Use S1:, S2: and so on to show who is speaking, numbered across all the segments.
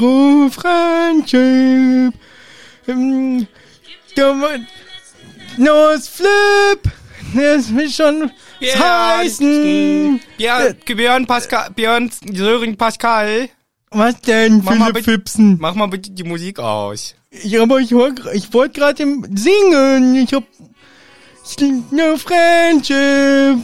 S1: true friendship. Mm, dumm- Nose flip. Das will schon was heißen. Äh.
S2: Björn, Björn, Pascal, Björn, Sören Pascal.
S1: Was denn,
S2: Mach mal
S1: Philipp
S2: bitte-
S1: Fipsen?
S2: Mach mal bitte die Musik aus.
S1: Ja, aber ich, wollt- ich wollte gerade im singen. Ich hab... No friendship.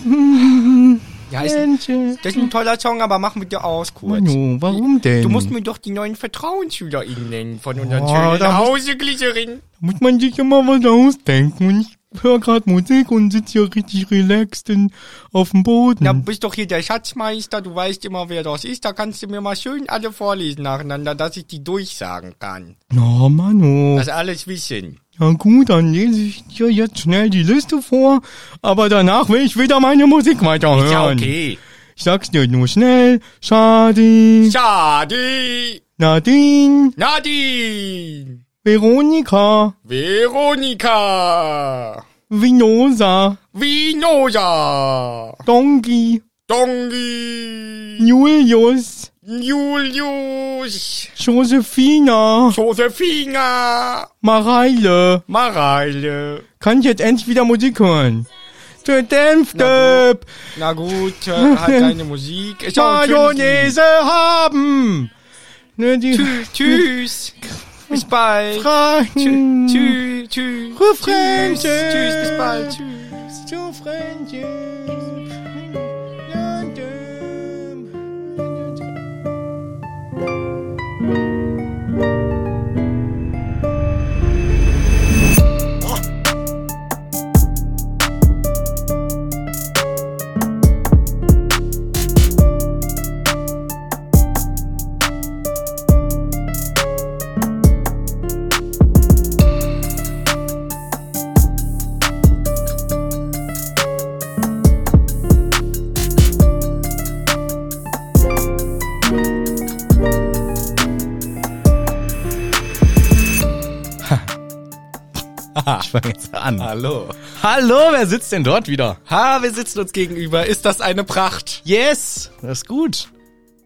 S2: Ja, ist,
S1: Äh. friendship.
S2: das ist ein toller Song, aber mach bitte aus kurz.
S1: Manu, warum denn?
S2: Du musst mir doch die neuen Vertrauensschüler*innen nennen von unseren
S1: Oh,
S2: schönen
S1: da muss-
S2: Hauseglitzerinnen.
S1: muss man sich immer was ausdenken. Und ich höre gerade Musik und sitze hier richtig relaxed in, auf dem Boden.
S2: Da bist doch hier der Schatzmeister, du weißt immer, wer das ist. Da kannst du mir mal schön alle vorlesen nacheinander, dass ich die durchsagen kann.
S1: Na, Manu.
S2: Dass alles wissen.
S1: Ja gut, dann lese ich dir jetzt schnell die Liste vor, aber danach will ich wieder meine Musik weiterhören.
S2: Ist ja okay.
S1: Ich sag's dir nur schnell. Shadi,
S2: Schade.
S1: Nadine,
S2: Nadine.
S1: Veronika,
S2: Veronika.
S1: Vinosa,
S2: Vinoja.
S1: Dongi,
S2: Dongi.
S1: Julius,
S2: Julius.
S1: Josefina,
S2: Josefina.
S1: Mareile.
S2: Mareile.
S1: Kann ich jetzt endlich wieder Musik hören? Der Dämpfte,
S2: Na gut, äh, hat keine Musik. Ist auch ein schönes
S1: Mayonnaise haben. Ne, die
S2: Lied. Tschüss. Bis bald.
S1: Fragen.
S2: Tschüss. Tschüss. Tschüss.
S1: Refrain.
S2: Tschüss. Tschüss. Bis bald. Tschüss.
S1: to friendship. Ah, Ich fange jetzt an.
S2: Hallo.
S1: Hallo, wer sitzt denn dort wieder?
S2: Ha, wir sitzen uns gegenüber. Ist das eine Pracht?
S1: Yes, das ist gut.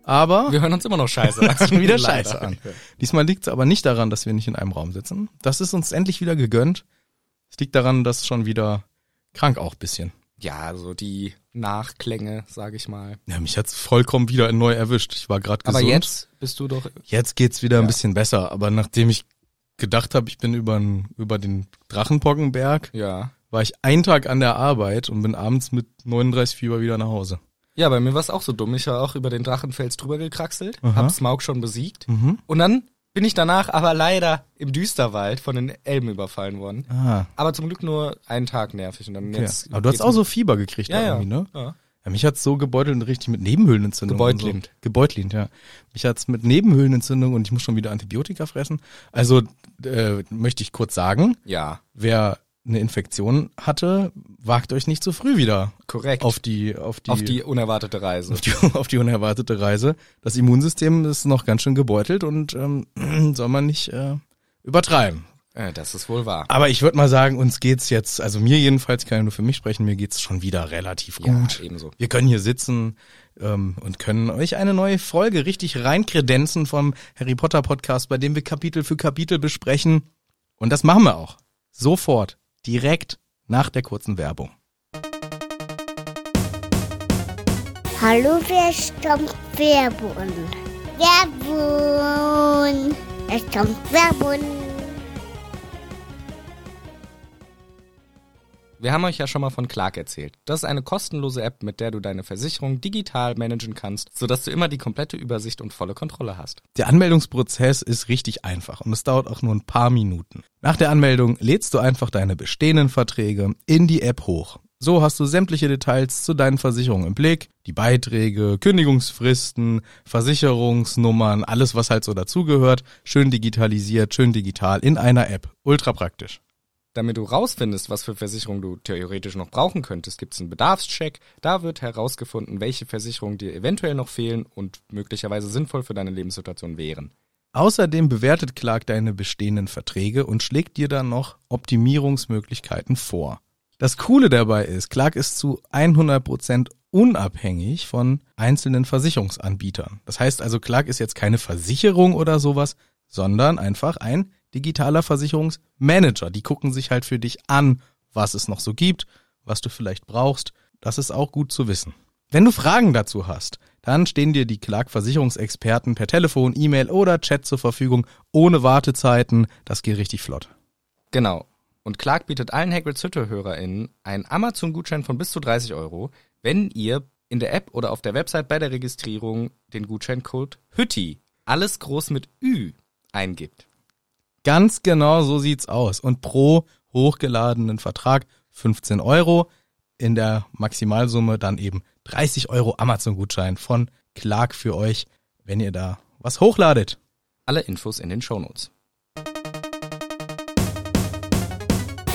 S1: Aber
S2: Wir hören uns immer noch scheiße. an.
S1: schon wieder
S2: Leider.
S1: scheiße an. Diesmal liegt es aber nicht daran, dass wir nicht in einem Raum sitzen. Das ist uns endlich wieder gegönnt. Es liegt daran, dass schon wieder krank auch ein bisschen.
S2: Ja, so die Nachklänge, sag ich mal.
S1: Ja, mich hat's vollkommen wieder neu erwischt. Ich war gerade gesund.
S2: Aber jetzt bist du doch
S1: Jetzt geht's wieder ein bisschen besser, aber nachdem ich gedacht habe, ich bin übern, über den Drachenpockenberg,
S2: Ja.
S1: war ich einen Tag an der Arbeit und bin abends mit 39 Fieber wieder nach Hause.
S2: Ja, bei mir war es auch so dumm. Ich war auch über den Drachenfels drüber gekraxelt,
S1: Aha. Mhm.
S2: hab Smaug schon besiegt. Und dann bin ich danach aber leider im Düsterwald von den Elben überfallen worden.
S1: Ah,
S2: Aber zum Glück nur einen Tag nervig. Und dann
S1: okay.
S2: jetzt.
S1: Aber du hast
S2: geht's
S1: auch
S2: mir-
S1: so Fieber gekriegt
S2: ja,
S1: da
S2: ja.
S1: irgendwie, ne?
S2: ja.
S1: Ja, mich hat's so gebeutelt und richtig mit Nebenhöhlenentzündung. Und
S2: Gebeutlint.
S1: so. Gebeutlint, ja. Mich hat's mit Nebenhöhlenentzündung und ich muss schon wieder Antibiotika fressen. Also äh, möchte ich kurz sagen,
S2: Ja,
S1: wer eine Infektion hatte, wagt euch nicht zu früh wieder
S2: korrekt.
S1: auf die auf die
S2: Auf die unerwartete Reise.
S1: auf die, auf die unerwartete Reise. Das Immunsystem ist noch ganz schön gebeutelt und ähm, soll man nicht äh, übertreiben.
S2: Äh, das ist wohl wahr.
S1: Aber ich würde mal sagen, uns geht's jetzt, also mir jedenfalls, kann ja nur für mich sprechen, mir geht's schon wieder relativ gut.
S2: Ja, ebenso.
S1: Wir können hier sitzen ähm, und können euch eine neue Folge richtig reinkredenzen vom Harry Potter Podcast, bei dem wir Kapitel für Kapitel besprechen. Und das machen wir auch. Sofort, direkt nach der kurzen Werbung.
S3: Hallo, wer stammt Werbun? Werbun! Es kommt Werbun!
S2: Wir haben euch ja schon mal von Clark erzählt. Das ist eine kostenlose App, mit der du deine Versicherung digital managen kannst, sodass du immer die komplette Übersicht und volle Kontrolle hast.
S1: Der Anmeldungsprozess ist richtig einfach und es dauert auch nur ein paar Minuten. Nach der Anmeldung lädst du einfach deine bestehenden Verträge in die App hoch. So hast du sämtliche Details zu deinen Versicherungen im Blick, die Beiträge, Kündigungsfristen, Versicherungsnummern, alles was halt so dazugehört, schön digitalisiert, schön digital in einer App. Ultra praktisch.
S2: Damit du rausfindest, was für Versicherung du theoretisch noch brauchen könntest, gibt es einen Bedarfscheck. Da wird herausgefunden, welche Versicherungen dir eventuell noch fehlen und möglicherweise sinnvoll für deine Lebenssituation wären.
S1: Außerdem bewertet Clark deine bestehenden Verträge und schlägt dir dann noch Optimierungsmöglichkeiten vor. Das Coole dabei ist, Clark ist zu 100% unabhängig von einzelnen Versicherungsanbietern. Das heißt also, Clark ist jetzt keine Versicherung oder sowas, sondern einfach ein digitaler Versicherungsmanager. Die gucken sich halt für dich an, was es noch so gibt, was du vielleicht brauchst. Das ist auch gut zu wissen. Wenn du Fragen dazu hast, dann stehen dir die Clark-Versicherungsexperten per Telefon, E-Mail oder Chat zur Verfügung, ohne Wartezeiten. Das geht richtig flott.
S2: Genau. Und Clark bietet allen Hagrid's Hütte-HörerInnen einen Amazon-Gutschein von bis zu 30 Euro, wenn ihr in der App oder auf der Website bei der Registrierung den Gutscheincode HÜTTI, alles groß mit Ü, eingibt.
S1: Ganz genau so sieht's aus. Und pro hochgeladenen Vertrag 15 Euro, in der Maximalsumme dann eben 30 Euro Amazon-Gutschein von Clark für euch, wenn ihr da was hochladet.
S2: Alle Infos in den Shownotes.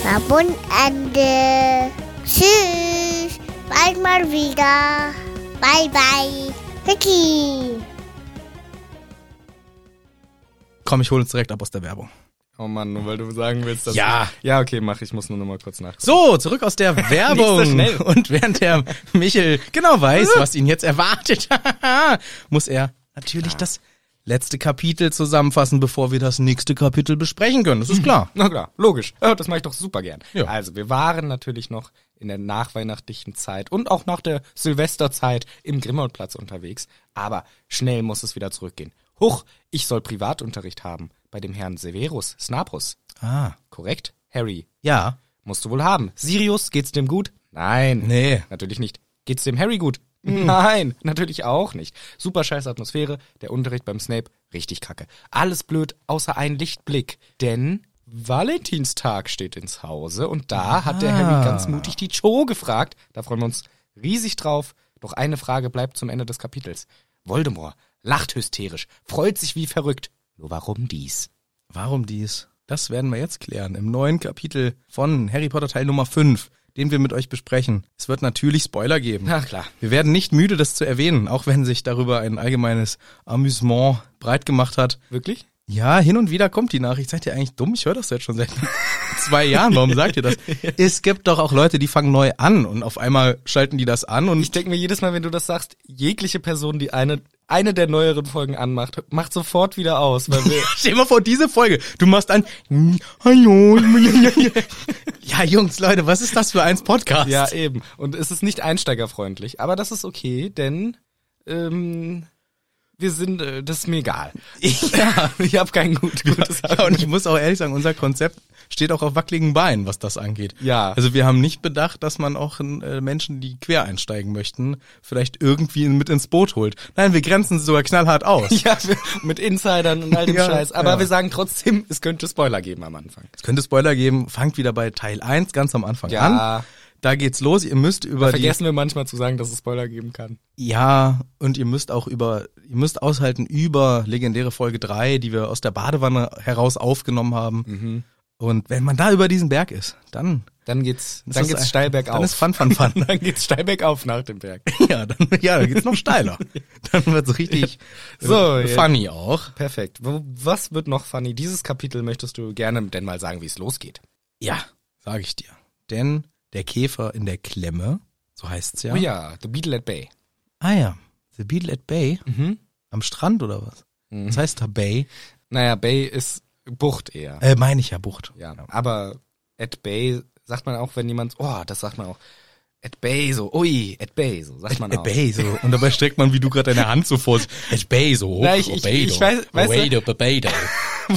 S3: Werbung Ende. Tschüss. Bald mal wieder. Bye, bye. Vicky.
S1: Komm, ich hole uns direkt ab aus der Werbung.
S2: Oh Mann, nur weil du sagen willst, dass...
S1: Ja.
S2: Ja, okay, mach. Ich muss nur noch mal kurz nachgucken.
S1: So, zurück aus der Werbung.
S2: Nicht so schnell.
S1: Und während der Michel genau weiß, was ihn jetzt erwartet, muss er natürlich das letzte Kapitel zusammenfassen, bevor wir das nächste Kapitel besprechen können. Das ist klar.
S2: Na klar, logisch. Ja, das mache ich doch super gern.
S1: Ja.
S2: Also, wir waren natürlich noch in der nachweihnachtlichen Zeit und auch nach der Silvesterzeit im Grimmoldplatz unterwegs. Aber schnell muss es wieder zurückgehen. Huch, ich soll Privatunterricht haben bei dem Herrn Severus Snaprus.
S1: Ah,
S2: Korrekt, Harry?
S1: ja.
S2: Musst du wohl haben. Sirius, geht's dem gut? Nein.
S1: Nee.
S2: Natürlich nicht. Geht's dem Harry gut? Nein, natürlich auch nicht. Super scheiß Atmosphäre, der Unterricht beim Snape, richtig kacke. Alles blöd, außer ein Lichtblick. Denn Valentinstag steht ins Hause und da hat der Harry ganz mutig die Cho gefragt. Da freuen wir uns riesig drauf. Doch eine Frage bleibt zum Ende des Kapitels. Voldemort lacht hysterisch, freut sich wie verrückt. Nur warum dies?
S1: Warum dies? Das werden wir jetzt klären im neuen Kapitel von Harry Potter Teil Nummer 5, den wir mit euch besprechen. Es wird natürlich Spoiler geben.
S2: Na klar.
S1: Wir werden nicht müde, das zu erwähnen, auch wenn sich darüber ein allgemeines Amüsement breit gemacht hat.
S2: Wirklich?
S1: Ja, hin und wieder kommt die Nachricht. Seid ihr eigentlich dumm? Ich höre das jetzt schon seit zwei Jahren. Warum sagt ihr das? Es gibt doch auch Leute, die fangen neu an und auf einmal schalten die das an und
S2: Ich denke mir jedes Mal, wenn du das sagst, jegliche Person, die eine, eine der neueren Folgen anmacht, macht sofort wieder aus, weil wir,
S1: Stell dir mal vor, diese Folge. Du machst an. hm, Hallo. ja, Jungs, Leute, was ist das für eins Podcast?
S2: ja eben. Und es ist nicht einsteigerfreundlich, aber das ist okay, denn, ähm, wir sind, äh, das ist mir egal.
S1: ja.
S2: Ich habe kein gut, gutes
S1: ja, und ich muss auch ehrlich sagen, unser Konzept steht auch auf wackeligen Beinen, was das angeht.
S2: Ja.
S1: Also wir haben nicht bedacht, dass man auch äh, Menschen, die quer einsteigen möchten, vielleicht irgendwie mit ins Boot holt. Nein, wir grenzen sie sogar knallhart aus.
S2: Ja, wir- mit Insidern und all dem
S1: Ja,
S2: Scheiß. Aber
S1: ja.
S2: wir sagen trotzdem, es könnte Spoiler geben am Anfang.
S1: Es könnte Spoiler geben, fangt wieder bei Teil 1 ganz am Anfang
S2: Ja.
S1: an. Da geht's los, ihr müsst über die
S2: Vergessen wir manchmal zu sagen, dass es Spoiler geben kann.
S1: Ja, und ihr müsst auch über, ihr müsst aushalten über legendäre Folge 3, die wir aus der Badewanne heraus aufgenommen haben.
S2: Mhm.
S1: Und wenn man da über diesen Berg ist, dann,
S2: Dann geht's,
S1: ist
S2: dann
S1: das
S2: geht's
S1: ein-
S2: steil bergauf.
S1: Dann ist Fun, Fun, Fun.
S2: dann geht's steil bergauf nach dem Berg.
S1: ja, dann, ja, dann geht's noch steiler. Dann wird's richtig
S2: So,
S1: äh,
S2: jetzt-
S1: funny auch.
S2: Perfekt. Wo- Was wird noch funny? Dieses Kapitel möchtest du gerne denn mal sagen, wie es losgeht.
S1: Ja, sage ich dir. Denn der Käfer in der Klemme, so heißt's ja.
S2: Oh ja, The Beetle at Bay.
S1: Ah ja, The Beetle at Bay,
S2: Mhm.
S1: am Strand oder was? Das heißt da Bay,
S2: Naja, Bay ist Bucht eher.
S1: äh, genau. meine ich ja Bucht.
S2: ja. Aber at Bay sagt man auch, wenn jemand, oh, das sagt man auch. At Bay so, ui, at Bay so, sagt man
S1: At
S2: auch.
S1: Bay, so. Und dabei streckt man, wie du gerade deine Hand so vor. At Bay, so.
S2: Na, ich- ich- ich weiß- weißt du-
S1: Bebedo, Bebedo.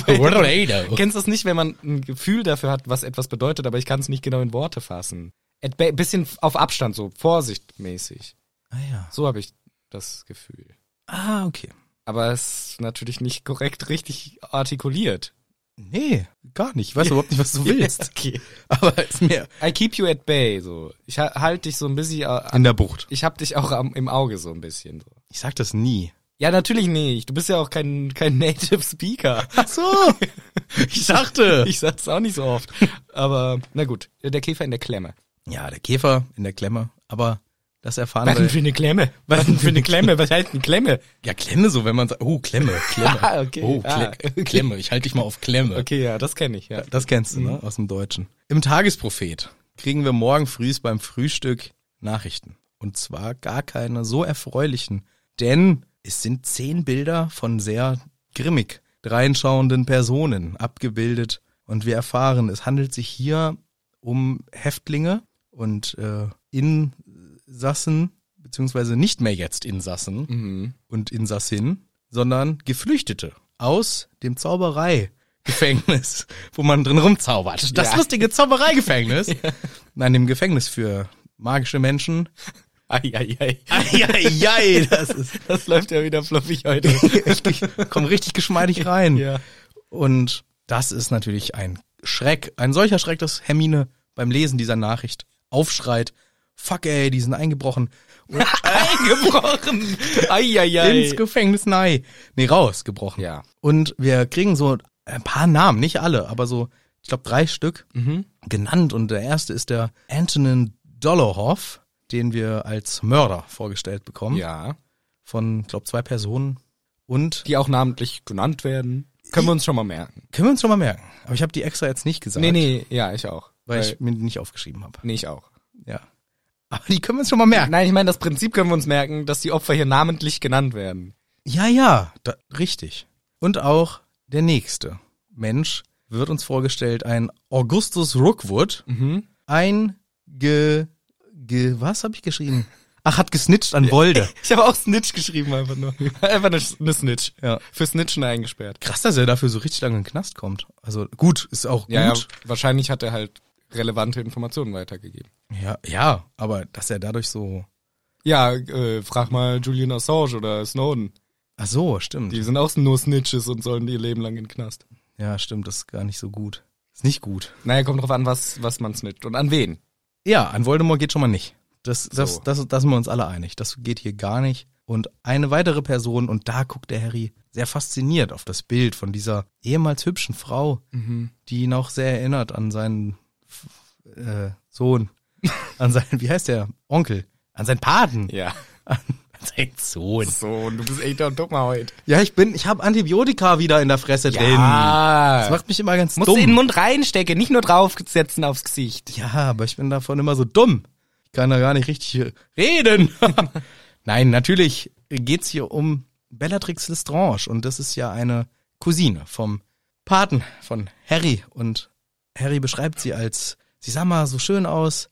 S1: Bebedo.
S2: Kennst du es nicht, wenn man ein Gefühl dafür hat, was etwas bedeutet, aber ich kann es nicht genau in Worte fassen. At Bay, bisschen auf Abstand so, vorsichtmäßig.
S1: Ah, ja.
S2: So habe ich das Gefühl.
S1: Ah, okay.
S2: Aber es ist natürlich nicht korrekt richtig artikuliert.
S1: Nee, gar nicht. Ich weiß überhaupt nicht, was du
S2: Ja,
S1: willst.
S2: okay.
S1: Aber ist mir.
S2: I keep you at bay, so. Ich ha- halt dich so ein bisschen, äh,
S1: In der Bucht.
S2: ich hab dich auch am, im Auge so ein bisschen. So.
S1: Ich sag das nie.
S2: Ja, natürlich nicht. Du bist ja auch kein, kein Native Speaker.
S1: Ach so. Ich dachte.
S2: Ich sag's auch nicht so oft. Aber, na gut. Der Käfer in der Klemme.
S1: Ja, der Käfer in der Klemme. Aber das erfahren
S2: Was denn
S1: wir.
S2: für eine Klemme? Was denn für eine Klemme? Was heißt eine Klemme?
S1: Ja, Klemme, so, wenn man sagt. Oh, Klemme, Klemme.
S2: Ah, okay.
S1: Oh,
S2: Ah,
S1: Kle
S2: okay.
S1: Klemme. Ich halte dich mal auf Klemme.
S2: Okay, ja, Mhm. das kenne ich, ja.
S1: Das kennst du, ne? Aus dem Deutschen. Im Tagesprophet. kriegen wir morgen früh beim Frühstück Nachrichten. Und zwar gar keine so erfreulichen, denn es sind zehn Bilder von sehr grimmig dreinschauenden Personen abgebildet. Und wir erfahren, es handelt sich hier um Häftlinge und äh, Insassen, beziehungsweise nicht mehr jetzt Insassen,
S2: Mhm.
S1: und Insassin, sondern Geflüchtete aus dem Zaubereigefängnis, wo man drin rumzaubert. Das
S2: Ja.
S1: lustige Zaubereigefängnis. Nein, dem Gefängnis für magische Menschen.
S2: Eieiei.
S1: Eieiei, das ist,
S2: Das läuft ja wieder fluffig heute.
S1: komm richtig geschmeidig rein.
S2: ja.
S1: Und das ist natürlich ein Schreck, ein solcher Schreck, dass Hermine beim Lesen dieser Nachricht aufschreit, fuck ey, die sind eingebrochen. Und
S2: Eingebrochen. Eieiei.
S1: ins Gefängnis, nein. Nee, rausgebrochen.
S2: Ja.
S1: Und wir kriegen so ein paar Namen, nicht alle, aber so, ich glaube, drei Stück
S2: Mhm.
S1: genannt. Und der erste ist der Antonin Dolohov, den wir als Mörder vorgestellt bekommen.
S2: ja.
S1: Von, glaube zwei Personen. Und
S2: Die auch namentlich genannt werden. Können wir uns schon mal merken.
S1: können wir uns schon mal merken. Aber ich habe die extra jetzt nicht gesagt,
S2: Nee, nee, ja, ich auch.
S1: weil ich mir die nicht aufgeschrieben habe.
S2: nee, ich auch.
S1: Ja. Aber die können wir uns schon mal merken.
S2: Nein, ich meine, das Prinzip können wir uns merken, dass die Opfer hier namentlich genannt werden.
S1: Ja, ja, da, richtig. Und auch der nächste Mensch wird uns vorgestellt, ein Augustus Rookwood,
S2: Mhm.
S1: ein ge, ge was habe ich geschrieben? Ach, hat gesnitcht an Wolde.
S2: Ich habe auch Snitch geschrieben einfach nur. einfach eine, eine Snitch.
S1: Ja.
S2: Für Snitchen eingesperrt.
S1: Krass, dass er dafür so richtig lange in den Knast kommt. Also gut, ist auch gut.
S2: Ja, ja, wahrscheinlich hat er halt relevante Informationen weitergegeben.
S1: ja, ja, aber dass er dadurch so.
S2: Ja, äh, frag mal Julian Assange oder Snowden.
S1: Ach so, stimmt.
S2: Die sind auch nur Snitches und sollen ihr Leben lang in den Knast.
S1: Ja, stimmt, das ist gar nicht so gut. Ist nicht gut.
S2: Naja, kommt drauf an, was, was man snitcht und an wen.
S1: Ja, an Voldemort geht schon mal nicht. Das, das,
S2: So.
S1: das, das sind wir uns alle einig. Das geht hier gar nicht. Und eine weitere Person, und da guckt der Harry sehr fasziniert auf das Bild von dieser ehemals hübschen Frau, die ihn auch sehr erinnert an seinen äh, Sohn, an seinen, wie heißt der, Onkel, an seinen Paten,
S2: Ja.
S1: an, an seinen Sohn.
S2: So, und du bist echt ein Dummer heute.
S1: Ja, ich bin, ich habe Antibiotika wieder in der Fresse drin. Das
S2: Ja.
S1: macht mich immer ganz
S2: Musst du
S1: dumm.
S2: in den Mund reinstecken, nicht nur draufsetzen aufs Gesicht.
S1: Ja, aber ich bin davon immer so dumm. Ich kann da gar nicht richtig reden. Nein, natürlich geht's hier um Bellatrix Lestrange und das ist ja eine Cousine vom Paten von Harry und Harry beschreibt sie als, sie sah mal so schön aus,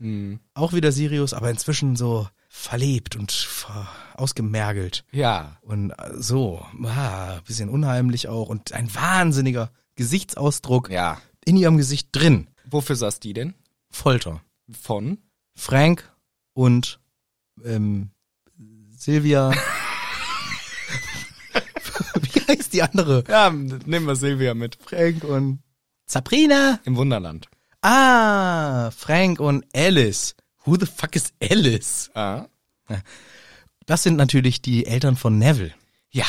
S1: auch wieder Sirius, aber inzwischen so verlebt und ver- ausgemergelt
S2: Ja.
S1: und äh, so, ah, bisschen unheimlich auch und ein wahnsinniger Gesichtsausdruck
S2: Ja.
S1: in ihrem Gesicht drin.
S2: Wofür saß die denn?
S1: Folter.
S2: Von?
S1: Frank und ähm, Silvia. Wie heißt die andere?
S2: Ja, m- nehmen wir Silvia mit.
S1: Frank und Sabrina.
S2: Im Wunderland.
S1: Ah, Frank und Alice. Who the fuck is Alice?
S2: Ah.
S1: Das sind natürlich die Eltern von Neville.
S2: Ja.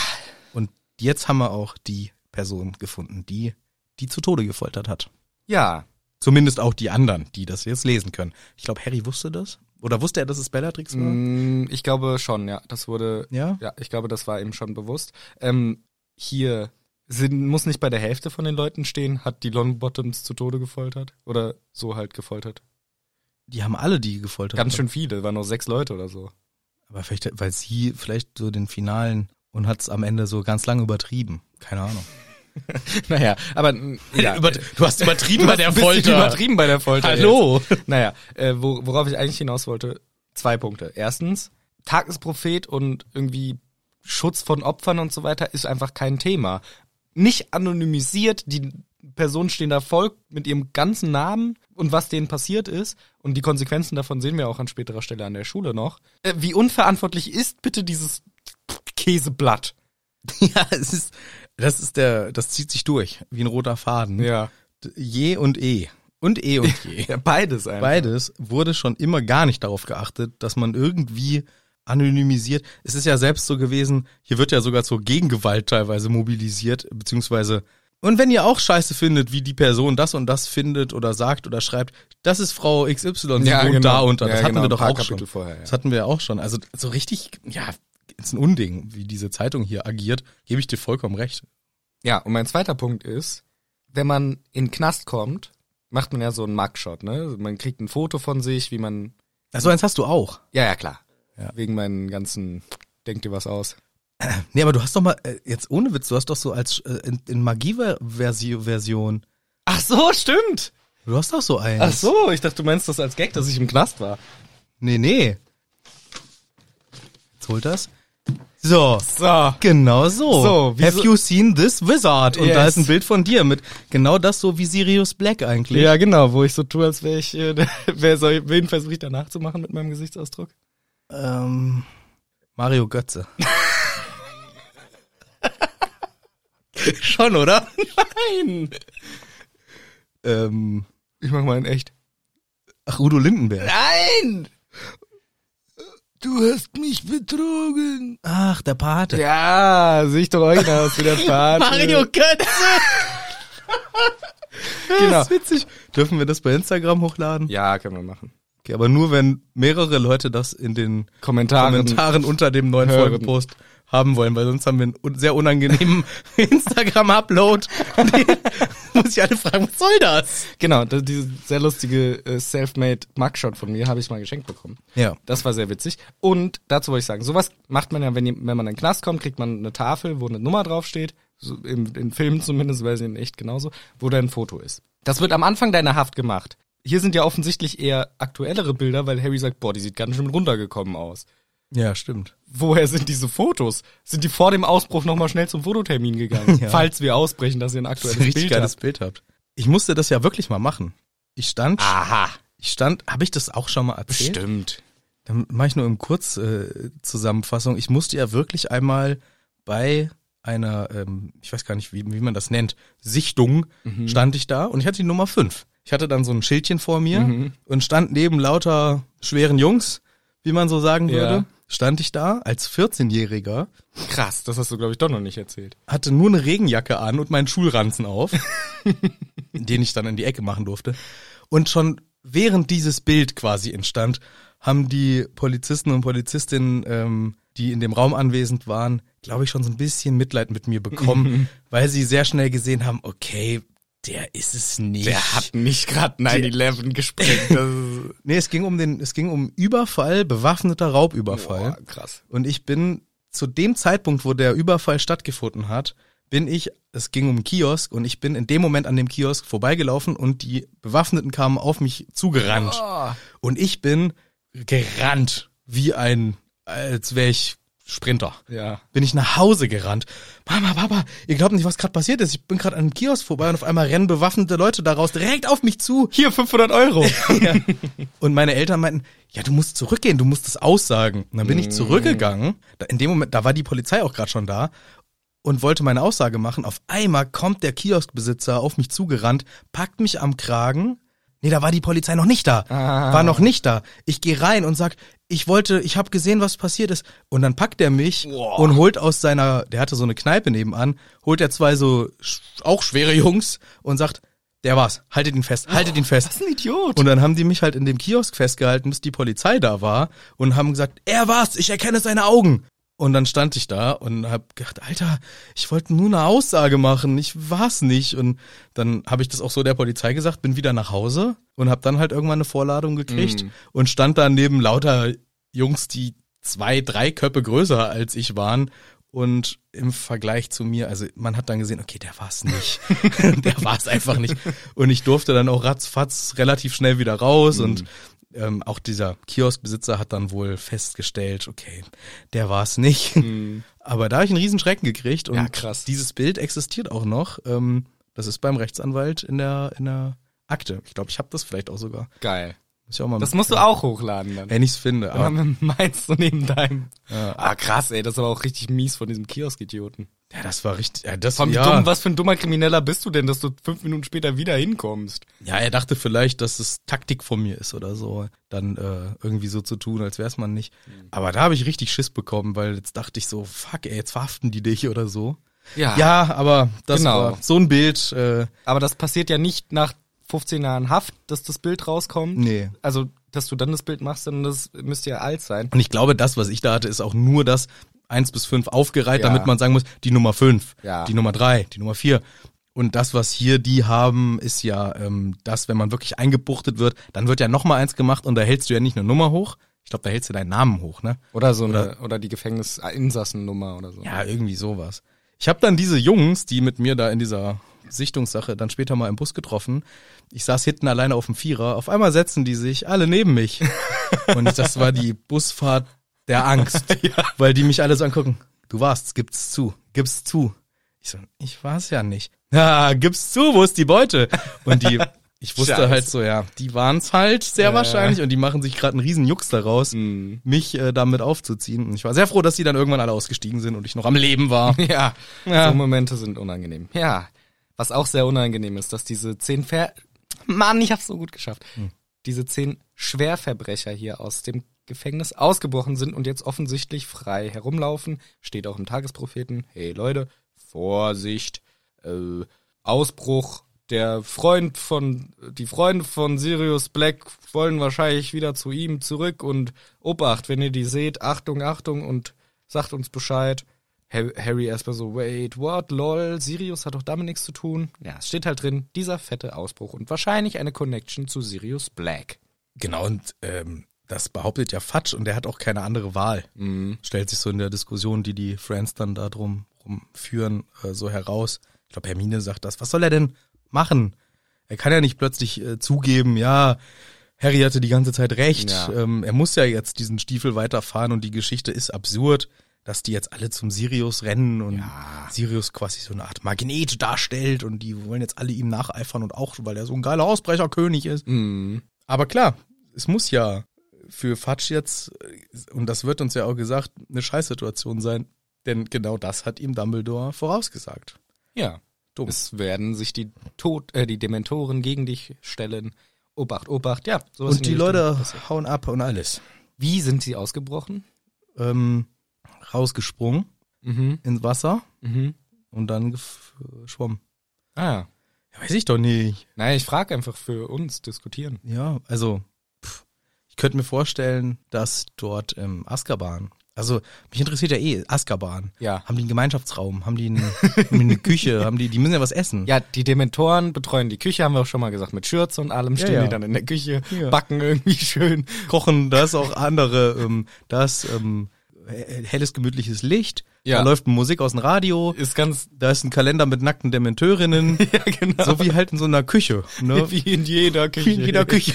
S1: Und jetzt haben wir auch die Person gefunden, die die zu Tode gefoltert hat.
S2: Ja.
S1: Zumindest auch die anderen, die das jetzt lesen können. Ich glaube, Harry wusste das. Oder wusste er, dass es Bellatrix war?
S2: Mm, Ich glaube schon, ja. Das wurde.
S1: Ja?
S2: Ja, ich glaube, das war ihm schon bewusst. Ähm, hier sind, muss nicht bei der Hälfte von den Leuten stehen, hat die Longbottoms zu Tode gefoltert. Oder so halt gefoltert.
S1: Die haben alle die gefoltert.
S2: Ganz
S1: haben.
S2: schön viele, waren nur sechs Leute oder so.
S1: Aber vielleicht, weil sie vielleicht so den finalen und hat's am Ende so ganz lange übertrieben. Keine Ahnung.
S2: Naja, aber mm, ja.
S1: du hast übertrieben
S2: Du hast ein bisschen Übertrieben bei der Folter.
S1: Hallo.
S2: Jetzt. Naja, äh, wo, worauf ich eigentlich hinaus wollte, zwei Punkte. Erstens, Tag des Prophet und irgendwie Schutz von Opfern und so weiter ist einfach kein Thema. Nicht anonymisiert, die Personen stehen da voll mit ihrem ganzen Namen und was denen passiert ist. Und die Konsequenzen davon sehen wir auch an späterer Stelle an der Schule noch. Äh, wie unverantwortlich ist bitte dieses Käseblatt?
S1: Ja, es ist, das ist der, das zieht sich durch, wie ein roter Faden.
S2: Ja.
S1: Je und eh. Und eh und je.
S2: ja beides einfach.
S1: Beides wurde schon immer gar nicht darauf geachtet, dass man irgendwie anonymisiert. Es ist ja selbst so gewesen, hier wird ja sogar zur Gegengewalt teilweise mobilisiert, beziehungsweise. Und wenn ihr auch Scheiße findet, wie die Person das und das findet oder sagt oder schreibt, das ist Frau XY, sie
S2: Ja,
S1: wohnt
S2: genau.
S1: da unter. Das
S2: Ja,
S1: hatten
S2: genau,
S1: wir
S2: ein
S1: doch
S2: paar
S1: auch
S2: Kapitel
S1: schon.
S2: vorher, ja.
S1: Das hatten wir ja auch schon. Also so richtig, ja, ist ein Unding, wie diese Zeitung hier agiert. Gebe ich dir vollkommen recht.
S2: Ja, und mein zweiter Punkt ist, wenn man in den Knast kommt, macht man ja so einen Mugshot, ne? Man kriegt ein Foto von sich, wie man.
S1: Also eins hast du auch.
S2: Ja, ja, klar.
S1: Ja.
S2: Wegen meinen ganzen. Denk dir was aus.
S1: Nee, aber du hast doch mal, äh, jetzt ohne Witz, du hast doch so als äh, in, in Magie-Version,
S2: Ach so, stimmt.
S1: du hast doch so eins.
S2: Ach so, ich dachte, du meinst das als Gag, dass ich im Knast war.
S1: Nee, nee. Jetzt holt das. So,
S2: So.
S1: genau so.
S2: So, wie
S1: Have
S2: so-
S1: you seen this wizard? Und da
S2: Yes.
S1: ist ein Bild von dir mit genau das so wie Sirius Black eigentlich.
S2: Ja, genau, wo ich so tue, als wäre ich, äh, wer soll, wen versuche ich danach zu machen mit meinem Gesichtsausdruck?
S1: Ähm, Mario Götze. Schon, oder?
S2: Nein!
S1: Ähm,
S2: Ich mach mal in echt.
S1: ach, Udo Lindenberg.
S2: Nein! Du hast mich betrogen.
S1: Ach, der Pate.
S2: Ja, sehe ich doch genau, euch aus, wie der Pate.
S1: Mario Götze.
S2: Genau.
S1: genau. Das ist witzig. Dürfen wir das bei Instagram hochladen?
S2: Ja, können wir machen.
S1: Okay, aber nur wenn mehrere Leute das in den
S2: Kommentaren.
S1: Kommentaren unter dem neuen
S2: Hören.
S1: Folgepost haben wollen, weil sonst haben wir einen un- sehr unangenehmen Instagram-Upload. Den- Muss ich alle fragen, was soll das?
S2: Genau, das, diese sehr lustige äh, Selfmade Mugshot von mir habe ich mal geschenkt bekommen.
S1: Ja.
S2: Das war sehr witzig. Und dazu wollte ich sagen, sowas macht man ja, wenn, ihr- wenn man in den Knast kommt, kriegt man eine Tafel, wo eine Nummer draufsteht, so im, in Filmen zumindest, weil sie in echt genauso, wo dein Foto ist. Das wird am Anfang deiner Haft gemacht. Hier sind ja offensichtlich eher aktuellere Bilder, weil Harry sagt, boah, die sieht ganz schön runtergekommen aus.
S1: Ja, stimmt.
S2: Woher sind diese Fotos? Sind die vor dem Ausbruch nochmal schnell zum Fototermin gegangen?
S1: Ja.
S2: Falls wir ausbrechen, dass ihr ein
S1: Das
S2: aktuelles
S1: ist ein richtig
S2: Bild
S1: geiles
S2: habt.
S1: Bild habt. Ich musste das ja wirklich mal machen. Ich stand,
S2: Aha,
S1: ich stand, habe ich das auch schon mal erzählt?
S2: bestimmt.
S1: Dann mache ich nur im Kurzzusammenfassung. Äh, Zusammenfassung. ich musste ja wirklich einmal bei einer, ähm, ich weiß gar nicht, wie, wie man das nennt, Sichtung, stand ich da und ich hatte die Nummer 5. Ich hatte dann so ein Schildchen vor mir und stand neben lauter schweren Jungs, wie man so sagen
S2: Ja.
S1: würde, stand ich da als 14-Jähriger,
S2: Krass, das hast du, glaube ich, doch noch nicht erzählt.
S1: hatte nur eine Regenjacke an und meinen Schulranzen auf, den ich dann in die Ecke machen durfte. Und schon während dieses Bild quasi entstand, haben die Polizisten und Polizistinnen, ähm, die in dem Raum anwesend waren, glaube ich, schon so ein bisschen Mitleid mit mir bekommen, weil sie sehr schnell gesehen haben, okay, der ist es nicht.
S2: Der hat mich gerade 9-11 gesprengt. Das ist,
S1: nee, es ging um den, es ging um Überfall, bewaffneter Raubüberfall.
S2: Boah, krass.
S1: Und ich bin zu dem Zeitpunkt, wo der Überfall stattgefunden hat, bin ich, es ging um einen Kiosk und ich bin in dem Moment an dem Kiosk vorbeigelaufen und die Bewaffneten kamen auf mich zugerannt.
S2: Oh.
S1: Und ich bin gerannt wie ein, als wäre ich Sprinter.
S2: Ja.
S1: Bin ich nach Hause gerannt. Mama, Papa, ihr glaubt nicht, was gerade passiert ist. Ich bin gerade an einem Kiosk vorbei und auf einmal rennen bewaffnete Leute daraus direkt auf mich zu.
S2: Hier 500 Euro.
S1: Und meine Eltern meinten, ja, du musst zurückgehen, du musst das aussagen. Und dann bin ich zurückgegangen. Da, in dem Moment, da war die Polizei auch gerade schon da und wollte meine Aussage machen. Auf einmal kommt der Kioskbesitzer auf mich zugerannt, packt mich am Kragen. Nee, da war die Polizei noch nicht da.
S2: Ah.
S1: War noch nicht da. Ich gehe rein und sag, ich wollte, ich habe gesehen, was passiert ist. Und dann packt er mich
S2: Boah.
S1: und holt aus seiner, der hatte so eine Kneipe nebenan, holt er zwei so sch- auch schwere Jungs und sagt, der war's, haltet ihn fest, haltet ihn fest.
S2: ein Idiot.
S1: Und dann haben die mich halt in dem Kiosk festgehalten, bis die Polizei da war und haben gesagt, er war's, ich erkenne seine Augen. Und dann stand ich da und hab gedacht, Alter, ich wollte nur eine Aussage machen, ich war's nicht. Und dann habe ich das auch so der Polizei gesagt, bin wieder nach Hause und hab dann halt irgendwann eine Vorladung gekriegt und stand da neben lauter Jungs, die zwei, drei Köpfe größer als ich waren. Und im Vergleich zu mir, also man hat dann gesehen, okay, der war's nicht. der war's einfach nicht. Und ich durfte dann auch ratzfatz relativ schnell wieder raus. Und ähm, auch dieser Kioskbesitzer hat dann wohl festgestellt, okay, der war's nicht. Aber da habe ich einen riesen Schrecken gekriegt. Und
S2: Hm. Ja, krass.
S1: dieses Bild existiert auch noch. Ähm, das ist beim Rechtsanwalt in der, in der Akte. Ich glaube, ich habe das vielleicht auch sogar.
S2: Geil.
S1: Muss ich auch mal
S2: Das musst du auch hochladen dann.
S1: wenn ich's finde.
S2: Dann
S1: Aber
S2: haben wir meins so neben deinem. Ah, krass, ey, das ist aber auch richtig mies von diesem Kiosk-Idioten.
S1: Ja, das war richtig. Ja, das,
S2: Von
S1: ja.
S2: dumm, was für ein dummer Krimineller bist du denn, dass du fünf Minuten später wieder hinkommst?
S1: ja, er dachte vielleicht, dass es Taktik von mir ist oder so, dann äh, irgendwie so zu tun, als wär's man nicht.
S2: Hm.
S1: Aber da habe ich richtig Schiss bekommen, weil jetzt dachte ich so, fuck, ey, jetzt verhaften die dich oder so.
S2: ja.
S1: Ja, aber das
S2: Genau.
S1: war so ein Bild. Äh,
S2: Aber das passiert ja nicht nach 15 Jahren Haft, dass das Bild rauskommt.
S1: Nee.
S2: Also, dass du dann das Bild machst, dann das müsste ja alt sein.
S1: und ich glaube, das, was ich da hatte, ist auch nur das eins bis fünf aufgereiht,
S2: Ja.
S1: damit man sagen muss, die Nummer fünf
S2: Ja.
S1: die Nummer drei die Nummer vier Und das, was hier die haben, ist ja ähm, das, wenn man wirklich eingebuchtet wird, dann wird ja nochmal eins gemacht und da hältst du ja nicht eine Nummer hoch. Ich glaube, da hältst du deinen Namen hoch, ne?
S2: Oder so eine, oder die Gefängnisinsassennummer oder so.
S1: Ja, irgendwie sowas. Ich habe dann diese Jungs, die mit mir da in dieser Sichtungssache dann später mal im Bus getroffen. Ich saß hinten alleine auf dem Vierer. Auf einmal setzen die sich alle neben mich. Und das war die Busfahrt der Angst, weil die mich alle so angucken. Du warst's, gib's zu, gib's zu. Ich so, ich war's ja nicht. Na, gib's zu, wo ist die Beute? Und die, ich wusste
S2: Scheiße.
S1: halt so, ja, die waren's halt sehr
S2: Ja.
S1: wahrscheinlich und die machen sich gerade einen riesen Jux daraus,
S2: Mhm.
S1: mich äh, damit aufzuziehen. Und ich war sehr froh, dass die dann irgendwann alle ausgestiegen sind und ich noch am Leben war.
S2: Ja,
S1: Ja.
S2: so Momente sind unangenehm. Ja, was auch sehr unangenehm ist, dass diese zehn Ver... Mann, ich hab's so gut geschafft. Diese zehn Schwerverbrecher hier aus dem Gefängnis ausgebrochen sind und jetzt offensichtlich frei herumlaufen. Steht auch im Tagespropheten. Hey Leute, Vorsicht. Äh, Ausbruch. Der Freund von, die Freunde von Sirius Black wollen wahrscheinlich wieder zu ihm zurück und Obacht, wenn ihr die seht, Achtung, Achtung und sagt uns Bescheid. Harry, Harry erstmal so, wait, what, lol, Sirius hat doch damit nichts zu tun. Ja, es steht halt drin, dieser fette Ausbruch und wahrscheinlich eine Connection zu Sirius Black.
S1: Genau, und ähm, das behauptet ja Fatsch und der hat auch keine andere Wahl.
S2: Mhm.
S1: Stellt sich so in der Diskussion, die die Friends dann da drum rumführen, äh, so heraus. Ich glaube, Hermine sagt das. Was soll er denn machen? Er kann ja nicht plötzlich äh, zugeben, ja, Harry hatte die ganze Zeit recht.
S2: Ja.
S1: Ähm, er muss ja jetzt diesen Stiefel weiterfahren und die Geschichte ist absurd, dass die jetzt alle zum Sirius rennen und
S2: Ja.
S1: Sirius quasi so eine Art Magnet darstellt und die wollen jetzt alle ihm nacheifern und auch, weil er so ein geiler Ausbrecherkönig ist.
S2: Mhm.
S1: Aber klar, es muss ja für Fatsch jetzt, äh, und das wird uns ja auch gesagt, eine Scheißsituation sein. Denn genau das hat ihm Dumbledore vorausgesagt.
S2: Ja.
S1: Dumm.
S2: Es werden sich die Tod, äh, die Dementoren gegen dich stellen. Obacht, Obacht, ja. sowas in
S1: und die
S2: Richtung.
S1: Leute hauen ab und alles.
S2: Wie sind sie ausgebrochen?
S1: Ähm, rausgesprungen
S2: Mhm.
S1: ins Wasser
S2: Mhm.
S1: und dann geschwommen.
S2: Ah.
S1: Ja, weiß ich doch nicht.
S2: Naja, ich frage einfach für uns, diskutieren.
S1: Ja, also, pff, ich könnte mir vorstellen, dass dort ähm, Azkaban, also mich interessiert ja eh Azkaban.
S2: Ja.
S1: Haben die einen Gemeinschaftsraum? Haben die, einen, haben die eine Küche? Haben die, die müssen ja was essen.
S2: Ja, die Dementoren betreuen die Küche, haben wir auch schon mal gesagt, mit Schürze und allem stehen
S1: ja.
S2: die dann in der Küche,
S1: Ja.
S2: backen irgendwie schön.
S1: kochen, da ist auch andere, ähm, da ist ähm, he- helles, gemütliches Licht,
S2: Ja.
S1: da läuft Musik aus dem Radio,
S2: Ist ganz,
S1: da ist ein Kalender mit nackten Dementörinnen,
S2: ja genau,
S1: so wie halt in so einer Küche, ne?
S2: wie in jeder Küche.
S1: In jeder Küche.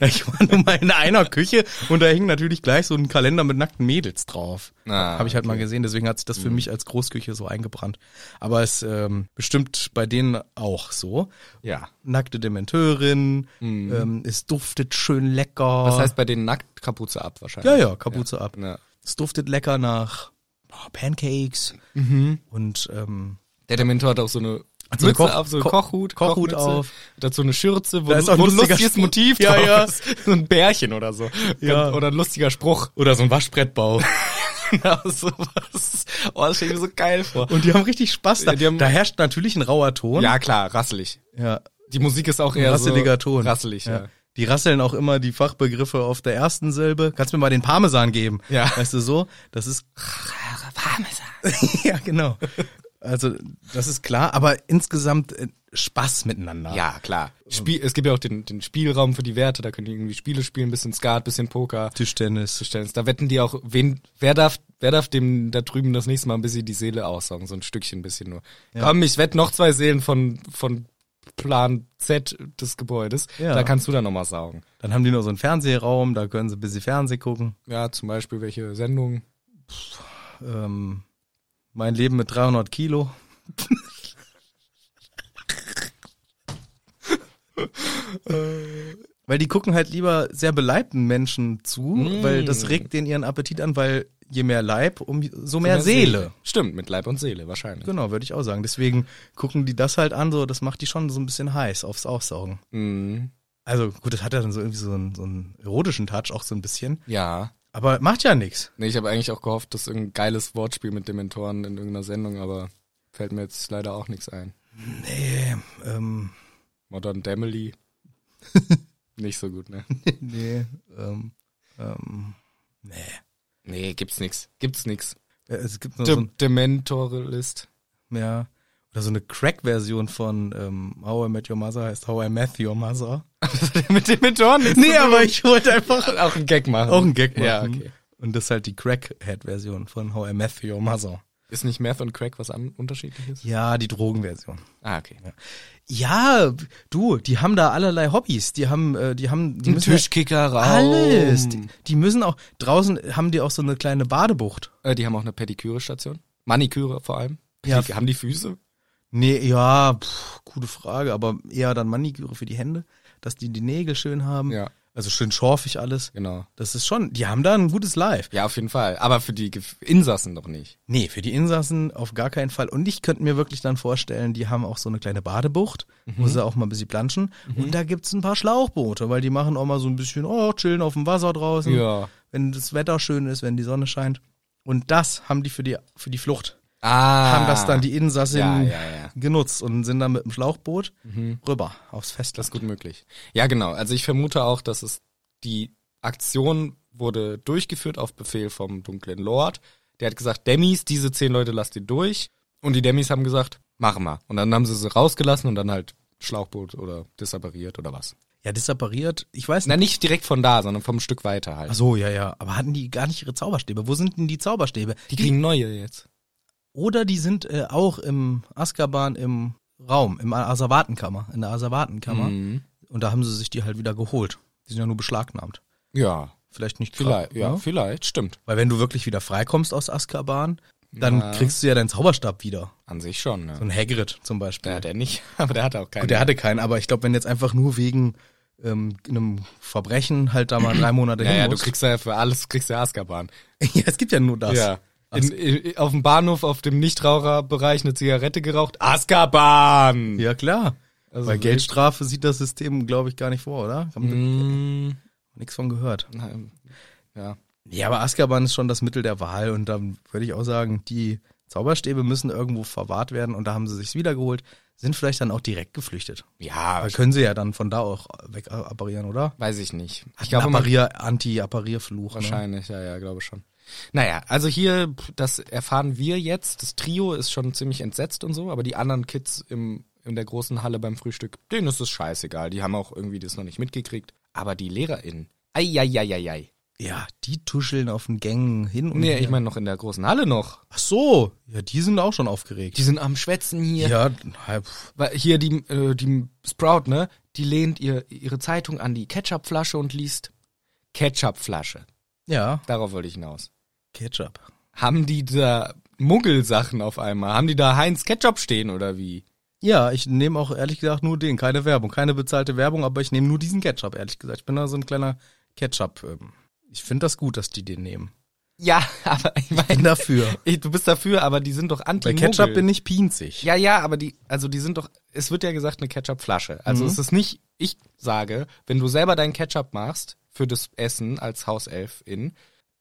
S1: Ja, ich war nur mal in einer Küche und da hing natürlich gleich so ein Kalender mit nackten Mädels drauf.
S2: Ah, Mhm.
S1: Habe ich halt mal gesehen, deswegen hat sich das für mich als Großküche so eingebrannt. Aber es ähm, bestimmt bei denen auch so.
S2: Ja.
S1: Nackte Dementörin, ähm, es duftet schön lecker.
S2: Das heißt bei den nackt Kapuze ab wahrscheinlich.
S1: Ja, ja, Kapuze ab.
S2: Ja.
S1: Es duftet lecker nach oh, Pancakes Mhm. und ähm,
S2: Der Dementor hat auch so eine
S1: so eine
S2: Mütze
S1: Koch-
S2: auf, so einen
S1: Ko-
S2: Kochhut,
S1: Kochhut
S2: Kochmütze,
S1: auf.
S2: Dazu eine Schürze, wo,
S1: Da ist auch ein
S2: wo ein
S1: lustiger
S2: lustiges
S1: Spruch.
S2: Motiv
S1: Ja,
S2: drauf
S1: ja.
S2: ist. So ein Bärchen oder so.
S1: Ja.
S2: Oder ein lustiger Spruch.
S1: oder so ein Waschbrettbau.
S2: Genau sowas. Oh, das stelle ich mir so geil vor.
S1: und die haben richtig Spaß da.
S2: Ja, die haben-
S1: da herrscht natürlich ein rauer Ton.
S2: Ja, klar, rasselig.
S1: ja
S2: Die Musik ist auch eher
S1: rasseliger
S2: so
S1: Ton.
S2: rasselig, ja.
S1: Die rasseln auch immer die Fachbegriffe auf der ersten Silbe. Kannst mir mal den Parmesan geben?
S2: Ja.
S1: Weißt du so? Das ist ja genau. Also das ist klar, aber insgesamt äh, Spaß miteinander.
S2: Ja, klar. Spiel, es gibt ja auch den, den Spielraum für die Werte, da können die irgendwie Spiele spielen, bisschen Skat, bisschen Poker.
S1: Tischtennis.
S2: Tischtennis. Da wetten die auch, wen, wer darf, wer darf dem da drüben das nächste Mal ein bisschen die Seele aussaugen, so ein Stückchen ein bisschen nur. Komm, ich wette noch zwei Seelen von, von Plan Z des Gebäudes.
S1: Ja.
S2: Da kannst du dann nochmal saugen.
S1: Dann haben die noch so einen Fernsehraum, da können sie ein bisschen Fernseh gucken.
S2: Ja, zum Beispiel welche Sendung.
S1: Ähm, mein Leben mit 300 Kilo. weil die gucken halt lieber sehr beleibten Menschen zu, weil das regt denen ihren Appetit an, weil je mehr Leib, umso mehr Seele.
S2: Stimmt, mit Leib und Seele, wahrscheinlich.
S1: Genau, würde ich auch sagen. Deswegen gucken die das halt an, so das macht die schon so ein bisschen heiß aufs Aussaugen.
S2: Mhm.
S1: Also gut, das hat ja dann so irgendwie so einen, so einen erotischen Touch auch so ein bisschen,
S2: Ja.
S1: aber macht ja nichts.
S2: Nee, ich habe eigentlich auch gehofft, dass irgendein geiles Wortspiel mit Dementoren in irgendeiner Sendung, aber fällt mir jetzt leider auch nichts ein.
S1: Ähm,
S2: Modern Damily. Nicht so gut, ne?
S1: nee, ähm, ähm,
S2: Nee, gibt's nix. Gibt's nix.
S1: Ja, äh, Es gibt nur so
S2: De
S1: ein,
S2: Dementore-List.
S1: ja. Oder so eine Crack-Version von ähm, How I Met Your Mother heißt How I Met Your Mother.
S2: mit dem Mentor nichts
S1: Nee, aber ich wollte einfach
S2: Auch einen Gag machen.
S1: auch einen Gag machen.
S2: Ja, okay.
S1: Und das ist halt die Crackhead-Version von How I Met Your Mother.
S2: Ist nicht Meth und Crack was an unterschiedliches?
S1: Ja, die Drogenversion.
S2: Ah, okay.
S1: Ja, du, die haben da allerlei Hobbys. Die haben, äh, die haben, die müssen
S2: Tischkicker
S1: alles. Die, die müssen auch draußen haben die auch so eine kleine Badebucht.
S2: Äh, die haben auch eine Pediküre-Station. Maniküre vor allem.
S1: Ja.
S2: Die haben die Füße.
S1: Nee, ja, pff, gute Frage, aber eher dann Maniküre für die Hände, dass die die Nägel schön haben.
S2: Ja.
S1: Also schön schorfig alles.
S2: Genau.
S1: Das ist schon, die haben da ein gutes Live.
S2: Ja, auf jeden Fall. Aber für die Gef- Insassen doch nicht.
S1: Nee, für die Insassen auf gar keinen Fall. Und ich könnte mir wirklich dann vorstellen, die haben auch so eine kleine Badebucht,
S2: Mhm.
S1: wo sie auch mal ein bisschen planschen. Und da gibt's ein paar Schlauchboote, weil die machen auch mal so ein bisschen, oh, chillen auf dem Wasser draußen.
S2: Ja.
S1: Wenn das Wetter schön ist, wenn die Sonne scheint. Und das haben die für die, für die Flucht.
S2: Ah.
S1: Haben das dann die Insassen
S2: Ja, ja, ja. Mhm.
S1: genutzt und sind dann mit dem Schlauchboot rüber aufs Festland.
S2: Das ist gut möglich. Ja, genau. Also ich vermute auch, dass es die Aktion wurde durchgeführt auf Befehl vom dunklen Lord. Der hat gesagt, Demis, diese zehn Leute lasst ihr durch. Und die Demis haben gesagt, mach mal. Und dann haben sie sie rausgelassen und dann halt Schlauchboot oder disappariert oder was.
S1: Ja, disappariert. Ich weiß
S2: Na,
S1: nicht.
S2: nicht direkt von da, sondern vom Stück weiter halt.
S1: Ach so, ja, ja. Aber hatten die gar nicht ihre Zauberstäbe? Wo sind denn die Zauberstäbe?
S2: die kriegen neue jetzt.
S1: Oder die sind äh, auch im Azkaban im Raum, im Asservatenkammer, in der Asservatenkammer.
S2: Mhm.
S1: Und da haben sie sich die halt wieder geholt. Die sind ja nur beschlagnahmt.
S2: Ja,
S1: Vielleicht nicht
S2: vielleicht,
S1: krass,
S2: ja,
S1: ne?
S2: vielleicht, stimmt.
S1: Weil wenn du wirklich wieder freikommst aus Azkaban, dann
S2: Ja.
S1: kriegst du ja deinen Zauberstab wieder.
S2: An sich schon, ne?
S1: So ein Hagrid zum Beispiel.
S2: Der hat er nicht, aber der hat auch keinen.
S1: Gut, der hatte keinen, aber ich glaube, wenn jetzt einfach nur wegen ähm, einem Verbrechen halt da mal drei Monate
S2: ja,
S1: hin
S2: ja, du
S1: muss.
S2: kriegst ja für alles, kriegst ja Azkaban.
S1: ja, es gibt ja nur das.
S2: Ja. In, in, auf dem Bahnhof, auf dem Nichtraucherbereich eine Zigarette geraucht. Azkaban!
S1: Ja, klar.
S2: Also
S1: Bei
S2: wirklich-
S1: Geldstrafe sieht das System, glaube ich, gar nicht vor, oder? Haben wir
S2: Mm,
S1: nix von gehört.
S2: na, ähm, ja.
S1: Ja, aber Azkaban ist schon das Mittel der Wahl und dann würde ich auch sagen, die Zauberstäbe müssen irgendwo verwahrt werden und da haben sie sich's wiedergeholt, sind vielleicht dann auch direkt geflüchtet.
S2: Ja,
S1: Aber können sie ja dann von da auch weg apparieren, oder?
S2: weiß ich nicht. Ich
S1: Ich
S2: glaube,
S1: glaube,
S2: man,
S1: Apparier, Anti-Apparierfluch. Ne?
S2: wahrscheinlich, ja, ja, glaube schon. Naja, also hier, pf, das erfahren wir jetzt. Das Trio ist schon ziemlich entsetzt und so, aber die anderen Kids im, in der großen Halle beim Frühstück, denen ist es scheißegal. Die haben auch irgendwie das noch nicht mitgekriegt. Aber die LehrerInnen, ei.
S1: Ja, die tuscheln auf den Gängen hin und
S2: Nee,
S1: her.
S2: ich meine noch in der großen Halle noch.
S1: Ach so, ja, die sind auch schon aufgeregt.
S2: Die sind am Schwätzen hier.
S1: ja, na, pf,
S2: Weil hier die, äh, die Sprout, ne? Die lehnt ihr, ihre Zeitung an die Ketchupflasche und liest Ketchupflasche.
S1: ja,
S2: Darauf wollte ich hinaus.
S1: Ketchup.
S2: Haben die da Muggelsachen auf einmal? Haben die da Heinz Ketchup stehen oder wie?
S1: Ja, ich nehme auch ehrlich gesagt nur den, keine Werbung, keine bezahlte Werbung, aber ich nehme nur diesen Ketchup, ehrlich gesagt. Ich bin da so ein kleiner Ketchup. Ähm, ich finde das gut, dass die den nehmen.
S2: Ja, aber ich
S1: Bin
S2: meine,
S1: dafür.
S2: ich- du bist dafür, aber die sind doch anti
S1: Bei Ketchup bin ich pinzig.
S2: Ja, ja, aber die, also die sind doch, es wird ja gesagt, eine Ketchupflasche. Also
S1: Mhm.
S2: es ist nicht, ich sage, wenn du selber deinen Ketchup machst für das Essen als Hauself in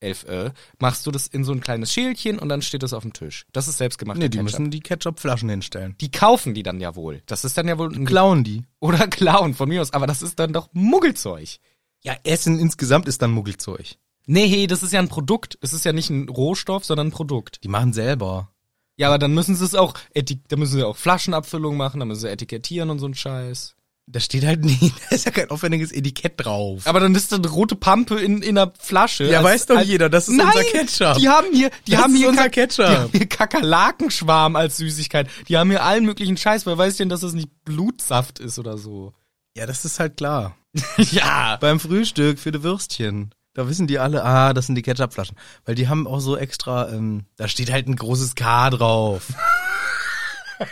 S2: Elf, äh, machst du das in so ein kleines Schälchen und dann steht das auf dem Tisch. Das ist selbstgemachter
S1: nee, die
S2: Ketchup.
S1: müssen die Ketchup-Flaschen hinstellen.
S2: die kaufen die dann ja wohl. Das ist dann ja wohl ein
S1: Klauen die.
S2: oder Clown von mir aus, aber das ist dann doch Muggelzeug.
S1: Ja, Essen insgesamt ist dann Muggelzeug.
S2: Nee, das ist ja ein Produkt. Es ist ja nicht ein Rohstoff, sondern ein Produkt.
S1: Die machen selber.
S2: Ja, aber dann müssen sie es auch, etik da müssen sie auch Flaschenabfüllung machen, dann müssen sie etikettieren und so ein Scheiß.
S1: Da steht halt nie, da ist ja kein aufwendiges Etikett drauf.
S2: Aber dann ist da eine rote Pampe in, in einer Flasche.
S1: Ja,
S2: Als-
S1: weiß doch
S2: als-
S1: jeder, das ist
S2: Nein,
S1: unser Ketchup.
S2: Die haben hier, die
S1: Das
S2: haben
S1: ist
S2: hier
S1: unser
S2: Kack-
S1: Ketchup.
S2: Die haben hier Kakerlakenschwarm als Süßigkeit. Die haben hier allen möglichen Scheiß. Wer weiß denn, dass das nicht Blutsaft ist oder so?
S1: Ja, das ist halt klar.
S2: ja.
S1: Beim Frühstück für die Würstchen. Da wissen die alle, ah, das sind die Ketchupflaschen. Weil die haben auch so extra, ähm, da steht halt ein großes K drauf.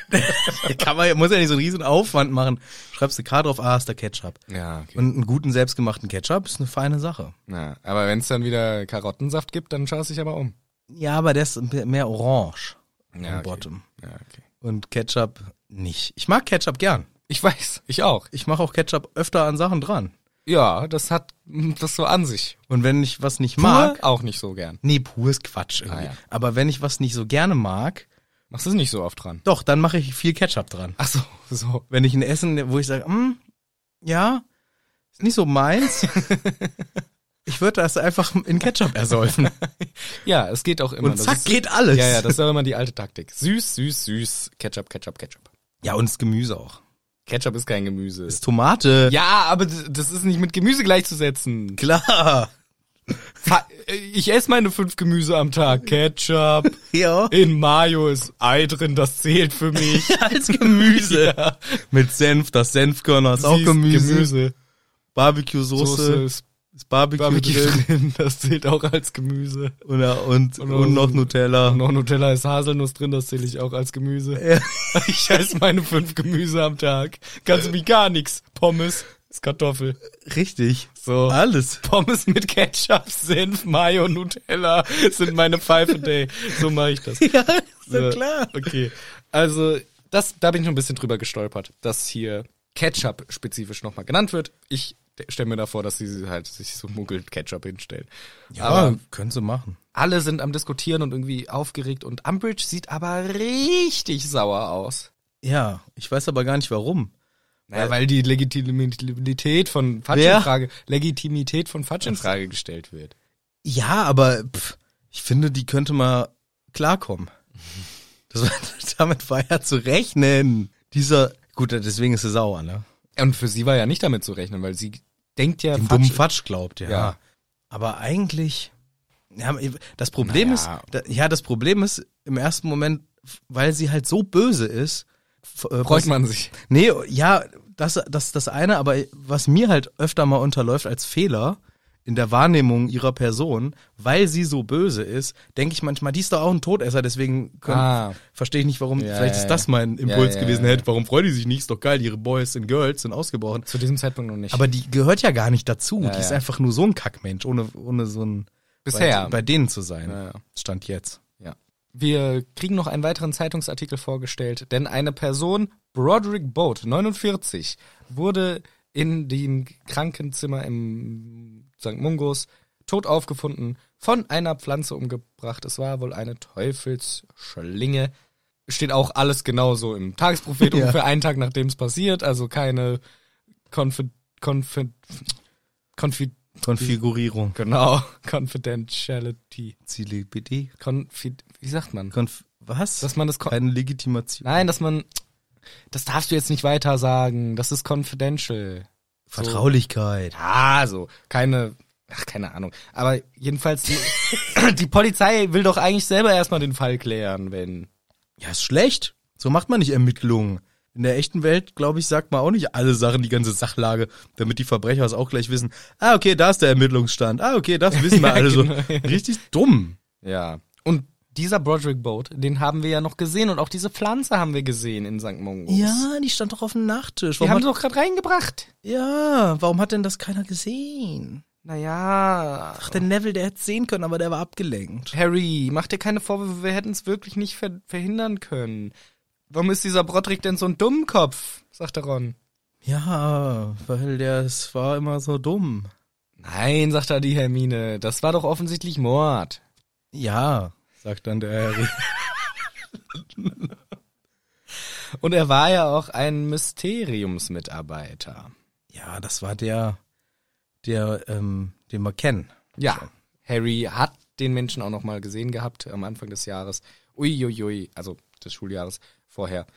S1: da kann man, muss ja nicht so einen riesen Aufwand machen. Schreibst du K drauf, ah, ist der Ketchup.
S2: Ja, okay.
S1: Und einen guten selbstgemachten Ketchup ist eine feine Sache.
S2: Na, aber wenn es dann wieder Karottensaft gibt, dann schaust du dich aber um.
S1: Ja, aber der ist mehr orange am
S2: Ja, okay.
S1: Bottom.
S2: Ja, okay.
S1: Und Ketchup nicht. Ich mag Ketchup gern.
S2: Ich weiß, ich auch.
S1: Ich mache auch Ketchup öfter an Sachen dran.
S2: Ja, das hat mm, das so an sich.
S1: Und wenn ich was nicht mag.
S2: Pur auch nicht so gern.
S1: Nee, pur ist Quatsch irgendwie.
S2: Ah, ja.
S1: Aber wenn ich was nicht so gerne mag,
S2: Machst es nicht so oft dran.
S1: Doch, dann mache ich viel Ketchup dran.
S2: Ach so, so.
S1: Wenn ich "Mm, ein Essen, wo ich sage, hm, ja, ist nicht so meins. ich Vierter hast du einfach in Ketchup ersäufen.
S2: Ja, es geht auch immer.
S1: Und
S2: Das
S1: zack,
S2: ist-
S1: geht alles.
S2: Ja, ja, das ist auch immer die alte Taktik. Süß, süß, süß. Ketchup, Ketchup, Ketchup.
S1: Ja, und das Gemüse auch.
S2: Ketchup ist kein Gemüse.
S1: Das Tomate.
S2: ja, aber d- das ist nicht mit Gemüse gleichzusetzen.
S1: klar.
S2: Fa- Ich esse meine fünf Gemüse am Tag. Ketchup.
S1: Ja.
S2: In Mayo ist Ei drin, das zählt für mich.
S1: Als Gemüse. Mit Senf, das Senfkörner ist auch
S2: Süß,
S1: Gemüse.
S2: Gemüse. Soße
S1: Barbecue-Soße,
S2: ist
S1: ist Barbecue,
S2: Barbecue
S1: drin
S2: drin, das zählt auch als Gemüse.
S1: und, und,
S2: Und
S1: und,
S2: noch
S1: noch
S2: so-
S1: Nutella.
S2: Und noch Nutella ist Haselnuss drin, das zähle ich auch als Gemüse.
S1: Ja.
S2: Ich esse meine fünf Gemüse am Tag. Kannst du mir gar nichts. Pommes ist Kartoffel.
S1: Richtig.
S2: So.
S1: Alles.
S2: Pommes mit Ketchup, Senf, Mayo, Nutella sind meine Pfeife Day. So mache ich das.
S1: Ja,
S2: So, Okay. Also, das, da bin ich noch ein bisschen drüber gestolpert, dass hier Ketchup spezifisch nochmal genannt wird. Ich stelle mir da vor, dass sie halt sich so muggelt Ketchup hinstellen.
S1: Ja,
S2: Aber
S1: können sie machen.
S2: alle sind am Diskutieren und irgendwie aufgeregt und Umbridge sieht aber richtig sauer aus.
S1: Ja, ich weiß aber gar nicht warum.
S2: Naja, weil die Legitimität von Fatsch
S1: Wer?
S2: in Frage, Legitimität von Fatsch in Frage gestellt wird.
S1: Ja, aber pff, ich finde, die könnte mal klarkommen. Das war, damit war ja zu rechnen. Dieser, gut, deswegen ist sie sauer, ne?
S2: Und für sie war ja nicht damit zu rechnen, weil sie denkt ja,
S1: Dem
S2: Fatsch-
S1: dummen Fatsch glaubt, ja.
S2: Ja.
S1: Aber eigentlich, ja, das Problem
S2: Naja.
S1: ist, da, ja, das Problem ist im ersten Moment, weil sie halt so böse ist. f- äh,
S2: freut
S1: was-
S2: man sich.
S1: Nee, ja, das, das, das eine, aber was mir halt öfter mal unterläuft als Fehler in der Wahrnehmung ihrer Person, weil sie so böse ist, denke ich manchmal, die ist doch auch ein Todesser, deswegen können,
S2: Ah.
S1: verstehe ich nicht, warum,
S2: Ja,
S1: vielleicht
S2: ja,
S1: ist
S2: ja.
S1: das mein Impuls
S2: Ja, ja,
S1: gewesen,
S2: ja.
S1: hätte, warum freut die sich nicht, ist doch geil, ihre Boys und Girls sind ausgebrochen.
S2: Zu diesem Zeitpunkt noch nicht.
S1: Aber die gehört ja gar nicht dazu,
S2: Ja,
S1: die ist
S2: ja.
S1: einfach nur so ein Kackmensch, ohne, ohne so ein,
S2: Bisher.
S1: Bei, bei denen zu sein,
S2: Ja, ja.
S1: stand jetzt.
S2: Ja. Wir kriegen noch einen weiteren Zeitungsartikel vorgestellt, denn eine Person, Broderick Boat, 49, wurde in dem Krankenzimmer im St. Mungos tot aufgefunden, von einer Pflanze umgebracht. Es war wohl eine Teufelsschlinge. Steht auch alles genauso im Tagesprophet,
S1: Ja.
S2: ungefähr einen Tag nachdem es passiert, also keine Konfi... Konfi... Konfi...
S1: Konfigurierung.
S2: Genau, Confidentiality.
S1: CLPD.
S2: Konfi... Wie sagt man?
S1: Konf was?
S2: Dass man das... Kon
S1: Keine Legitimation.
S2: Nein, dass man. Das darfst du jetzt nicht weiter sagen. Das ist confidential.
S1: Vertraulichkeit.
S2: Ah, so. Keine. Ach, keine Ahnung. Aber jedenfalls, die, die Polizei will doch eigentlich selber erstmal den Fall klären, wenn.
S1: Ja, ist schlecht. So macht man nicht Ermittlungen. In der echten Welt, glaube ich, sagt man auch nicht alle Sachen, die ganze Sachlage, damit die Verbrecher es auch gleich wissen. Ah, okay, da ist der Ermittlungsstand. Ah, okay, das wissen wir
S2: Ja,
S1: alle
S2: genau.
S1: so. Richtig dumm.
S2: Ja. Und dieser Broderick Boat, den haben wir ja noch gesehen und auch diese Pflanze haben wir gesehen in St. Mungos.
S1: die stand doch auf dem Nachttisch.
S2: Die haben sie doch gerade reingebracht.
S1: ja, warum hat denn das keiner gesehen?
S2: Naja.
S1: Ach, der Neville, der hätte sehen können, aber der war abgelenkt.
S2: Harry, mach dir keine Vorwürfe, wir hätten es wirklich nicht ver verhindern können. Warum ist dieser Broderick denn so ein Dummkopf? sagte Ron.
S1: Ja, weil der es war immer so dumm.
S2: Nein, sagt da die Hermine, das war doch offensichtlich Mord.
S1: Ja, sagt dann der Harry.
S2: Und er war ja auch ein Mysteriumsmitarbeiter.
S1: ja, das war der, der, ähm, den wir kennen.
S2: Ja, Harry hat den Menschen auch nochmal gesehen gehabt am Anfang des Jahres. Uiuiui, also des Schuljahres vorher.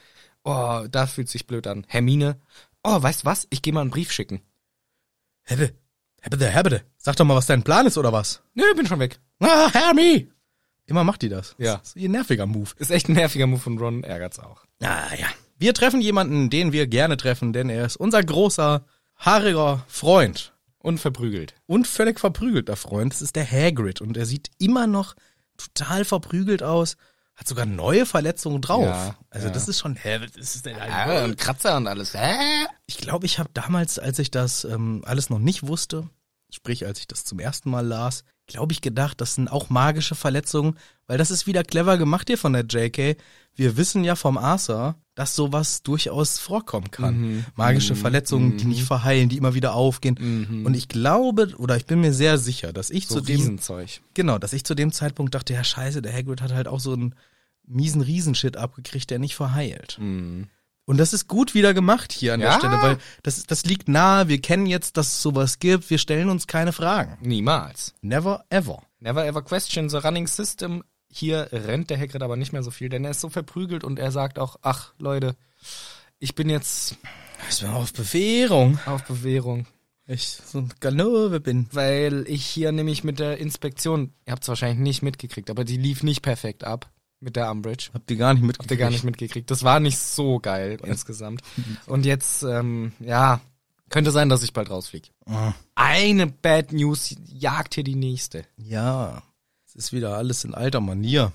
S2: Oh, da fühlt sich blöd an. Hermine, oh, weißt du was? Ich gehe mal einen Brief schicken.
S1: Hebbe, hebbe, hebbe, sag doch mal, was dein Plan ist oder was?
S2: Nö, bin schon weg.
S1: Ah, Hermie! Immer macht die das.
S2: Ja.
S1: Das ist ihr nerviger Move.
S2: Ist echt ein nerviger Move von Ron, ärgert's auch.
S1: Naja. Wir treffen jemanden, den wir gerne treffen, denn er ist unser großer, haariger Freund.
S2: Und verprügelt.
S1: Und völlig verprügelter Freund. Das ist der Hagrid. Und er sieht immer noch total verprügelt aus. Hat sogar neue Verletzungen drauf.
S2: Ja,
S1: also
S2: ja.
S1: das ist schon, hä, was ist denn
S2: Ah, und Kratzer und alles. Hä?
S1: Ich glaube, ich habe damals, als ich das ähm, alles noch nicht wusste, sprich als ich das zum ersten Mal las, glaube ich gedacht, das sind auch magische Verletzungen, weil das ist wieder clever gemacht hier von der JK. Wir wissen ja vom Arthur, dass sowas durchaus vorkommen kann. Magische Verletzungen, die nicht verheilen, die immer wieder aufgehen. Und ich glaube, oder ich bin mir sehr sicher, dass ich
S2: So
S1: zu dem
S2: Riesenzeug.
S1: Genau, dass ich zu dem Zeitpunkt dachte, ja scheiße, der Hagrid hat halt auch so einen miesen Riesenshit abgekriegt, der nicht verheilt. Und das ist gut wieder gemacht hier an
S2: Mhm.
S1: der
S2: Ja.
S1: Stelle, weil das, das liegt nahe. Wir kennen jetzt, dass es sowas gibt. Wir stellen uns keine Fragen.
S2: Niemals.
S1: Never ever.
S2: Never ever question the running system. Hier rennt der Hagrid aber nicht mehr so viel, denn er ist so verprügelt und er sagt auch, ach Leute, ich bin jetzt
S1: Das war auf Bewährung.
S2: auf Bewährung,
S1: Ich so ein Ganove bin.
S2: weil ich hier nämlich mit der Inspektion, ihr habt es wahrscheinlich nicht mitgekriegt, aber die lief nicht perfekt ab mit der Umbridge.
S1: Habt ihr gar nicht
S2: Habt
S1: mitgekriegt.
S2: ihr gar nicht mitgekriegt. Das war nicht so geil insgesamt. Und jetzt, ähm, ja, könnte sein, dass ich bald rausfliege.
S1: Ah.
S2: Eine Bad News jagt hier die nächste.
S1: Ja, es ist wieder alles in alter Manier.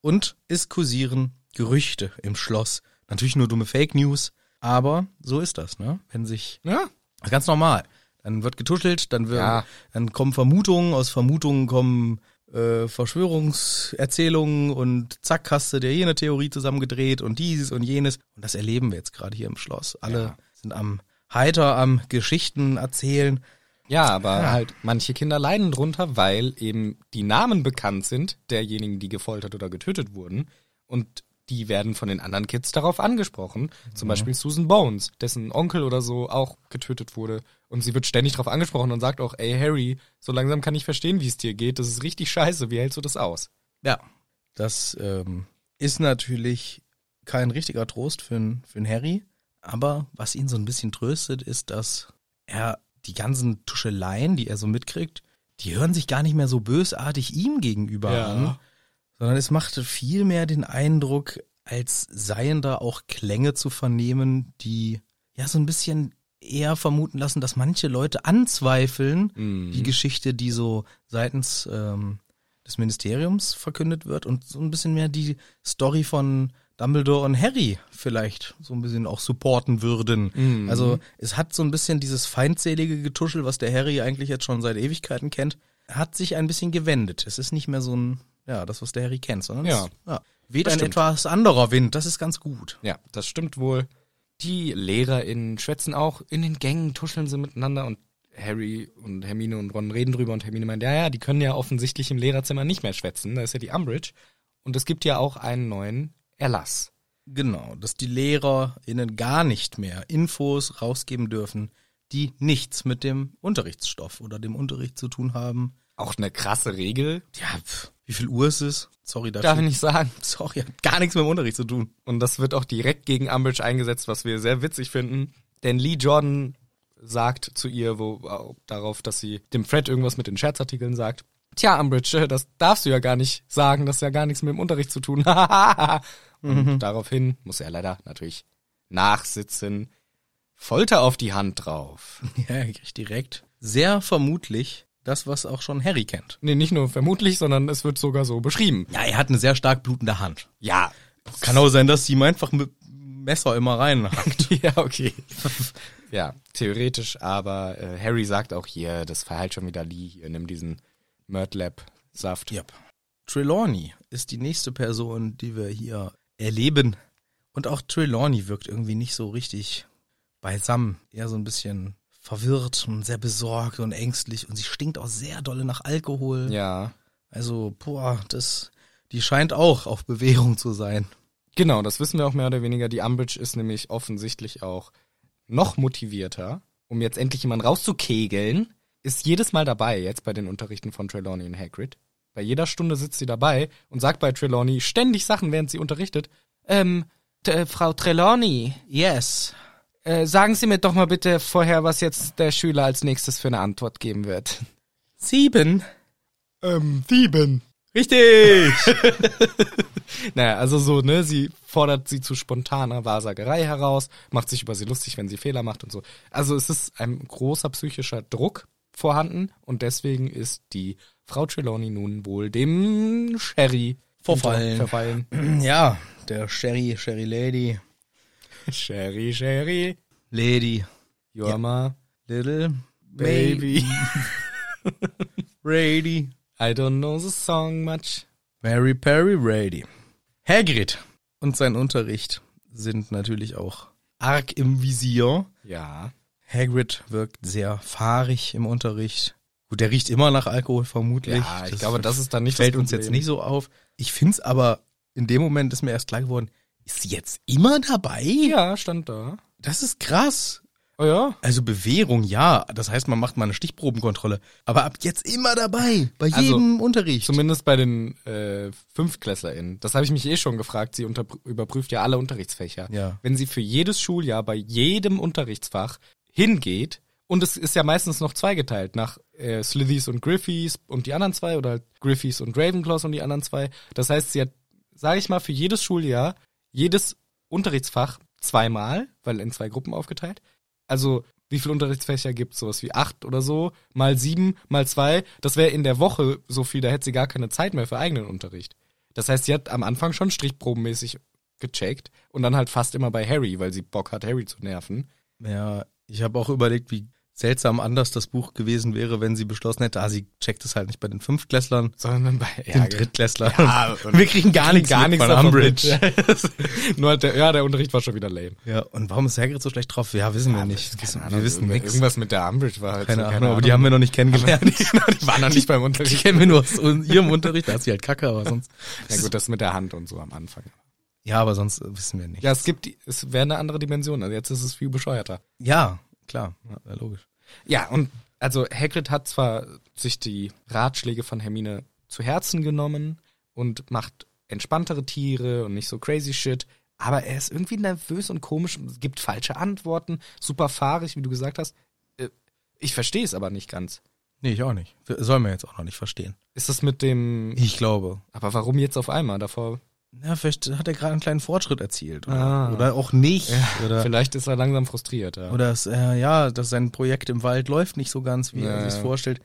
S1: Und es kursieren Gerüchte im Schloss. Natürlich nur dumme Fake News, aber so ist das, ne? Wenn sich
S2: Ja,
S1: ganz normal, dann wird getuschelt, dann wird,
S2: Ja.
S1: dann kommen Vermutungen, aus Vermutungen kommen äh, Verschwörungserzählungen und zack hast du dir jene Theorie zusammengedreht und dieses und jenes und das erleben wir jetzt gerade hier im Schloss. Alle
S2: Ja.
S1: sind am heiter am Geschichten erzählen.
S2: Ja, aber halt, manche Kinder leiden drunter, weil eben die Namen bekannt sind derjenigen, die gefoltert oder getötet wurden. Und die werden von den anderen Kids darauf angesprochen. Zum Beispiel Susan Bones, dessen Onkel oder so auch getötet wurde. Und sie wird ständig darauf angesprochen und sagt auch, ey Harry, so langsam kann ich verstehen, wie es dir geht. Das ist richtig scheiße. Wie hältst du das aus?
S1: Ja, das ähm, ist natürlich kein richtiger Trost für n- für n Harry. Aber was ihn so ein bisschen tröstet, ist, dass er die ganzen Tuscheleien, die er so mitkriegt, die hören sich gar nicht mehr so bösartig ihm gegenüber
S2: Ja.
S1: an, sondern es machte vielmehr den Eindruck, als seien da auch Klänge zu vernehmen, die ja so ein bisschen eher vermuten lassen, dass manche Leute anzweifeln, die Geschichte, die so seitens ähm, des Ministeriums verkündet wird und so ein bisschen mehr die Story von Dumbledore und Harry vielleicht so ein bisschen auch supporten würden. Also es hat so ein bisschen dieses feindselige Getuschel, was der Harry eigentlich jetzt schon seit Ewigkeiten kennt, hat sich ein bisschen gewendet. Es ist nicht mehr so ein, ja, das, was der Harry kennt, sondern
S2: Ja.
S1: es ja, weht ein
S2: Bestimmt.
S1: etwas anderer Wind. Das ist ganz gut.
S2: Ja, das stimmt wohl. Die LehrerInnen schwätzen auch in den Gängen, tuscheln sie miteinander und Harry und Hermine und Ron reden drüber und Hermine meint, ja, ja, die können ja offensichtlich im Lehrerzimmer nicht mehr schwätzen, da ist ja die Umbridge. Und es gibt ja auch einen neuen Erlass.
S1: Genau, dass die LehrerInnen gar nicht mehr Infos rausgeben dürfen, die nichts mit dem Unterrichtsstoff oder dem Unterricht zu tun haben.
S2: Auch eine krasse Regel.
S1: Ja, pf, wie viel Uhr ist es? Sorry, dafür.
S2: Darf ich nicht sagen.
S1: Sorry, hat gar nichts mit dem Unterricht zu tun.
S2: Und das wird auch direkt gegen Umbridge eingesetzt, was wir sehr witzig finden. Denn Lee Jordan sagt zu ihr wo, darauf, dass sie dem Fred irgendwas mit den Scherzartikeln sagt. Tja, Umbridge, äh, das darfst du ja gar nicht sagen, das hat ja gar nichts mit dem Unterricht zu tun. Und daraufhin muss er leider natürlich nachsitzen. Folter auf die Hand drauf.
S1: Ja, er kriegt direkt. Sehr vermutlich das, was auch schon Harry kennt.
S2: Nee, nicht nur vermutlich, sondern es wird sogar so beschrieben.
S1: Ja, er hat eine sehr stark blutende Hand.
S2: Ja.
S1: Kann auch sein, dass sie ihm einfach mit Messer immer reinhackt.
S2: ja, okay. ja, theoretisch, aber äh, Harry sagt auch hier, das verheilt schon wieder Lee, hier, nimm diesen Murtlab-Saft.
S1: Yep. Trelawney ist die nächste Person, die wir hier erleben. Und auch Trelawney wirkt irgendwie nicht so richtig beisammen. Eher so ein bisschen verwirrt und sehr besorgt und ängstlich. Und sie stinkt auch sehr dolle nach Alkohol.
S2: Ja.
S1: Also, boah, das, die scheint auch auf Bewährung zu sein.
S2: Genau, das wissen wir auch mehr oder weniger. Die Umbridge ist nämlich offensichtlich auch noch motivierter, um jetzt endlich jemanden rauszukegeln. Ist jedes Mal dabei jetzt bei den Unterrichten von Trelawney und Hagrid. Bei jeder Stunde sitzt sie dabei und sagt bei Trelawney ständig Sachen, während sie unterrichtet. Ähm, Frau Trelawney,
S1: Yes.
S2: Äh, sagen Sie mir doch mal bitte vorher, was jetzt der Schüler als nächstes für eine Antwort geben wird.
S1: Sieben.
S2: Ähm, sieben.
S1: Richtig.
S2: Naja, also so, ne, sie fordert sie zu spontaner Wahrsagerei heraus, macht sich über sie lustig, wenn sie Fehler macht und so. Also es ist ein großer psychischer Druck vorhanden und deswegen ist die Frau Trelawney nun wohl dem Sherry
S1: Verfallen.
S2: verfallen.
S1: ja, der Sherry, Sherry Lady.
S2: Sherry, Sherry,
S1: Lady.
S2: you're my
S1: Little
S2: baby.
S1: Lady.
S2: I don't know the song much.
S1: Mary Perry Brady. Hagrid und sein Unterricht sind natürlich auch arg im Visier.
S2: Ja.
S1: Hagrid wirkt sehr fahrig im Unterricht. Gut, der riecht immer nach Alkohol vermutlich.
S2: Ja, ich glaube, das ist dann nicht das
S1: fällt uns jetzt
S2: Problem.
S1: nicht so auf. Ich find's aber in dem Moment ist mir erst klar geworden, Ist jetzt immer dabei?
S2: Ja, stand da.
S1: Das ist krass.
S2: Oh ja.
S1: Also Bewährung, ja. Das heißt, man macht mal eine Stichprobenkontrolle. Aber ab jetzt immer dabei. Bei
S2: Also,
S1: jedem Unterricht.
S2: Zumindest bei den äh, FünftklässlerInnen. Das habe ich mich eh schon gefragt. Sie unter überprüft ja alle Unterrichtsfächer.
S1: Ja.
S2: Wenn sie für jedes Schuljahr bei jedem Unterrichtsfach hingeht, und es ist ja meistens noch zweigeteilt, nach äh, Slithys und Griffys und die anderen zwei oder halt Griffys und Ravenclaws und die anderen zwei. Das heißt, sie hat, sage ich mal, für jedes Schuljahr, jedes Unterrichtsfach zweimal, weil in zwei Gruppen aufgeteilt. Also wie viele Unterrichtsfächer gibt es? Sowas wie acht oder so, mal sieben, mal zwei. Das wäre in der Woche so viel, da hätte sie gar keine Zeit mehr für eigenen Unterricht. Das heißt, sie hat am Anfang schon strichprobenmäßig gecheckt und dann halt fast immer bei Harry, weil sie Bock hat, Harry zu nerven.
S1: Ja, ich habe auch überlegt, wie seltsam anders das Buch gewesen wäre, wenn sie beschlossen hätte, ah, sie checkt es halt nicht bei den Fünftklässlern,
S2: Sondern bei
S1: den Drittklässlern. wir kriegen gar nichts,
S2: gar
S1: mit
S2: nichts
S1: von
S2: davon
S1: Umbridge.
S2: Nur halt der, ja, der Unterricht war schon wieder lame.
S1: Ja, und warum ist Hagrid so schlecht drauf? Ja, wissen wir nicht.
S2: Keine Ahnung,
S1: wir wissen
S2: irgend-
S1: nichts.
S2: Irgendwas mit der Umbridge war halt
S1: Keine,
S2: so,
S1: Ahnung, aber die haben wir noch nicht kennengelernt.
S2: die waren noch nicht beim
S1: Die
S2: Unterricht.
S1: kennen wir nur aus un- ihrem Unterricht, da ist sie halt kacke, aber sonst.
S2: Ja gut, das mit der Hand und so am Anfang.
S1: Ja, aber sonst äh, wissen wir nicht.
S2: Ja, es gibt, die- es wäre eine andere Dimension. Also jetzt ist es viel bescheuerter.
S1: Ja, klar, ja, logisch.
S2: Ja, und also Hagrid hat zwar sich die Ratschläge von Hermine zu Herzen genommen und macht entspanntere Tiere und nicht so crazy shit, aber er ist irgendwie nervös und komisch, gibt falsche Antworten, super fahrig, wie du gesagt hast. Äh, Ich verstehe es aber nicht ganz.
S1: Nee, ich auch nicht. Wir- Sollen wir jetzt auch noch nicht verstehen.
S2: Ist das mit dem.
S1: Ich glaube.
S2: Aber warum jetzt auf einmal davor?
S1: Ja, vielleicht hat er gerade einen kleinen Fortschritt erzielt. Oder,
S2: Ah.
S1: oder auch nicht. oder
S2: Vielleicht ist er langsam frustriert. Ja.
S1: Oder es, äh, ja, dass sein Projekt im Wald läuft nicht so ganz, wie er
S2: Ja,
S1: sich
S2: ja.
S1: vorstellt.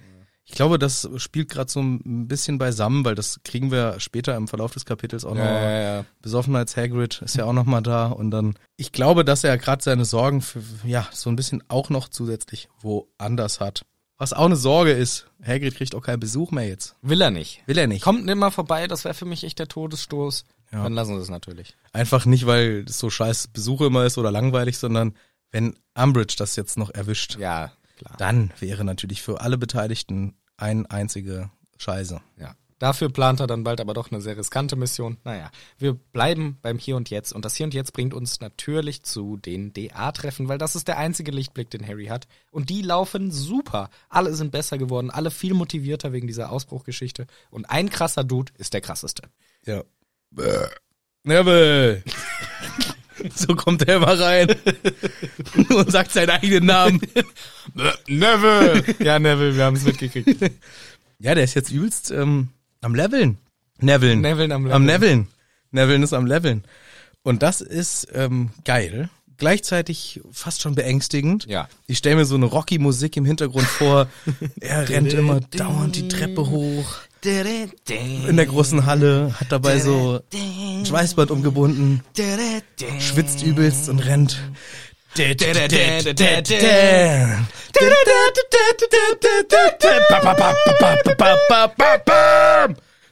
S1: Ich glaube, das spielt gerade so ein bisschen beisammen, weil das kriegen wir später im Verlauf des Kapitels auch
S2: ja,
S1: noch.
S2: ja, ja.
S1: Besoffenheits Hagrid ist ja auch noch mal da und dann. Ich glaube, dass er gerade seine Sorgen für, ja so ein bisschen auch noch zusätzlich woanders hat. Was auch eine Sorge ist. Hagrid kriegt auch keinen Besuch mehr jetzt.
S2: Will er nicht.
S1: Will er nicht.
S2: Kommt nicht mal vorbei, das wäre für mich echt der Todesstoß.
S1: Ja.
S2: Dann lassen wir es natürlich.
S1: Einfach nicht, weil es so scheiß Besuch immer ist oder langweilig, sondern wenn Umbridge das jetzt noch erwischt.
S2: Ja, klar.
S1: dann wäre natürlich für alle Beteiligten ein einzige Scheiße.
S2: Ja. Dafür plant er dann bald aber doch eine sehr riskante Mission. Naja, wir bleiben beim Hier und Jetzt und das Hier und Jetzt bringt uns natürlich zu den DA-Treffen, weil das ist der einzige Lichtblick, den Harry hat. Und die laufen super. Alle sind besser geworden, alle viel motivierter wegen dieser Ausbruchgeschichte. Und ein krasser Dude ist der krasseste.
S1: Ja. Neville! so kommt er immer rein und sagt seinen eigenen Namen.
S2: Neville! ja, Neville, wir haben es mitgekriegt.
S1: Ja, der ist jetzt übelst ähm, am Leveln. Neveln.
S2: Neveln am
S1: Am Neveln.
S2: Leveln.
S1: Neveln ist am Leveln. Und das ist ähm, geil. Gleichzeitig fast schon beängstigend.
S2: Ja.
S1: Ich stelle mir so eine Rocky-Musik im Hintergrund vor. er rennt immer dauernd die Treppe hoch. in der großen Halle, hat dabei so ein Schweißband umgebunden, schwitzt übelst und rennt.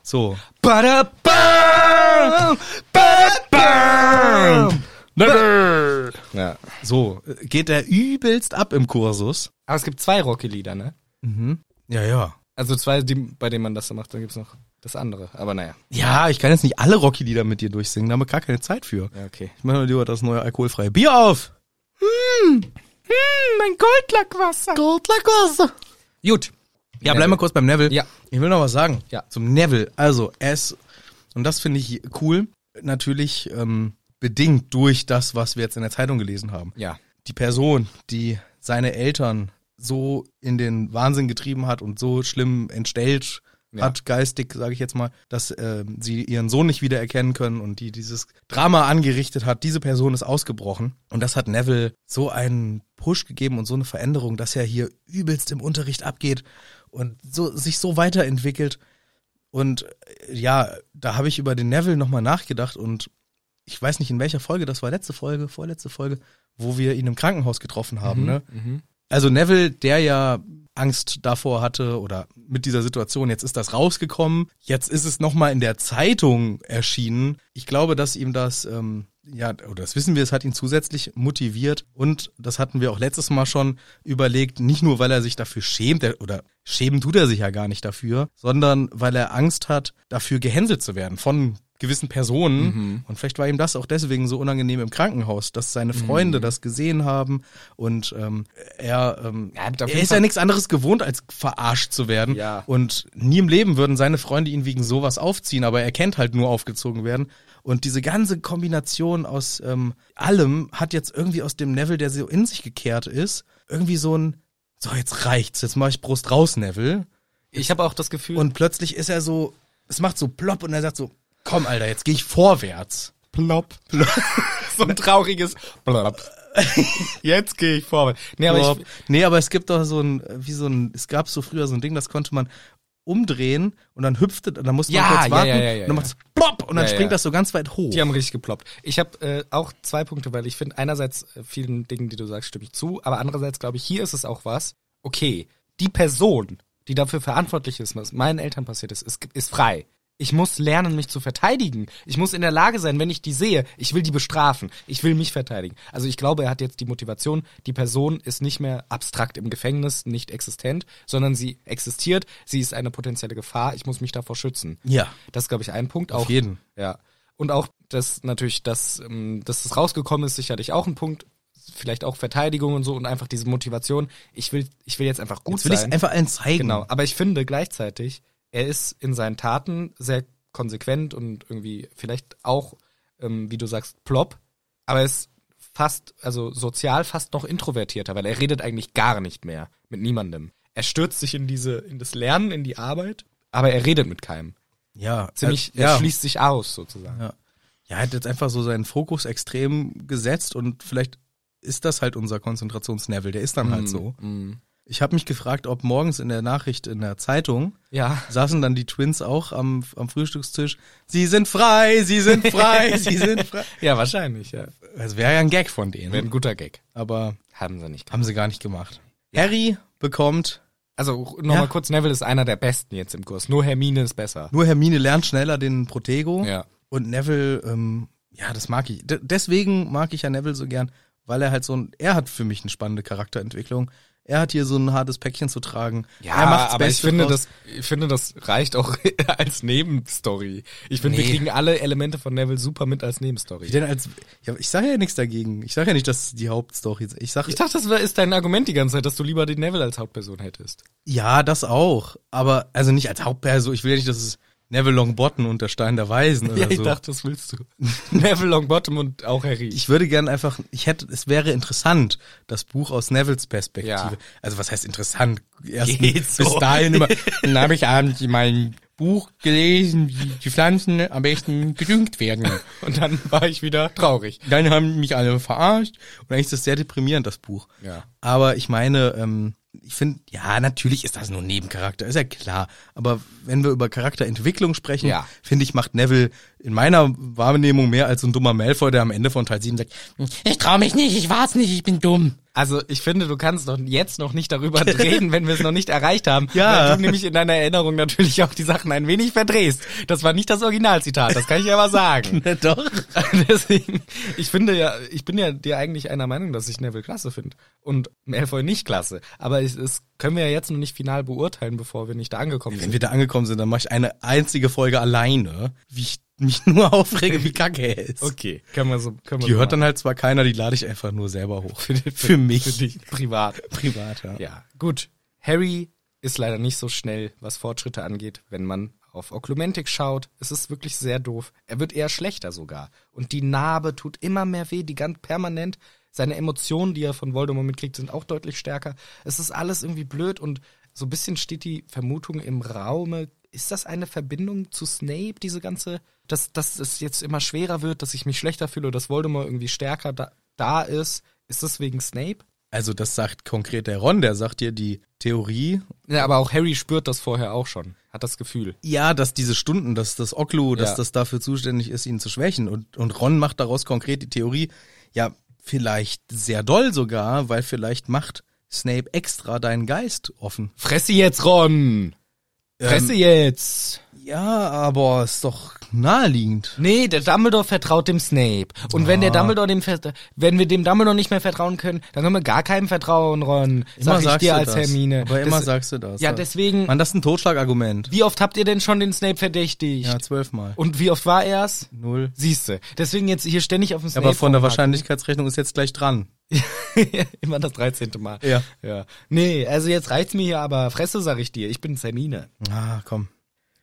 S1: So.
S2: Ja.
S1: So, geht er übelst ab im Kursus.
S2: Aber es gibt zwei Rocky-Lieder, ne?
S1: Ja, ja.
S2: Also zwei, die, bei denen man das so macht, dann gibt's noch das andere. Aber naja.
S1: Ja, ich kann jetzt nicht alle Rocky-Lieder mit dir durchsingen, da haben wir gar keine Zeit für.
S2: Ja, okay.
S1: Ich mache lieber das neue alkoholfreie Bier auf.
S2: Mein Goldlackwasser. Goldlackwasser. Gut.
S1: Ja, bleib mal kurz beim Neville.
S2: Ja.
S1: Ich will noch was sagen.
S2: Ja.
S1: Zum Neville. Also, er ist, und das finde ich cool, natürlich ähm, bedingt durch das, was wir jetzt in der Zeitung gelesen haben.
S2: Ja.
S1: Die Person, die seine Eltern so in den Wahnsinn getrieben hat und so schlimm entstellt
S2: Ja.
S1: hat, geistig, sage ich jetzt mal, dass ähm, sie ihren Sohn nicht wiedererkennen können und die dieses Drama angerichtet hat, diese Person ist ausgebrochen. Und das hat Neville so einen Push gegeben und so eine Veränderung, dass er hier übelst im Unterricht abgeht und so, sich so weiterentwickelt. Und äh, ja, da habe ich über den Neville nochmal nachgedacht und ich weiß nicht in welcher Folge, das war letzte Folge, vorletzte Folge, wo wir ihn im Krankenhaus getroffen haben, ne? Also Neville, der ja Angst davor hatte oder mit dieser Situation, jetzt ist das rausgekommen, jetzt ist es nochmal in der Zeitung erschienen. Ich glaube, dass ihm das, ähm, ja, oder das wissen wir, es hat ihn zusätzlich motiviert und das hatten wir auch letztes Mal schon überlegt, nicht nur, weil er sich dafür schämt er- oder schämen tut er sich ja gar nicht dafür, sondern weil er Angst hat, dafür gehänselt zu werden von gewissen Personen.
S2: Mhm.
S1: Und vielleicht war ihm das auch deswegen so unangenehm im Krankenhaus, dass seine
S2: Mhm.
S1: Freunde das gesehen haben und ähm, er, ähm,
S2: Ja, hat auf
S1: er
S2: jeden
S1: ist
S2: Fall-
S1: ja nichts anderes gewohnt, als verarscht zu werden.
S2: Ja.
S1: Und nie im Leben würden seine Freunde ihn wegen sowas aufziehen, aber er kennt halt nur aufgezogen werden. Und diese ganze Kombination aus ähm, allem hat jetzt irgendwie aus dem Neville, der so in sich gekehrt ist, irgendwie so ein, so jetzt reicht's, jetzt mach ich Brust raus, Neville.
S2: Ich habe auch das Gefühl,
S1: Und plötzlich ist er so, es macht so plopp und er sagt so, komm Alter, jetzt gehe ich vorwärts.
S2: plopp. so ein trauriges plopp. Jetzt gehe ich vorwärts. Nee, aber
S1: Plopp.
S2: ich,
S1: nee, aber es gibt doch so ein, wie so ein, es gab so früher so ein Ding, das konnte man umdrehen und dann hüpfte, dann musste
S2: Ja,
S1: man kurz
S2: ja,
S1: warten
S2: ja, ja, ja,
S1: und dann macht es plopp und dann
S2: Ja,
S1: springt
S2: ja.
S1: das so ganz weit hoch.
S2: die haben richtig geploppt. Ich habe äh, auch zwei Punkte, weil ich finde einerseits äh, vielen Dingen, die du sagst, stimme ich zu, aber andererseits glaube ich, hier ist es auch was. Okay, die Person, die dafür verantwortlich ist, was meinen Eltern passiert ist, ist, ist frei. Ich muss lernen, mich zu verteidigen. Ich muss in der Lage sein, wenn ich die sehe, ich will die bestrafen. Ich will mich verteidigen. Also ich glaube, er hat jetzt die Motivation, die Person ist nicht mehr abstrakt im Gefängnis, nicht existent, sondern sie existiert, sie ist eine potenzielle Gefahr, ich muss mich davor schützen.
S1: Ja.
S2: Das ist, glaube ich, ein Punkt.
S1: Auf
S2: auch,
S1: jeden.
S2: Ja. Und auch, dass natürlich, dass, ähm, dass es rausgekommen ist, sicherlich auch ein Punkt. Vielleicht auch Verteidigung und so und einfach diese Motivation. Ich will, ich will jetzt einfach gut
S1: Jetzt will ich
S2: sein.
S1: einfach allen zeigen.
S2: Genau, aber ich finde gleichzeitig, er ist in seinen Taten sehr konsequent und irgendwie vielleicht auch, ähm, wie du sagst, plopp, aber er ist fast, also sozial fast noch introvertierter, weil er redet eigentlich gar nicht mehr mit niemandem. Er stürzt sich in diese, in das Lernen, in die Arbeit, aber er redet mit keinem.
S1: Ja.
S2: Ziemlich,
S1: äh, ja.
S2: er schließt sich aus sozusagen.
S1: Ja. ja, er hat jetzt einfach so seinen Fokus extrem gesetzt und vielleicht ist das halt unser Konzentrationslevel, der ist dann halt so.
S2: Mm.
S1: Ich habe mich gefragt, ob morgens in der Nachricht in der Zeitung
S2: Ja.
S1: saßen dann die Twins auch am, am Frühstückstisch. Sie sind frei, sie sind frei, sie sind frei.
S2: Ja, wahrscheinlich, ja.
S1: Das wäre ja ein Gag von
S2: Wäre ein
S1: denen.
S2: guter Gag.
S1: Aber
S2: Haben sie nicht.
S1: haben sie gar nicht gemacht. Harry bekommt,
S2: Also nochmal
S1: Ja.
S2: kurz, Neville ist einer der Besten jetzt im Kurs. Nur Hermine ist besser.
S1: nur Hermine lernt schneller den Protego.
S2: Ja.
S1: Und Neville, ähm, ja, das mag ich. D deswegen mag ich ja Neville so gern, weil er halt so ein, er hat für mich eine spannende Charakterentwicklung. Er hat hier so ein hartes Päckchen zu tragen.
S2: Ja,
S1: er macht's
S2: aber ich
S1: Beste
S2: finde,
S1: draus.
S2: das, ich finde, das reicht auch als Nebenstory. Ich finde, wir
S1: Nee.
S2: kriegen alle Elemente von Neville super mit als
S1: Ich
S2: Nebenstory.
S1: Denn als, ja, ich sage ja nichts dagegen. Ich sage ja nicht, dass die Hauptstory ist. Ich sage,
S2: Ich dachte, das war- ist dein Argument die ganze Zeit, dass du lieber den Neville als Hauptperson hättest.
S1: Ja, das auch. Aber, also nicht als Hauptperson. Ich will ja nicht, dass es Neville Longbottom unter Stein der Weisen oder
S2: ja, ich
S1: so.
S2: dachte, das willst du. Neville Longbottom und auch Harry.
S1: ich würde gern einfach, ich hätte, es wäre interessant, das Buch aus Nevilles Perspektive.
S2: Ja.
S1: Also was heißt interessant? Erst
S2: Geht
S1: bis
S2: so.
S1: dahin immer. Dann habe ich abends mein Buch gelesen, wie die Pflanzen am besten gedüngt werden.
S2: und dann war ich wieder traurig.
S1: Dann haben mich alle verarscht. Und eigentlich ist das sehr deprimierend, das Buch.
S2: Ja.
S1: Aber ich meine, ähm, ich finde, ja, natürlich ist das nur ein Nebencharakter, ist ja klar. Aber wenn wir über Charakterentwicklung sprechen,
S2: Ja.
S1: finde ich, macht Neville in meiner Wahrnehmung mehr als so ein dummer Malfoy, der am Ende von Teil 7 sagt, ich traue mich nicht, ich war's nicht, ich bin dumm.
S2: Also ich finde, du kannst noch jetzt noch nicht darüber reden, wenn wir es noch nicht erreicht haben,
S1: Ja.
S2: weil du nämlich in deiner Erinnerung natürlich auch die Sachen ein wenig verdrehst. Das war nicht das Originalzitat, das kann ich aber sagen.
S1: Doch.
S2: Deswegen, ich finde ja, ich bin ja dir eigentlich einer Meinung, dass ich Neville klasse finde und Malfoy nicht klasse. Aber es ist, können wir ja jetzt noch nicht final beurteilen, bevor wir nicht da angekommen
S1: Wenn
S2: sind.
S1: wir da angekommen sind, dann mache ich eine einzige Folge alleine, wie ich mich nur aufrege, wie kacke er ist.
S2: Okay, können wir so, können wir
S1: Die
S2: so
S1: hört
S2: machen.
S1: dann halt zwar keiner, die lade ich einfach nur selber hoch. Für,
S2: für
S1: mich.
S2: dich privat.
S1: Privat, ja.
S2: Ja, gut. Harry ist leider nicht so schnell, was Fortschritte angeht, wenn man auf Oklumentik schaut. Es ist wirklich sehr doof. Er wird eher schlechter sogar. Und die Narbe tut immer mehr weh, die ganz permanent. Seine Emotionen, die er von Voldemort mitkriegt, sind auch deutlich stärker. Es ist alles irgendwie blöd und so ein bisschen steht die Vermutung im Raume. Ist das eine Verbindung zu Snape, diese ganze, dass, dass es jetzt immer schwerer wird, dass ich mich schlechter fühle, dass Voldemort irgendwie stärker da, da ist? Ist das wegen Snape?
S1: Also das sagt konkret der Ron, der sagt dir die Theorie,
S2: Ja, aber auch Harry spürt das vorher auch schon, hat das Gefühl.
S1: ja, dass diese Stunden, dass das Oklu, dass
S2: Ja.
S1: das dafür zuständig ist, ihn zu schwächen. Und, und Ron macht daraus konkret die Theorie, ja, vielleicht sehr doll sogar, weil vielleicht macht Snape extra deinen Geist offen. Ähm.
S2: Fresse jetzt, Ron! Fresse jetzt!
S1: Ja, aber ist doch naheliegend.
S2: Nee, der Dumbledore vertraut dem Snape. Und wenn
S1: Ah.
S2: der Dumbledore dem vertra- wenn wir dem Dumbledore nicht mehr vertrauen können, dann können wir gar keinem vertrauen, Ron. Sag ich dir als
S1: das.
S2: Hermine.
S1: Aber immer
S2: Das-
S1: sagst du das.
S2: Ja, deswegen-
S1: Mann, das ist ein Totschlagargument.
S2: Wie oft habt ihr denn schon den Snape verdächtigt?
S1: Ja, zwölfmal.
S2: Und wie oft war er's?
S1: Null.
S2: Siehste. Deswegen jetzt hier ständig auf dem Snape.
S1: Aber von der
S2: rumhacken.
S1: Wahrscheinlichkeitsrechnung ist jetzt gleich dran.
S2: Immer das 13. Mal.
S1: Ja.
S2: ja. Nee, also jetzt reicht's mir hier aber. Fresse, sag ich dir. Ich bin Hermine.
S1: Ah, komm.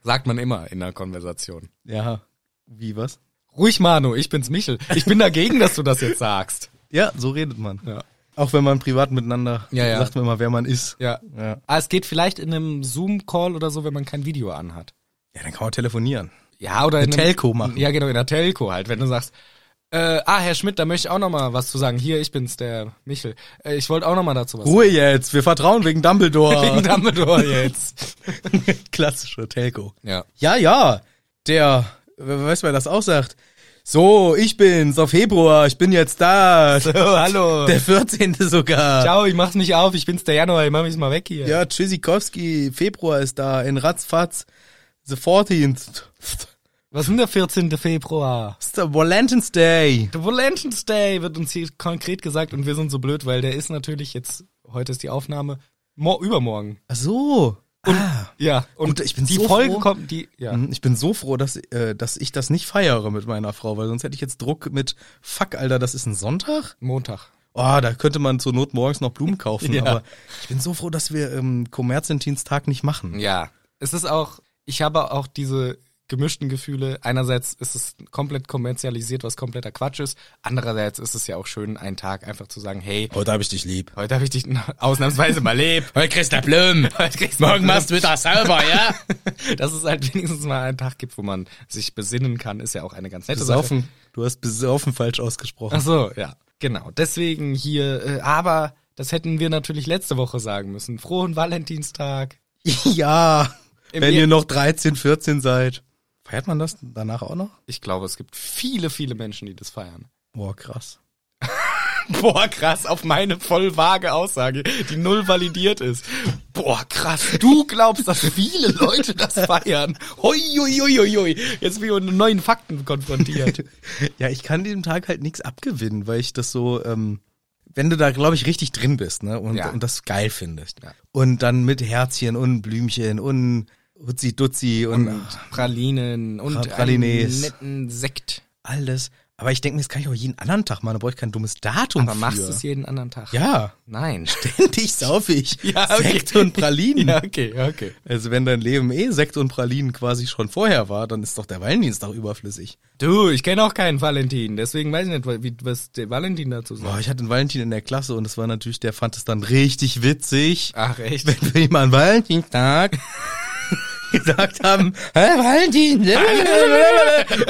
S2: Sagt man immer in einer Konversation.
S1: Ja. Wie, was?
S2: Ruhig, Manu, ich bin's Michel. Ich bin dagegen, dass du das jetzt sagst.
S1: Ja, so redet man.
S2: Ja.
S1: Auch wenn man privat miteinander
S2: Ja, ja.
S1: sagt man immer, wer man ist.
S2: Ja.
S1: Ja.
S2: Ah, es geht vielleicht in einem Zoom-Call oder so, wenn man kein Video anhat.
S1: Ja, dann kann man telefonieren.
S2: Ja, oder
S1: Eine
S2: in einem-
S1: Telco machen.
S2: Ja, genau, in der Telco halt. Wenn du sagst, äh, ah, Herr Schmidt, da möchte ich auch nochmal was zu sagen. Hier, ich bin's, der Michel. Äh, ich wollte auch nochmal dazu was
S1: Ruhe jetzt, wir vertrauen wegen Dumbledore.
S2: sagen. Wegen Dumbledore jetzt.
S1: Klassische Telco.
S2: ja.
S1: Ja, ja, der, wer weiß, wer das auch sagt. So, ich bin's, auf Februar, ich bin jetzt da.
S2: So, hallo.
S1: Der 14. sogar.
S2: Ciao, ich mach's nicht auf. Ich bin's, der Januar. Ich mach mich mal weg hier.
S1: Ja, Tschüssikowski, Februar ist da, in Ratzfatz, the 14th.
S2: Was ist denn der 14. Februar?
S1: It's the Valentine's Day.
S2: The Valentine's Day wird uns hier konkret gesagt und wir sind so blöd, weil der ist natürlich jetzt, heute ist die Aufnahme, mo übermorgen.
S1: Ach so. ah.
S2: Ja, und
S1: Gut, ich bin
S2: die
S1: so
S2: Folge
S1: froh. Mhm.
S2: kommt, die, ja.
S1: Ich bin so froh, dass, äh, dass ich das nicht feiere mit meiner Frau, weil sonst hätte ich jetzt Druck mit, fuck, Alter, das ist ein Sonntag?
S2: Montag.
S1: Oh, da könnte man zur Not morgens noch Blumen kaufen,
S2: Ja.
S1: aber ich bin so froh, dass wir ähm, Kommerziendienstag nicht machen.
S2: Ja. Es ist auch, ich habe auch diese gemischten Gefühle. Einerseits ist es komplett kommerzialisiert, was kompletter Quatsch ist. Andererseits ist es ja auch schön, einen Tag einfach zu sagen, hey,
S1: Heute habe ich dich lieb.
S2: heute habe ich dich ausnahmsweise mal lieb.
S1: Heute kriegst du Blumen.
S2: Heute kriegst du
S1: Morgen
S2: mal
S1: machst du das selber, ja?
S2: Dass es halt wenigstens mal einen Tag gibt, wo man sich besinnen kann, ist ja auch eine ganz nette Sache.
S1: Besaufen. Du hast besaufen falsch ausgesprochen.
S2: Ach so, ja. Genau. Deswegen hier, äh, aber das hätten wir natürlich letzte Woche sagen müssen. Frohen Valentinstag.
S1: Ja,
S2: Im
S1: wenn
S2: Je-
S1: ihr noch 13, 14 seid. Feiert man das danach auch noch?
S2: Ich glaube, es gibt viele, viele Menschen, die das feiern.
S1: Boah, krass.
S2: Boah, krass, auf meine voll vage Aussage, die null validiert ist. Boah, krass, du glaubst, dass viele Leute das feiern. Hoi, hoi, hoi, hoi, hoi. Jetzt bin ich mit neuen Fakten konfrontiert.
S1: Ja, ich kann dem Tag halt nichts abgewinnen, weil ich das so, ähm, wenn du da, glaube ich, richtig drin bist, ne? Und,
S2: Ja.
S1: und das geil findest.
S2: Ja.
S1: Und dann mit Herzchen und Blümchen und Hutzi-Dutzi und, äh,
S2: Pralinen und
S1: Pra- Pralines.
S2: einen netten Sekt.
S1: alles. Aber ich denke mir, das kann ich auch jeden anderen Tag machen, da brauche ich kein dummes Datum
S2: Aber
S1: für.
S2: machst du es jeden anderen Tag?
S1: Ja,
S2: Nein.
S1: ständig sauf ich.
S2: Ja, okay.
S1: Sekt und Pralinen.
S2: Ja, okay, ja, okay.
S1: Also wenn dein Leben eh Sekt und Pralinen quasi schon vorher war, dann ist doch der Valentinstag überflüssig.
S2: Du, ich kenne auch keinen Valentin, deswegen weiß ich nicht, wa- wie, was der Valentin dazu sagt.
S1: Boah, ich hatte einen Valentin in der Klasse und das war natürlich, der fand es dann richtig witzig,
S2: Ach, echt?
S1: wenn wir ihm an Valentinstag gesagt haben, hä, Valentin?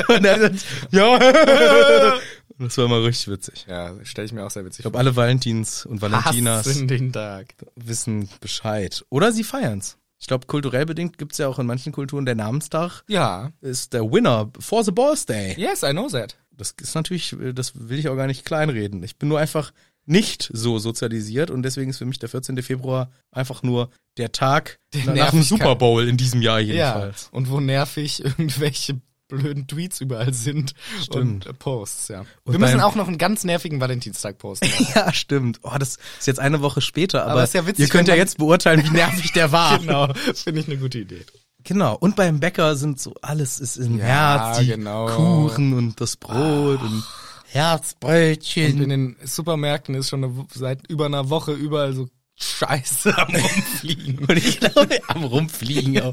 S1: und er hat ja. Das war mal richtig witzig.
S2: Ja, stelle ich mir auch sehr witzig
S1: Ich glaube, alle Valentins und Valentinas
S2: Hassen den Tag.
S1: wissen Bescheid. Oder sie feiern's. Ich glaube, kulturell bedingt gibt's ja auch in manchen Kulturen der Namenstag
S2: Ja.
S1: ist der Winner for the Boss Day.
S2: Yes, I know that.
S1: das ist natürlich, äh, das will ich auch gar nicht kleinreden. Ich bin nur einfach nicht so sozialisiert und deswegen ist für mich der 14. Februar einfach nur der Tag
S2: Der
S1: nach dem
S2: Nervigkeit.
S1: Super Bowl in diesem Jahr jedenfalls.
S2: und wo nervig irgendwelche blöden Tweets überall sind und äh, Posts, ja. Wir
S1: Und
S2: müssen
S1: beim-
S2: auch noch einen ganz nervigen Valentinstag posten.
S1: Ja, stimmt. Oh, das ist jetzt eine Woche später, aber,
S2: ist ja witzig,
S1: ihr könnt
S2: wenn
S1: ja
S2: man-
S1: jetzt beurteilen, wie nervig der war.
S2: genau, finde ich eine gute Idee.
S1: Genau. Und beim Bäcker sind so alles ist im Herz, die
S2: genau. Ah.
S1: Kuchen und das Brot und Herzbrötchen.
S2: Und in den Supermärkten ist schon eine, Wo- seit über einer Woche überall so Scheiße am Rumfliegen.
S1: Und ich glaube, am Rumfliegen auch.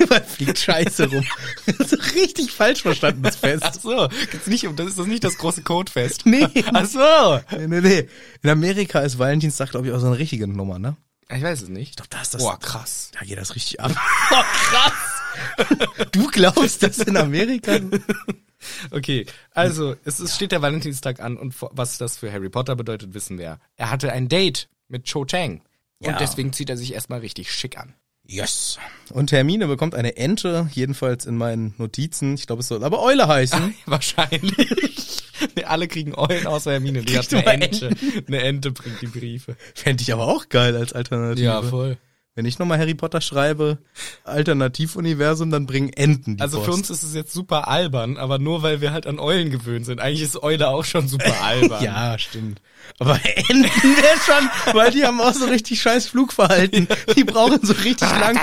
S1: Überall fliegt Scheiße rum. so richtig falsch verstandenes
S2: Ach
S1: Fest.
S2: so, geht's nicht um, das ist das nicht das große Codefest.
S1: Nee.
S2: Ach so.
S1: Nee, nee, nee. In Amerika ist Valentinstag, glaube ich, auch so eine richtige Nummer, ne?
S2: Ich weiß es nicht.
S1: Da ist das,
S2: Boah, krass.
S1: da geht das richtig ab. Boah, krass. Du glaubst, dass in Amerika?
S2: Okay, also es ist, steht der Valentinstag an und vor- was das für Harry Potter bedeutet, wissen wir. Er hatte ein Date mit Cho Chang
S1: Ja.
S2: und deswegen zieht er sich erstmal richtig schick an.
S1: Yes. Und Hermine bekommt eine Ente, jedenfalls in meinen Notizen. Ich glaube, es soll aber Eule heißen.
S2: Wahrscheinlich. nee, alle kriegen Eulen außer Hermine. Die
S1: Kriegst
S2: hat
S1: du
S2: eine
S1: mal Ah,
S2: Ente. Eine Ente bringt die Briefe.
S1: Fände ich aber auch geil als Alternative.
S2: voll.
S1: Wenn ich nochmal Harry Potter schreibe, Alternativuniversum, dann bringen Enten die
S2: Also
S1: Post.
S2: für uns ist es jetzt super albern, aber nur weil wir halt an Eulen gewöhnt sind. Eigentlich ist Eule auch schon super albern.
S1: Ja, stimmt. Aber Enten wäre schon, weil die haben auch so richtig scheiß Flugverhalten. Die brauchen so richtig lang.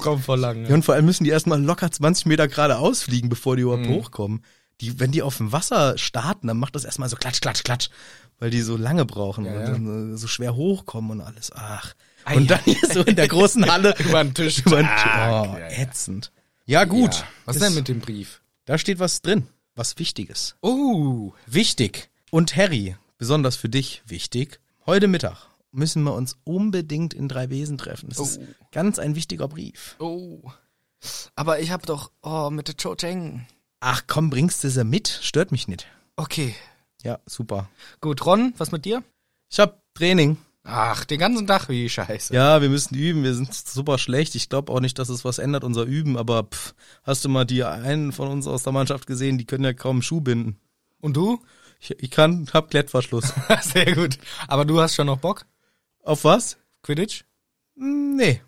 S2: Komm vor lang.
S1: Ja, und vor allem müssen die erstmal locker 20 Meter geradeaus fliegen, bevor die
S2: Mhm.
S1: überhaupt hochkommen. Die, wenn die auf dem Wasser starten, dann macht das erstmal so klatsch, klatsch, klatsch, weil die so lange brauchen
S2: Ja,
S1: und
S2: ja.
S1: dann äh, so schwer hochkommen und alles. Ach.
S2: Ei,
S1: und dann
S2: ei.
S1: hier so in der großen Halle
S2: Über den Tisch.
S1: über den
S2: Tag,
S1: Oh,
S2: ja, ja.
S1: ätzend. Ja, gut.
S2: Ja. Was
S1: Ist-
S2: denn mit dem Brief?
S1: Da steht was drin, was Wichtiges.
S2: Oh,
S1: Wichtig. Und Harry, besonders für dich wichtig. Heute Mittag müssen wir uns unbedingt in drei Wesen treffen. Das ist
S2: Oh.
S1: ganz ein wichtiger Brief.
S2: oh. Aber ich hab doch, oh, mit der Cho Chang.
S1: Ach komm, bringst du sie mit? Stört mich nicht.
S2: Okay,
S1: Ja, super.
S2: gut. Ron, was mit dir?
S1: Ich hab Training.
S2: Ach, den ganzen Tag wie scheiße.
S1: Ja, wir müssen üben. Wir sind super schlecht. Ich glaube auch nicht, dass es was ändert, unser Üben. Aber pff, hast du mal die einen von uns aus der Mannschaft gesehen? Die können ja kaum einen Schuh binden.
S2: Und du?
S1: Ich, ich kann, hab Klettverschluss.
S2: Sehr gut. Aber du hast schon noch Bock?
S1: Auf was?
S2: Quidditch?
S1: Hm, Nee.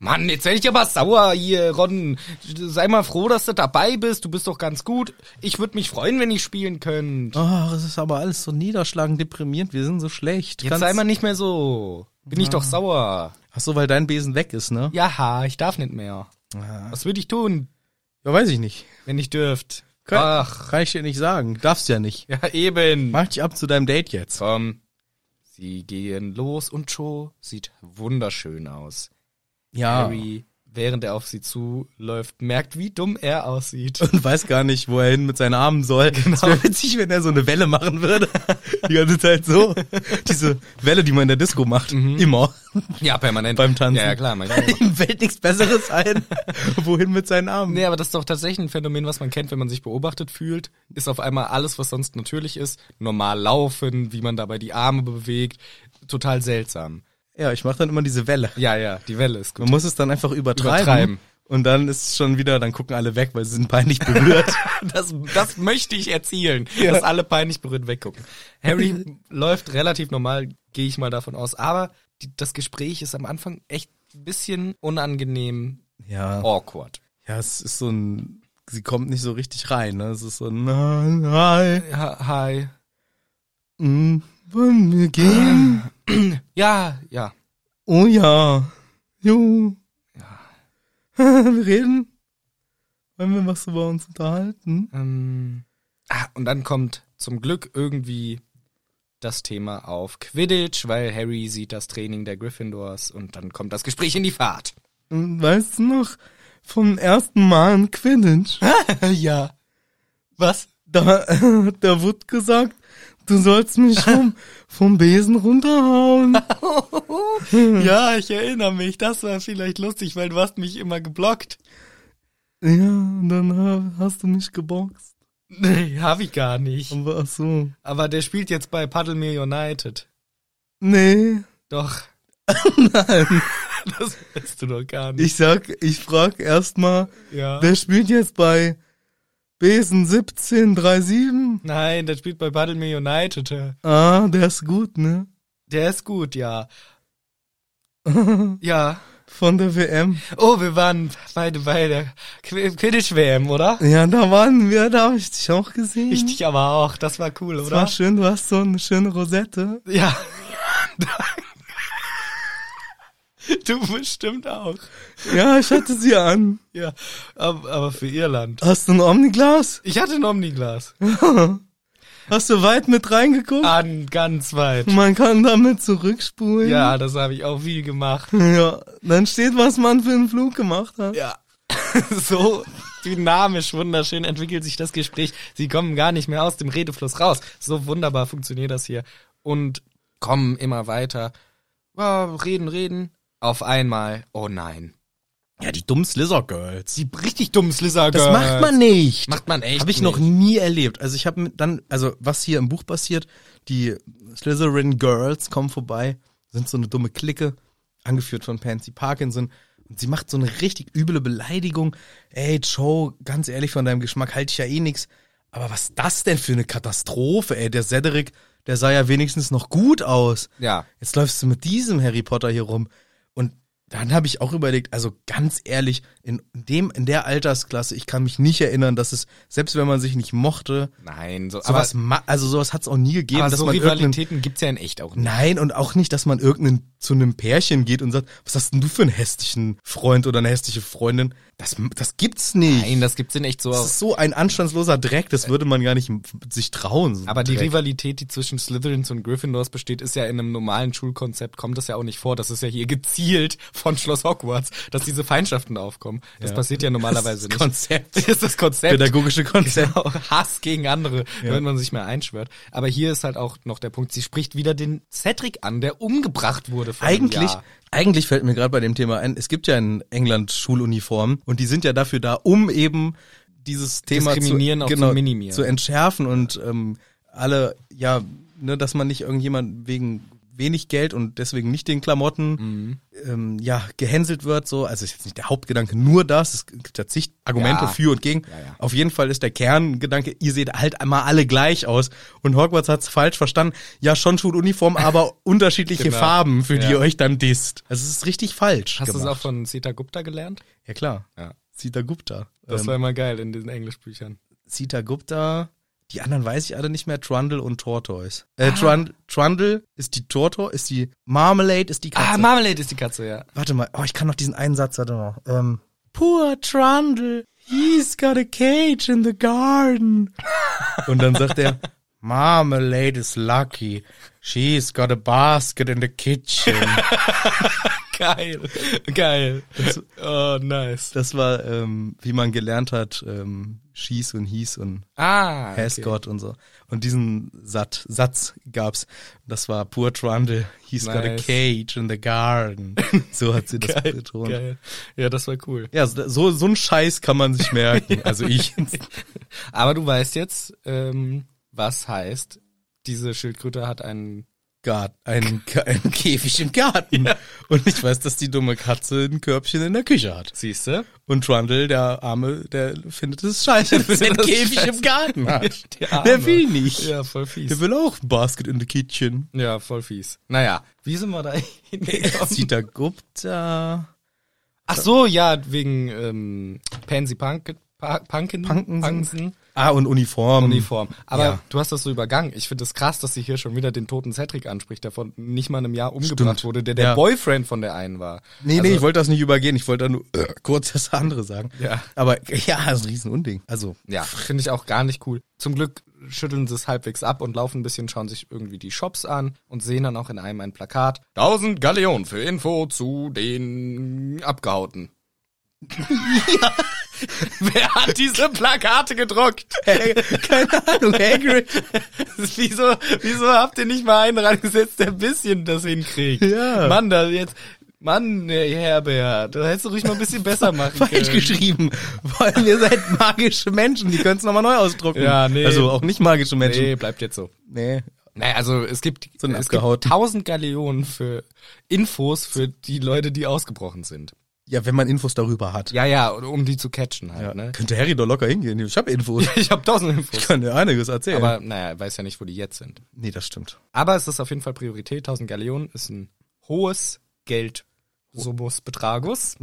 S2: Mann, jetzt werd ich aber sauer hier, Ron. Sei mal froh, dass du dabei bist. Du bist doch ganz gut. Ich würde mich freuen, wenn ich spielen könnte.
S1: Ach, es Oh, ist aber alles so niederschlagend, deprimierend. Wir sind so schlecht.
S2: Jetzt
S1: Kannst-
S2: sei mal nicht mehr so. Bin ich doch sauer.
S1: Ach so, weil dein Besen weg ist, ne?
S2: Ja, ich darf nicht mehr.
S1: Ja,
S2: Was würde ich tun,
S1: ja weiß ich nicht.
S2: wenn ich dürft?
S1: Kann,
S2: Ach,
S1: kann ich dir nicht sagen. Darfst ja nicht.
S2: ja eben.
S1: Mach dich ab zu deinem Date jetzt.
S2: Komm. Sie gehen los und Cho sieht wunderschön aus.
S1: Ja.
S2: Harry, während er auf sie zuläuft, merkt, wie dumm er aussieht.
S1: Und weiß gar nicht, wo er hin mit seinen Armen soll.
S2: Genau.
S1: Es wäre witzig, wenn er so eine Welle machen würde. Die ganze Zeit so. Diese Welle, die man in der Disco macht.
S2: Mhm.
S1: Immer.
S2: Ja, permanent.
S1: Beim Tanzen.
S2: Ja, ja klar. Mein
S1: Ihm fällt nichts Besseres ein. Wohin mit seinen Armen?
S2: Nee, aber das ist doch tatsächlich ein Phänomen, was man kennt, wenn man sich beobachtet fühlt, ist auf einmal alles, was sonst natürlich ist, normal laufen, wie man dabei die Arme bewegt, total seltsam.
S1: Ja, ich mache dann immer diese Welle.
S2: Ja, ja, die Welle ist
S1: Man
S2: gut.
S1: muss es dann einfach übertreiben.
S2: Übertreiben.
S1: Und dann ist es schon wieder, dann gucken alle weg, weil sie sind peinlich berührt.
S2: Das, das möchte ich erzielen, dass alle peinlich berührt weggucken. Harry läuft relativ normal, gehe ich mal davon aus, aber die, das Gespräch ist am Anfang echt ein bisschen unangenehm
S1: ja.
S2: awkward.
S1: Oh. Ja, es ist so ein. Sie kommt nicht so richtig rein, ne? Es ist so ein Nein, nein.
S2: Ja, hi.
S1: mm, Wollen wir gehen?
S2: Ja, ja.
S1: Oh ja. Jo. wir reden. Wollen wir was über uns unterhalten?
S2: Ähm, ah, und dann kommt zum Glück irgendwie das Thema auf Quidditch, weil Harry sieht das Training der Gryffindors und dann kommt das Gespräch in die Fahrt.
S1: Und Weißt du noch vom ersten Mal in Quidditch?
S2: ja. Was?
S1: Da hat der Wood gesagt, du sollst mich vom, vom Besen runterhauen.
S2: Ja, ich erinnere mich. Das war vielleicht lustig, weil du hast mich immer geblockt.
S1: Ja, und dann ha- hast du mich geboxt.
S2: Nee, hab ich gar nicht.
S1: Aber ach so.
S2: Aber der spielt jetzt bei Paddlemere United.
S1: Nee.
S2: Doch. Nein. Das weißt du doch gar nicht.
S1: Ich sag, ich frag erstmal,
S2: ja.
S1: wer spielt jetzt bei Besen 1737?
S2: Nein, der spielt bei Paddlemere United.
S1: Ah, der ist gut, ne?
S2: Der ist gut, ja. ja.
S1: Von der WM.
S2: Oh, wir waren beide bei der Qu- Quidditch-WM, oder?
S1: Ja, da waren wir, da habe ich dich auch gesehen.
S2: Ich dich aber auch. Das war cool,
S1: Mhm. Das
S2: oder?
S1: war schön, du hast so eine schöne Rosette.
S2: Ja. du bestimmt auch.
S1: Ja, ich hatte sie an.
S2: Ja, ab- aber für Irland.
S1: Hast du ein Omniglas?
S2: Ich hatte ein Omniglas.
S1: Hast du weit mit reingeguckt?
S2: An ganz weit.
S1: Man kann damit zurückspulen.
S2: Ja, das habe ich auch viel gemacht.
S1: Ja, dann steht, was man für einen Flug gemacht hat.
S2: Ja. so dynamisch, wunderschön entwickelt sich das Gespräch. Sie kommen gar nicht mehr aus dem Redefluss raus. So wunderbar funktioniert das hier. Und kommen immer weiter. Ja, reden, reden. Auf einmal, oh nein.
S1: Ja, die dummen Slizzer-Girls.
S2: Die richtig dummen Slizzer
S1: Das macht man nicht.
S2: Macht man echt
S1: Habe ich noch
S2: nicht.
S1: nie erlebt. Also ich habe dann, also was hier im Buch passiert, die Slytherin Girls kommen vorbei, sind so eine dumme Clique, angeführt von Pansy Parkinson. Und sie macht so eine richtig üble Beleidigung. Ey, Joe, ganz ehrlich, von deinem Geschmack halte ich ja eh nix. Aber was das denn für eine Katastrophe, ey? Der Cedric, der sah ja wenigstens noch gut aus.
S2: Ja.
S1: Jetzt läufst du mit diesem Harry Potter hier rum. Und Dann habe ich auch überlegt, also ganz ehrlich, in dem, in der Altersklasse, ich kann mich nicht erinnern, dass es, selbst wenn man sich nicht mochte,
S2: Nein, so, aber,
S1: sowas, ma- also sowas hat es auch nie gegeben,
S2: aber
S1: dass
S2: so
S1: man irgendeinen
S2: Rivalitäten gibt's ja in echt auch nicht.
S1: Nein, und auch nicht, dass man irgendeinen zu einem Pärchen geht und sagt, was hast denn du für einen hässlichen Freund oder eine hässliche Freundin? Das, das gibt's nicht.
S2: Nein, das gibt's in echt so
S1: das
S2: auch.
S1: ist so ein anstandsloser Dreck, das würde man gar nicht m- sich trauen. so
S2: Aber die
S1: Dreck.
S2: Rivalität, die zwischen Slytherins und Gryffindors besteht, ist ja in einem normalen Schulkonzept, kommt das ja auch nicht vor. Das ist ja hier gezielt von Schloss Hogwarts, dass diese Feindschaften aufkommen. Das passiert ja normalerweise
S1: Das ist das
S2: nicht.
S1: Konzept.
S2: Das ist das Konzept.
S1: Pädagogische Konzept.
S2: Genau, Hass gegen andere, wenn man sich mehr einschwört. Aber hier ist halt auch noch der Punkt, sie spricht wieder den Cedric an, der umgebracht wurde. vor einem
S1: Eigentlich,
S2: Jahr.
S1: eigentlich fällt mir gerade bei dem Thema ein, es gibt ja in England Schuluniformen und die sind ja dafür da, um eben dieses Thema zu,
S2: Diskriminieren auch zu
S1: genau,
S2: minimieren.
S1: zu entschärfen und ähm, alle, ja, ne, dass man nicht irgendjemand wegen wenig Geld und deswegen nicht den Klamotten
S2: Mhm.
S1: ähm, ja gehänselt wird so also ist jetzt nicht der Hauptgedanke nur das es gibt ja zig Argumente
S2: Ja.
S1: für und gegen
S2: Ja, ja.
S1: auf jeden Fall ist der Kerngedanke ihr seht halt einmal alle gleich aus und Hogwarts hat's falsch verstanden ja schon Schuluniform aber unterschiedliche
S2: Genau.
S1: Farben für die
S2: Ja.
S1: ihr euch dann disst also es ist richtig falsch
S2: Hast du es auch
S1: gemacht.
S2: von Sita Gupta gelernt?
S1: ja klar
S2: Ja.
S1: Sita Gupta
S2: Das
S1: ähm,
S2: war immer geil in diesen Englischbüchern.
S1: Sita Gupta die anderen weiß ich alle nicht mehr Trundle und Tortoise äh, Trund, Trundle ist die Tortoise ist die Marmalade ist die Katze
S2: Ah, Marmalade ist die Katze, ja.
S1: Warte mal, oh, ich kann noch diesen einen Satz, warte mal. Ähm, Poor Trundle, he's got a cage in the garden. Und dann sagt er, Marmalade is lucky, she's got a basket in the kitchen.
S2: Geil. Geil. oh, nice.
S1: Das war, ähm, wie man gelernt hat, ähm, she's und he's und
S2: Ah.
S1: has got und so. Und diesen Sat Satz gab's. Das war Poor Trundle, he's got a
S2: Nice.
S1: cage in the garden. So hat sie das
S2: Geil,
S1: betont.
S2: geil. Ja, das war cool.
S1: Ja, so, so ein Scheiß kann man sich merken. Also ich.
S2: Aber du weißt jetzt, ähm, was heißt, diese Schildkröte hat einen.
S1: Garten, einen, K- einen Käfig im Garten. Und ich weiß, dass die dumme Katze ein Körbchen in der Küche hat.
S2: Siehste?
S1: Und Trundle, der Arme, der findet es scheiße, dass er einen
S2: das
S1: Käfig
S2: scheiße.
S1: im Garten hat.
S2: Der Arme.
S1: Der Ah, will nicht.
S2: Ja, voll fies.
S1: Der will auch ein Basket in the Kitchen.
S2: Ja, voll fies. Naja, wie sind wir da hingekommen?
S1: Sita Gupta.
S2: Ach so, ja, wegen ähm, Pansy Punk, Pa- Punken,
S1: Punkensen.
S2: Punkensen
S1: Ah, und Uniform.
S2: Uniform. Aber
S1: Ja.
S2: du hast das so übergangen. Ich finde es krass, dass sie hier schon wieder den toten Cedric anspricht, der vor nicht mal einem Jahr umgebracht
S1: Stimmt.
S2: wurde, der der
S1: Ja.
S2: Boyfriend von der einen war.
S1: Nee, nee,
S2: Also-
S1: ich wollte das nicht übergehen. Ich wollte da nur äh, kurz das andere sagen.
S2: Ja.
S1: Aber ja, das ist ein Riesenunding. Also,
S2: Ja, finde ich auch gar nicht cool. Zum Glück schütteln sie es halbwegs ab und laufen ein bisschen, schauen sich irgendwie die Shops an und sehen dann auch in einem ein Plakat. 1000 Galleon für Info zu den Abgehauten. Wer hat diese Plakate gedruckt?
S1: keine Ahnung, Hagrid.
S2: Wieso, wieso habt ihr nicht mal einen reingesetzt, der ein bisschen das hinkriegt?
S1: Ja.
S2: Mann, da jetzt, Mann, Herr Herbert, da hättest du ruhig mal ein bisschen besser machen können.
S1: falsch geschrieben. Vor allem, ihr seid magische Menschen, die können es nochmal neu ausdrucken.
S2: Ja, nee.
S1: Also auch nicht magische Menschen.
S2: Nee, bleibt jetzt so.
S1: Nee.
S2: Naja, also es gibt,
S1: So ein
S2: es gibt
S1: abgehauten.
S2: 1000 Galeonen für Infos für die Leute, die ausgebrochen sind.
S1: Ja, wenn man Infos darüber hat.
S2: Ja, ja, um die zu catchen halt,
S1: Ja,
S2: ne?
S1: Könnte Harry doch locker hingehen. Ich habe Infos.
S2: Ich habe 1000
S1: Ich
S2: Infos.
S1: kann dir einiges erzählen.
S2: Aber naja, weiß ja nicht, wo die jetzt sind.
S1: nee, das stimmt.
S2: Aber es ist auf jeden Fall Priorität. 1000 Galeonen ist ein hohes Geld. Sumus Betragus.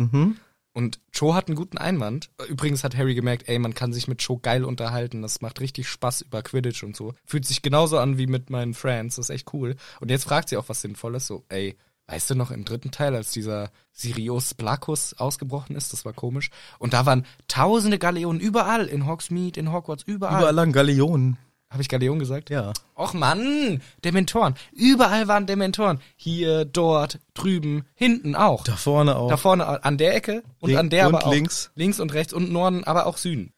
S2: Und Cho hat einen guten Einwand. Übrigens hat Harry gemerkt, ey, man kann sich mit Cho geil unterhalten. Das macht richtig Spaß über Quidditch und so. Fühlt sich genauso an wie mit meinen Friends. Das ist echt cool. Und jetzt fragt sie auch was Sinnvolles. So, ey, weißt du noch im dritten Teil, als dieser Sirius Blackus ausgebrochen ist? Das war komisch. Und da waren tausende Galeonen überall. In Hogsmeade, in Hogwarts, überall.
S1: Überall
S2: überall.
S1: lang Galeonen.
S2: Habe ich Galeon gesagt?
S1: Ja.
S2: Och Mann, Dementoren. Überall waren Dementoren. Hier, dort, drüben, hinten auch.
S1: Da vorne auch.
S2: Da vorne an der Ecke und
S1: Link-
S2: an der
S1: und
S2: aber auch.
S1: links.
S2: Links und rechts und Norden, aber auch Süden.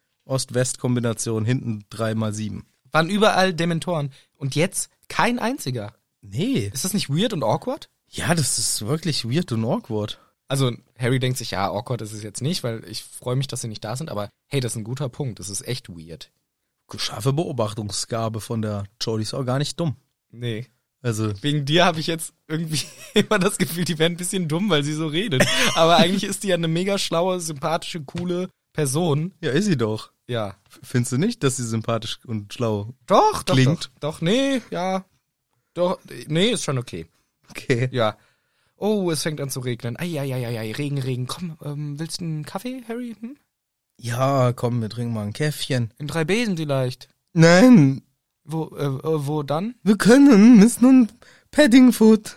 S1: Ost-West-Kombination, hinten drei mal sieben.
S2: Waren überall Dementoren. Und jetzt kein einziger.
S1: Nee.
S2: Ist das nicht weird und awkward?
S1: Ja, das ist wirklich weird und awkward.
S2: Also Harry denkt sich, ja, awkward ist es jetzt nicht, weil ich freue mich, dass sie nicht da sind, aber hey, das ist ein guter Punkt. Das ist echt weird.
S1: Scharfe Beobachtungsgabe von der Jodie ist auch gar nicht dumm.
S2: Nee.
S1: Also,
S2: Wegen dir habe ich jetzt irgendwie immer das Gefühl, die werden ein bisschen dumm, weil sie so redet. Aber eigentlich ist die ja eine mega schlaue, sympathische, coole Person.
S1: ja, ist sie doch.
S2: Ja.
S1: F- Findest du nicht, dass sie sympathisch und schlau
S2: Doch, doch.
S1: Klingt.
S2: Doch, doch nee, ja. Doch, nee, ist schon okay.
S1: Okay.
S2: Ja. Oh, es fängt an zu regnen. Eieieiei, Regen, Regen. Komm, ähm, willst du einen Kaffee, Harry? Hm?
S1: Ja, komm, wir trinken mal ein Käffchen.
S2: In drei Besen vielleicht.
S1: Nein,
S2: Wo, äh, äh, wo dann?
S1: wir können Miss nun Paddingfoot.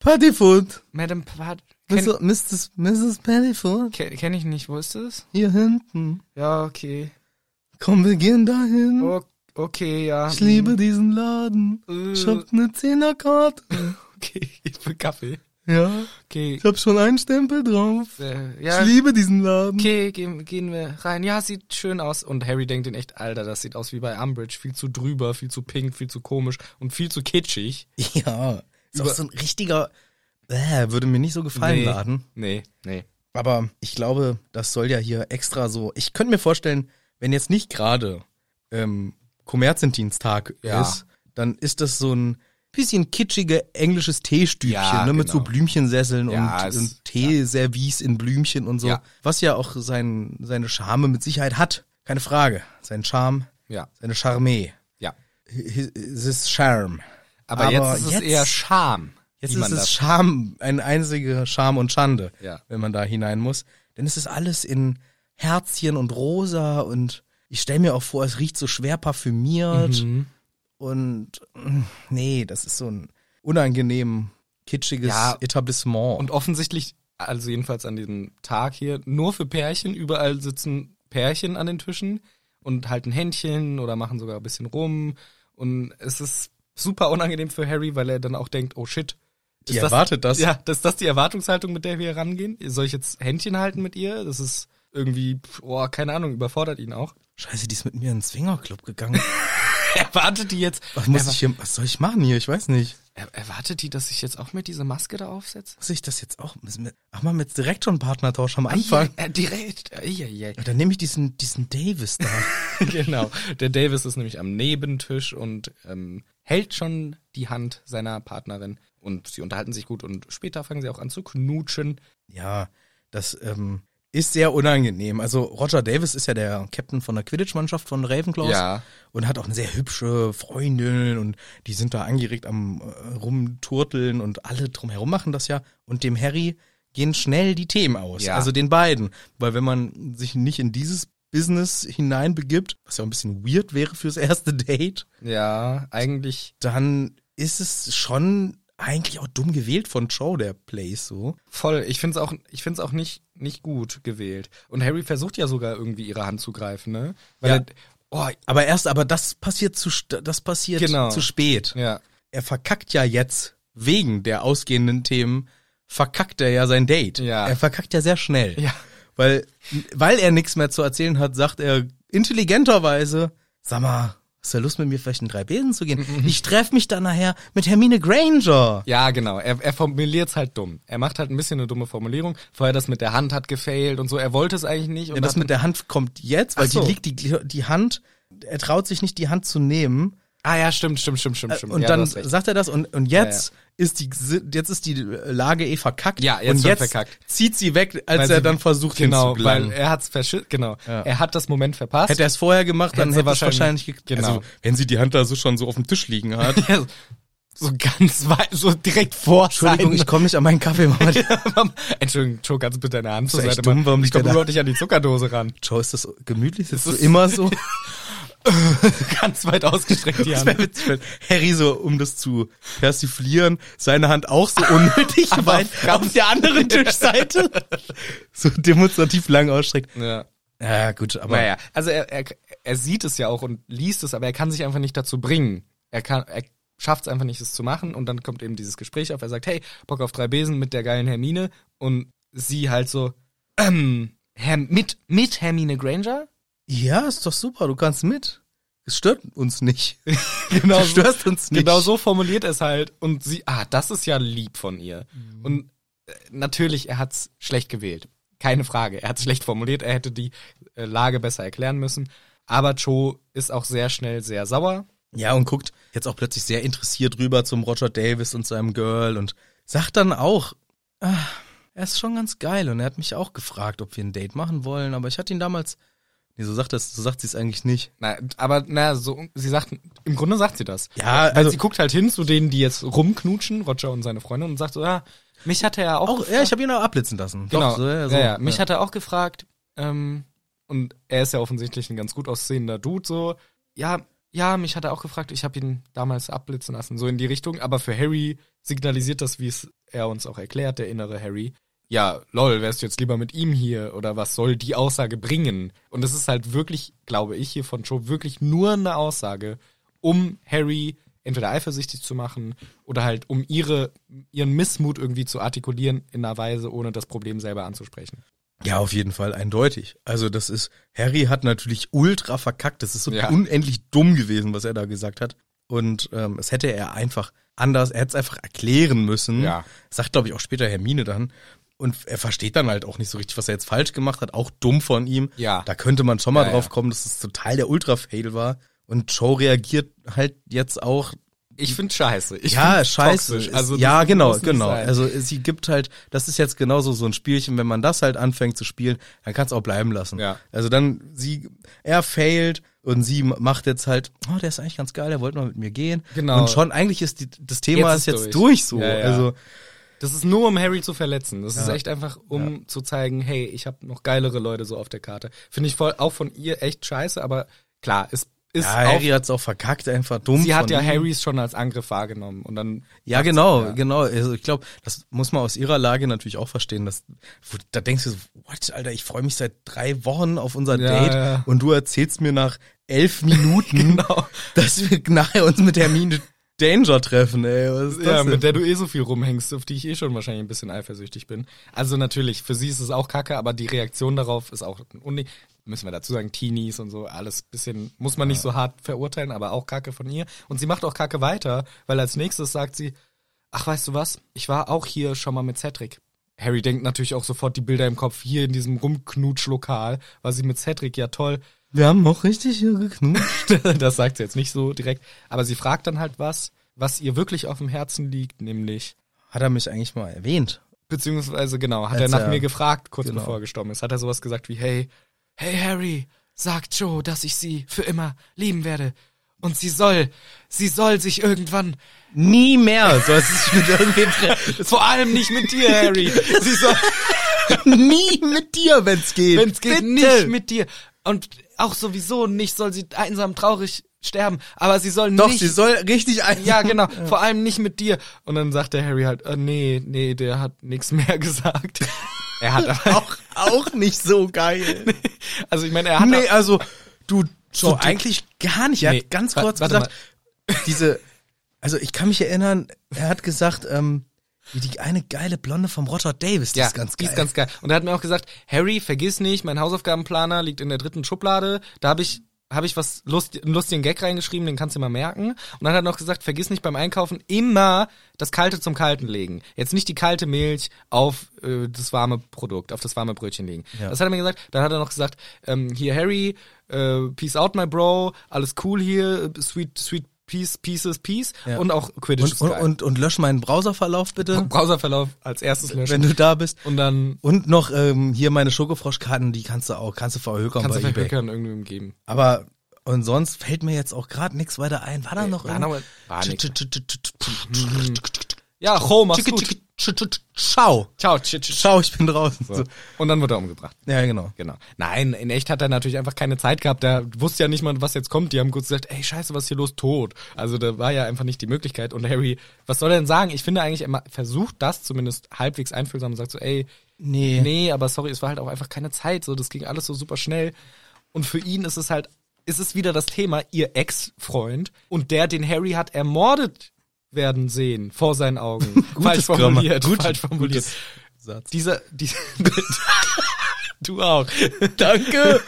S1: Paddyfoot.
S2: Madame Pat... Kenn,
S1: Mr. Mrs. Mrs. Paddyfoot.
S2: kenn, kenn ich nicht, wo ist es?
S1: Hier hinten.
S2: Ja, okay.
S1: Komm, wir gehen dahin.
S2: O okay, ja.
S1: Hm? Ich liebe diesen Laden.
S2: mm. Äh.
S1: Ich hab ne Zehnerkarte.
S2: Okay, ich will Kaffee.
S1: Ja,
S2: Okay.
S1: ich hab schon einen Stempel drauf.
S2: Äh,
S1: Ich
S2: ja,
S1: liebe diesen Laden.
S2: okay, gehen, gehen wir rein. Ja, sieht schön aus. Und Harry denkt in echt, Alter, das sieht aus wie bei Umbridge. Viel zu drüber, viel zu pink, viel zu komisch und viel zu kitschig.
S1: Ja, ist auch
S2: Über-
S1: so ein richtiger, äh, würde mir nicht so gefallen,
S2: Nee.
S1: Laden.
S2: Nee, nee.
S1: Aber ich glaube, das soll ja hier extra so. Ich könnte mir vorstellen, wenn jetzt nicht gerade ähm, Kommerziendiensttag
S2: Ja.
S1: ist, dann ist das so ein bisschen kitschige englisches Teestübchen,
S2: Ja,
S1: ne, mit so
S2: genau.
S1: Blümchensesseln
S2: Ja,
S1: und,
S2: es-
S1: und Teeservice in Blümchen und so.
S2: Ja.
S1: Was ja auch sein, seine Charme mit Sicherheit hat. Keine Frage. Sein Charme,
S2: Ja,
S1: seine Charme.
S2: ja.
S1: Hi- hi- Es ist Charme.
S2: Aber,
S1: Aber
S2: jetzt ist
S1: jetzt-
S2: es eher Scham.
S1: Jetzt
S2: wie man
S1: ist es
S2: das-
S1: Scham, ein einziger Scham und Schande,
S2: Ja.
S1: wenn man da hinein muss. Denn es ist alles in Herzchen und Rosa und ich stelle mir auch vor, es riecht so schwer parfümiert
S2: Mhm.
S1: und mm, nee, das ist so ein unangenehm kitschiges
S2: Ja.
S1: Etablissement.
S2: Und offensichtlich, also jedenfalls an diesem Tag hier, nur für Pärchen. Überall sitzen Pärchen an den Tischen und halten Händchen oder machen sogar ein bisschen rum. Und es ist super unangenehm für Harry, weil er dann auch denkt, oh shit.
S1: Die erwartet das.
S2: Ja, ist das die Erwartungshaltung, mit der wir hier rangehen? Soll ich jetzt Händchen halten mit ihr? Das ist irgendwie, oh, keine Ahnung, überfordert ihn auch.
S1: Scheiße, die ist mit mir in den Swingerclub gegangen.
S2: Erwartet die jetzt,
S1: Was muss ich hier, was soll ich machen hier? Ich weiß nicht.
S2: er, erwartet die, dass ich jetzt auch mit dieser Maske da aufsetze?
S1: Muss ich das jetzt auch? Müssen wir, ach, mal mit direkt schon Partnertausch am Anfang.
S2: Ei, äh, direkt. Ei, ei, ei.
S1: Ja, Dann nehme ich diesen, diesen Davis da.
S2: genau. Der Davis ist nämlich am Nebentisch und ähm, hält schon die Hand seiner Partnerin und sie unterhalten sich gut und später fangen sie auch an zu knutschen.
S1: Ja, das ähm, ist sehr unangenehm. Also Roger Davis ist ja der Captain von der Quidditch-Mannschaft von Ravenclaws
S2: Ja.
S1: und hat auch eine sehr hübsche Freundin und die sind da angeregt am äh, Rumturteln und alle drumherum machen das ja. Und dem Harry gehen schnell die Themen aus,
S2: Ja.
S1: also den beiden. Weil wenn man sich nicht in dieses Business hineinbegibt, was ja auch ein bisschen weird wäre fürs erste Date,
S2: Ja, eigentlich
S1: dann ist es schon eigentlich auch dumm gewählt von Joe, der Plays so.
S2: voll. Ich finde es auch, ich find's auch nicht, nicht gut gewählt. Und Harry versucht ja sogar irgendwie ihre Hand zu greifen, ne? Weil
S1: Ja.
S2: Er, oh,
S1: Aber erst, aber das passiert zu, st- das passiert
S2: Genau.
S1: zu spät.
S2: ja.
S1: Er verkackt ja jetzt wegen der ausgehenden Themen verkackt er ja sein Date.
S2: Ja.
S1: Er verkackt ja sehr schnell.
S2: Ja.
S1: Weil, weil er nichts mehr zu erzählen hat, sagt er intelligenterweise, sag mal, hast du Lust mit mir vielleicht in drei Besen zu gehen? Ich treffe mich dann nachher mit Hermine Granger.
S2: Ja, genau. Er, er formuliert's halt dumm. Er macht halt ein bisschen eine dumme Formulierung. Vorher das mit der Hand hat gefailt und so. Er wollte es eigentlich nicht. Und
S1: Ja, das
S2: hat
S1: mit der Hand kommt jetzt, weil
S2: Ach so.
S1: die liegt die, die Hand, er traut sich nicht, die Hand zu nehmen.
S2: Ah ja, stimmt, stimmt, stimmt, stimmt, stimmt.
S1: Äh, und
S2: ja, du
S1: dann
S2: hast recht.
S1: sagt er das und, und jetzt ist die jetzt ist die Lage eh verkackt
S2: Ja, jetzt
S1: und
S2: wird
S1: jetzt
S2: verkackt.
S1: zieht sie weg, als
S2: Weil
S1: er
S2: sie-
S1: dann versucht
S2: genau,
S1: hinzugelangen.
S2: weil er hat's verschi genau.
S1: Ja.
S2: Er hat das Moment verpasst.
S1: hätte er es vorher gemacht, dann
S2: Hätte
S1: hätte
S2: sie
S1: es wahrscheinlich
S2: wahrscheinlich-
S1: ge-
S2: genau.
S1: also, wenn sie die Hand da so schon so auf dem Tisch liegen hat.
S2: Ja, so ganz weit, so direkt vor
S1: Entschuldigung, ich
S2: seinen-
S1: komme nicht an meinen Kaffee, Mama.
S2: Entschuldigung, Joe, kannst du bitte deine Hand zur
S1: Ist echt
S2: Seite
S1: dumm,
S2: machen?
S1: warum
S2: ich
S1: liegt der
S2: komme
S1: da?
S2: überhaupt nicht an die Zuckerdose ran.
S1: Joe, ist das so gemütlich? Sitzt du
S2: ist-
S1: immer so?
S2: Ganz weit ausgestreckt die
S1: Das wär
S2: Hand.
S1: witzig, wenn Harry so, um das zu persiflieren, seine Hand auch so unnötig
S2: Aber
S1: weit
S2: ganz-
S1: auf der anderen Tischseite so demonstrativ lang ausstreckt.
S2: Ja.
S1: Ja, gut, aber
S2: Naja, also er, er, er sieht es ja auch und liest es, aber er kann sich einfach nicht dazu bringen. Er kann, er schafft es einfach nicht, es zu machen und dann kommt eben dieses Gespräch auf. Er sagt, hey, Bock auf drei Besen mit der geilen Hermine und sie halt so, ähm, Herm, mit, mit Hermine Granger?
S1: Ja, ist doch super, du kannst mit. Es stört uns nicht.
S2: Genau
S1: du
S2: so.
S1: störst uns nicht.
S2: Genau so formuliert er es halt. Und sie, ah, das ist ja lieb von ihr. Und äh, natürlich, er hat's schlecht gewählt. Keine Frage. Er hat's schlecht formuliert. Er hätte die äh, Lage besser erklären müssen. Aber Joe ist auch sehr schnell sehr sauer.
S1: Ja, und guckt jetzt auch plötzlich sehr interessiert rüber zum Roger Davis und seinem Girl und sagt dann auch, ah, er ist schon ganz geil und er hat mich auch gefragt, ob wir ein Date machen wollen, aber ich hatte ihn damals Nee, so sagt, das, so sagt sie es eigentlich nicht.
S2: Na, aber na, so, sie sagt, im Grunde sagt sie das.
S1: Ja,
S2: Weil
S1: also-
S2: sie guckt halt hin zu denen, die jetzt rumknutschen, Roger und seine Freunde, und sagt so, ja, mich hatte er auch.
S1: Auch,
S2: gefragt.
S1: ja, ich habe ihn auch abblitzen lassen.
S2: genau,
S1: Doch, so, ja, so,
S2: ja, ja, mich hat er auch gefragt, ähm, und er ist ja offensichtlich ein ganz gut aussehender Dude, so, ja, ja, mich hat er auch gefragt, ich habe ihn damals abblitzen lassen, so in die Richtung, aber für Harry signalisiert das, wie es er uns auch erklärt, der innere Harry. Ja, lol, wärst du jetzt lieber mit ihm hier oder was soll die Aussage bringen? Und es ist halt wirklich, glaube ich, hier von Joe wirklich nur eine Aussage, um Harry entweder eifersüchtig zu machen oder halt um ihre, ihren Missmut irgendwie zu artikulieren in einer Weise, ohne das Problem selber anzusprechen.
S1: Ja, auf jeden Fall, eindeutig. Also das ist, Harry hat natürlich ultra verkackt. Das ist so
S2: Ja.
S1: unendlich dumm gewesen, was er da gesagt hat. Und ähm, es hätte er einfach anders, er hätte es einfach erklären müssen.
S2: Ja.
S1: Sagt, glaube ich, auch später Hermine dann. Und er versteht dann halt auch nicht so richtig, was er jetzt falsch gemacht hat. Auch dumm von ihm.
S2: Ja.
S1: Da könnte man schon mal
S2: Ja,
S1: drauf
S2: ja.
S1: kommen, dass es total der Ultra-Fail war. Und Joe reagiert halt jetzt auch
S2: Ich finde scheiße. Ich
S1: ja,
S2: find's
S1: scheiße.
S2: toxisch.
S1: Also
S2: das
S1: ja,
S2: muss
S1: genau,
S2: nicht
S1: genau.
S2: sein.
S1: Also sie gibt halt, das ist jetzt genauso so ein Spielchen, wenn man das halt anfängt zu spielen, dann kann's auch bleiben lassen.
S2: Ja.
S1: Also dann, sie, er failt und sie m- macht jetzt halt, oh, der ist eigentlich ganz geil, der wollte mal mit mir gehen.
S2: Genau.
S1: Und schon, eigentlich ist die, das Thema
S2: Jetzt
S1: ist
S2: ist
S1: jetzt durch,
S2: durch.
S1: so.
S2: Ja, ja.
S1: Also,
S2: das ist nur, um Harry zu verletzen. Das ist echt einfach, um zu zeigen, hey, ich habe noch geilere Leute so auf der Karte. Finde ich voll, auch von ihr echt scheiße, aber klar, es ist
S1: ja,
S2: auch,
S1: Harry hat's auch verkackt, einfach dumm.
S2: sie hat
S1: von
S2: ja
S1: ihm.
S2: Harrys schon als Angriff wahrgenommen und dann
S1: Ja, genau, genau. Also ich glaube, das muss man aus ihrer Lage natürlich auch verstehen. Dass, wo, da denkst du so, what, Alter, ich freue mich seit drei Wochen auf unser
S2: Ja,
S1: Date
S2: ja.
S1: und du erzählst mir nach elf Minuten,
S2: Genau.
S1: dass wir nachher uns mit Hermine Danger treffen, ey. Was ist das
S2: Ja,
S1: denn?
S2: mit der du eh so viel rumhängst, auf die ich eh schon wahrscheinlich ein bisschen eifersüchtig bin. Also natürlich, für sie ist es auch kacke, aber die Reaktion darauf ist auch unni müssen wir dazu sagen, Teenies und so, alles bisschen, muss man nicht so hart verurteilen, aber auch kacke von ihr. Und sie macht auch kacke weiter, weil als nächstes sagt sie, ach weißt du was, ich war auch hier schon mal mit Cedric. Harry denkt natürlich auch sofort die Bilder im Kopf, hier in diesem Rumknutschlokal, war sie mit Cedric, ja toll,
S1: wir haben auch richtig hier geknutscht.
S2: das sagt sie jetzt nicht so direkt, aber sie fragt dann halt was, was ihr wirklich auf dem Herzen liegt, nämlich
S1: Hat er mich eigentlich mal erwähnt?
S2: Beziehungsweise, genau,
S1: Als
S2: hat er nach
S1: er-
S2: mir gefragt, kurz
S1: genau.
S2: bevor er gestorben ist. Hat er sowas gesagt wie, hey, hey Harry, sagt Joe, dass ich sie für immer lieben werde. Und sie soll, sie soll sich irgendwann,
S1: Nie mehr soll sie sich mit irgendwem treffen.
S2: vor allem nicht mit dir, Harry. Sie soll,
S1: Nie mit dir, wenn's geht.
S2: wenn's geht,
S1: Bitte.
S2: nicht mit dir. Und auch sowieso nicht soll sie einsam traurig sterben, aber sie soll
S1: Doch,
S2: nicht.
S1: sie soll richtig ein.
S2: ja, genau. Vor allem nicht mit dir. Und dann sagt der Harry halt, äh, nee, nee, der hat nichts mehr gesagt. Er hat aber
S1: Auch, auch nicht so geil.
S2: also ich meine, er hat
S1: nee, also du, so
S2: So, du-
S1: eigentlich gar nicht. Er
S2: Nee,
S1: hat ganz
S2: wa-
S1: kurz
S2: warte
S1: gesagt, diese, also ich kann mich erinnern, er hat gesagt, ähm, wie die eine geile Blonde vom Roger Davis, die
S2: ja,
S1: ist ganz geil.
S2: Die ist ganz geil. Und er hat mir auch gesagt, Harry, vergiss nicht, mein Hausaufgabenplaner liegt in der dritten Schublade. Da habe ich habe ich was lust, einen lustigen Gag reingeschrieben, den kannst du mal merken. Und dann hat er noch gesagt, vergiss nicht beim Einkaufen immer das Kalte zum Kalten legen. Jetzt nicht die kalte Milch auf äh, das warme Produkt, auf das warme Brötchen legen.
S1: Ja.
S2: Das hat er mir gesagt. Dann hat er noch gesagt, ähm, hier Harry, äh, peace out my bro, alles cool hier, sweet sweet peace pieces peace
S1: Ja.
S2: und auch Quidditch
S1: und,
S2: ist
S1: und,
S2: geil.
S1: und, und lösch meinen Browserverlauf bitte,
S2: Browserverlauf als erstes löschen.
S1: wenn du da bist.
S2: und dann
S1: Und noch ähm, hier meine Schokofroschkarten, die kannst du auch, kannst du verhökern
S2: Kannst
S1: bei
S2: du
S1: eBay.
S2: vielleicht Höckern irgendwem geben.
S1: Aber und sonst fällt mir jetzt auch gerade nichts weiter ein. War da noch
S2: war noch-
S1: irgend-
S2: war nix.
S1: Tsch, tsch, tsch, tsch, tsch,
S2: Ja, ho, mach's
S1: tsch,
S2: gut.
S1: tsch, tsch, tsch, tsch, Ciao.
S2: Ciao, tsch, tsch, tsch.
S1: Ciao, ich bin draußen. So.
S2: Und dann wird er umgebracht.
S1: Ja, genau.
S2: Genau. Nein, in echt hat er natürlich einfach keine Zeit gehabt. Da wusste ja nicht mal, was jetzt kommt. Die haben kurz gesagt, ey, scheiße, was ist hier los? Tot. Also da war ja einfach nicht die Möglichkeit. Und Harry, was soll er denn sagen? Ich finde eigentlich, er ma- versucht das zumindest halbwegs einfühlsam und sagt so, ey,
S1: Nee.
S2: nee, aber sorry, es war halt auch einfach keine Zeit. So, das ging alles so super schnell. Und für ihn ist es halt, ist es wieder das Thema, ihr Ex-Freund und der, den Harry hat ermordet werden sehen, vor seinen Augen. falsch
S1: Grammar.
S2: formuliert,
S1: Gut-
S2: falsch formuliert.
S1: gutes Satz.
S2: Dieser, dieser, du auch.
S1: Danke.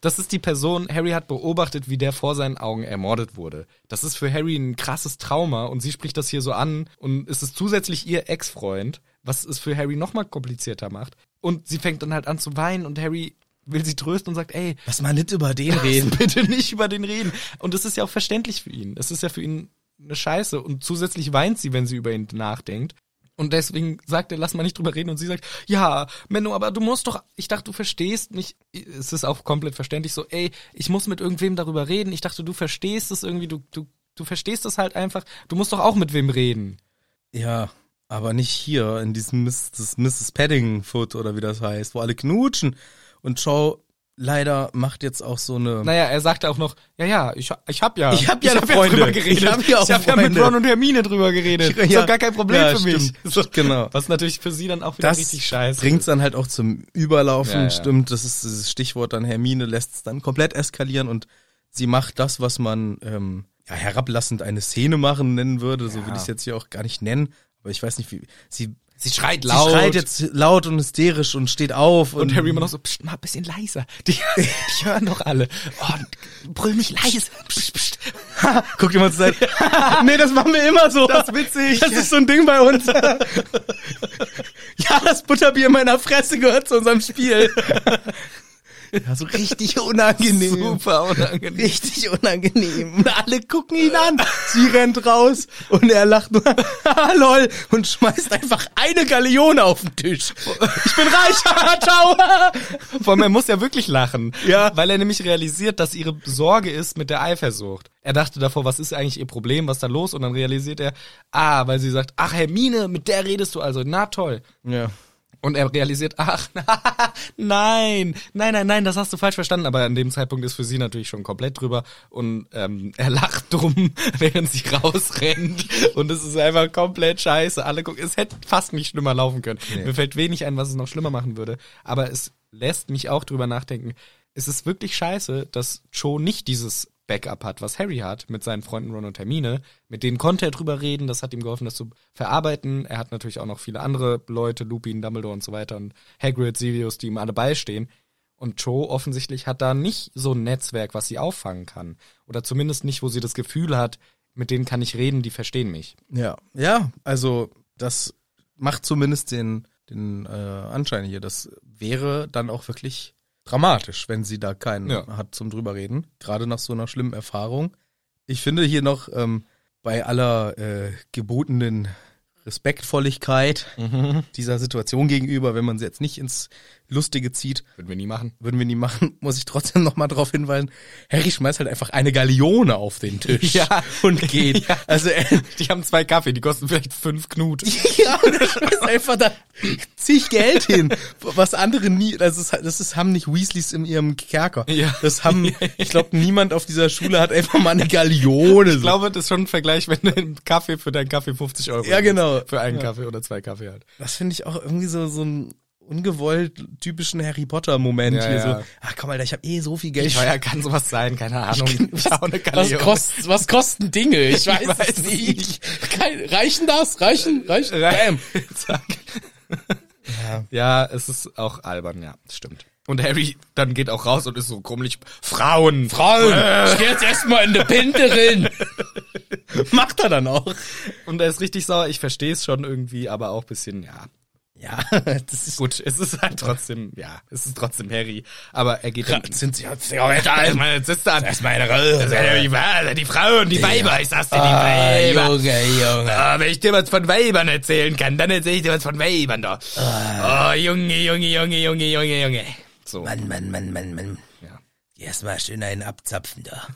S2: Das ist die Person, Harry hat beobachtet, wie der vor seinen Augen ermordet wurde. Das ist für Harry ein krasses Trauma und sie spricht das hier so an und es ist zusätzlich ihr Ex-Freund, was es für Harry nochmal komplizierter macht. Und sie fängt dann halt an zu weinen und Harry will sie trösten und sagt, ey,
S1: Lass mal nicht über den reden.
S2: bitte nicht über den reden. Und das ist ja auch verständlich für ihn. Das ist ja für ihn eine Scheiße und zusätzlich weint sie, wenn sie über ihn nachdenkt. Und deswegen sagt er, lass mal nicht drüber reden. Und sie sagt, ja, Menno, aber du musst doch, ich dachte, du verstehst mich. Es ist auch komplett verständlich so, ey, ich muss mit irgendwem darüber reden. Ich dachte, du verstehst es irgendwie, du, du, du verstehst es halt einfach. Du musst doch auch mit wem reden.
S1: Ja, aber nicht hier in diesem Miss, das Mrs. Paddingfoot oder wie das heißt, wo alle knutschen. Und Joe leider macht jetzt auch so eine.
S2: Naja, er sagte auch noch, ja, ja, ich, ich hab ja.
S1: Ich hab ja
S2: ich
S1: eine Freundin.
S2: drüber geredet.
S1: Ich hab ja auch
S2: ich hab ja mit
S1: Freunde.
S2: Ron und Hermine drüber geredet. Ist
S1: Ja.
S2: doch gar kein Problem
S1: Ja,
S2: für mich.
S1: stimmt. Genau.
S2: Was natürlich für sie dann auch wieder
S1: Das
S2: richtig scheiße
S1: bringt's dann halt auch zum Überlaufen,
S2: Ja, ja.
S1: stimmt. Das ist dieses Stichwort dann Hermine lässt es dann komplett eskalieren und sie macht das, was man ähm, ja, herablassend eine Szene machen nennen würde. So würde ich es jetzt hier auch gar nicht nennen. Aber ich weiß nicht, wie sie,
S2: Sie schreit
S1: sie schreit jetzt laut und hysterisch und steht auf und,
S2: Und Harry immer noch so, pst, mal ein bisschen leiser. Die, die hören doch alle. Oh, brüll mich leise. Pst, pst.
S1: guckt immer zur Seite. nee, das machen wir immer so.
S2: Das ist witzig.
S1: Das ist so ein Ding bei uns. ja, das Butterbier in meiner Fresse gehört zu unserem Spiel. ja, so richtig unangenehm.
S2: Super unangenehm.
S1: Richtig unangenehm. Und alle gucken ihn an. Sie rennt raus und er lacht nur
S2: "Ah,
S1: lol und schmeißt einfach eine Galeone auf den Tisch. Ich bin reich. Ciao.
S2: Vor allem, er muss ja wirklich lachen.
S1: Ja.
S2: Weil er nämlich realisiert, dass ihre Sorge ist mit der Eifersucht. Er dachte davor, was ist eigentlich ihr Problem, was ist da los? Und dann realisiert er, ah, weil sie sagt, ach Hermine, mit der redest du also. Na toll.
S1: Ja.
S2: Und er realisiert, ach, nein, nein, nein, nein, das hast du falsch verstanden. Aber an dem Zeitpunkt ist für sie natürlich schon komplett drüber. Und ähm, er lacht drum, während sie rausrennt. Und es ist einfach komplett scheiße. Alle gucken, es hätte fast nicht schlimmer laufen können. Mir fällt wenig ein, was es noch schlimmer machen würde. Aber es lässt mich auch drüber nachdenken. Es ist wirklich scheiße, dass Joe nicht dieses Backup hat, was Harry hat mit seinen Freunden Ron und Hermine. Mit denen konnte er drüber reden, das hat ihm geholfen, das zu verarbeiten. Er hat natürlich auch noch viele andere Leute, Lupin, Dumbledore und so weiter und Hagrid, Sirius, die ihm alle beistehen. Und Joe offensichtlich hat da nicht so ein Netzwerk, was sie auffangen kann. Oder zumindest nicht, wo sie das Gefühl hat, mit denen kann ich reden, die verstehen mich.
S1: Ja. Ja, also das macht zumindest den den äh, Anschein hier, das wäre dann auch wirklich dramatisch, wenn sie da keinen
S2: Ja.
S1: hat zum drüber reden, gerade nach so einer schlimmen Erfahrung. Ich finde hier noch ähm, bei aller äh, gebotenen Respektvolligkeit
S2: Mhm.
S1: dieser Situation gegenüber, wenn man sie jetzt nicht ins Lustige zieht,
S2: Würden wir nie machen.
S1: würden wir nie machen, muss ich trotzdem nochmal darauf hinweisen, Harry schmeißt halt einfach eine Galeone auf den Tisch
S2: Ja.
S1: und geht.
S2: Ja.
S1: Also er,
S2: Die haben zwei Kaffee, die kosten vielleicht fünf Knut.
S1: ja, und er schmeißt einfach da zig Geld hin, was andere nie, das ist, das ist, haben nicht Weasleys in ihrem Kerker.
S2: Ja.
S1: Das haben, ich glaube, niemand auf dieser Schule hat einfach mal eine Galeone.
S2: Ich glaube, das ist schon ein Vergleich, wenn du einen Kaffee für deinen Kaffee 50 Euro
S1: Ja, genau.
S2: für einen Kaffee oder zwei Kaffee halt.
S1: Das finde ich auch irgendwie so, so ein ungewollt typischen Harry Potter Moment
S2: Ja,
S1: hier
S2: ja.
S1: so. Ach komm, Alter, ich habe eh so viel Geld.
S2: Wie teuer kann sowas sein? Keine Ahnung.
S1: was, was, kost, was kosten Dinge? Ich weiß,
S2: weiß
S1: es nicht. Kein, reichen das? Reichen? Reichen? Bam.
S2: Zack. Ja. es ist auch albern, ja, das stimmt. Und Harry dann geht auch raus und ist so grummelig. Frauen! Äh.
S1: Frauen, ich geh jetzt erstmal in eine Pinterin. Macht er dann auch.
S2: Und er ist richtig sauer. Ich verstehe es schon irgendwie, aber auch bisschen, ja.
S1: Ja, das ist
S2: Gut, es ist halt trotzdem, ja, es ist trotzdem Harry. Aber er geht
S1: Ra-
S2: dann.
S1: Sind sie jetzt
S2: Äh, Da ist meine Sister an. Das ist meine Ah, Röse. Die Frauen, die Weiber, ich sag's dir, die Weiber.
S1: Ah, Junge.
S2: Ah, wenn ich dir was von Weibern erzählen kann, dann erzähle ich dir was von Weibern da. Oh, Junge, Junge, Junge, Junge, Junge, Junge. So,
S1: Mann, Ah, Mann, Mann, Mann, Mann.
S2: ja.
S1: Erstmal schön einen abzapfen da.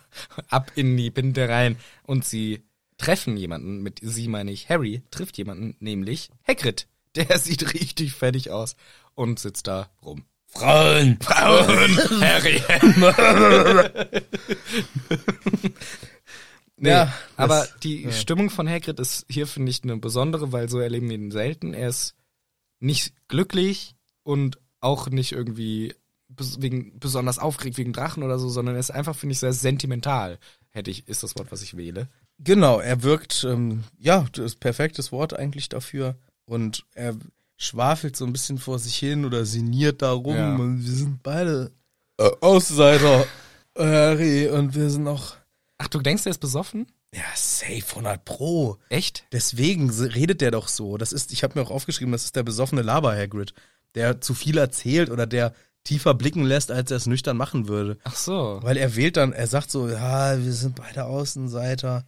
S2: Ab in die Binde rein. Und sie treffen jemanden, mit sie meine ich, Harry trifft jemanden, nämlich Hagrid. Der sieht richtig fertig aus und sitzt da rum.
S1: Frauen.
S2: Frauen, Harry. nee,
S1: Ja,
S2: aber
S1: das-
S2: die Stimmung von Hagrid ist hier, finde ich, eine besondere, weil so erleben wir ihn selten. Er ist nicht glücklich und auch nicht irgendwie bes wegen, besonders aufgeregt wegen Drachen oder so, sondern er ist einfach, finde ich, sehr sentimental. Hätte ich, ist das Wort, was ich wähle.
S1: Genau, er wirkt, ähm, ja, das ist perfektes Wort eigentlich dafür. Und er schwafelt so ein bisschen vor sich hin oder sinniert da rum.
S2: Ja.
S1: Und wir sind beide äh, Außenseiter, Harry, und wir sind auch,
S2: Ach, du denkst, er ist besoffen?
S1: ja, safe 100 Pro.
S2: Echt?
S1: Deswegen se- redet der doch so. Das ist, ich habe mir auch aufgeschrieben, das ist der besoffene Laber-Hagrid, der zu viel erzählt oder der tiefer blicken lässt, als er es nüchtern machen würde.
S2: Ach so.
S1: Weil er wählt dann, er sagt so, ja, wir sind beide Außenseiter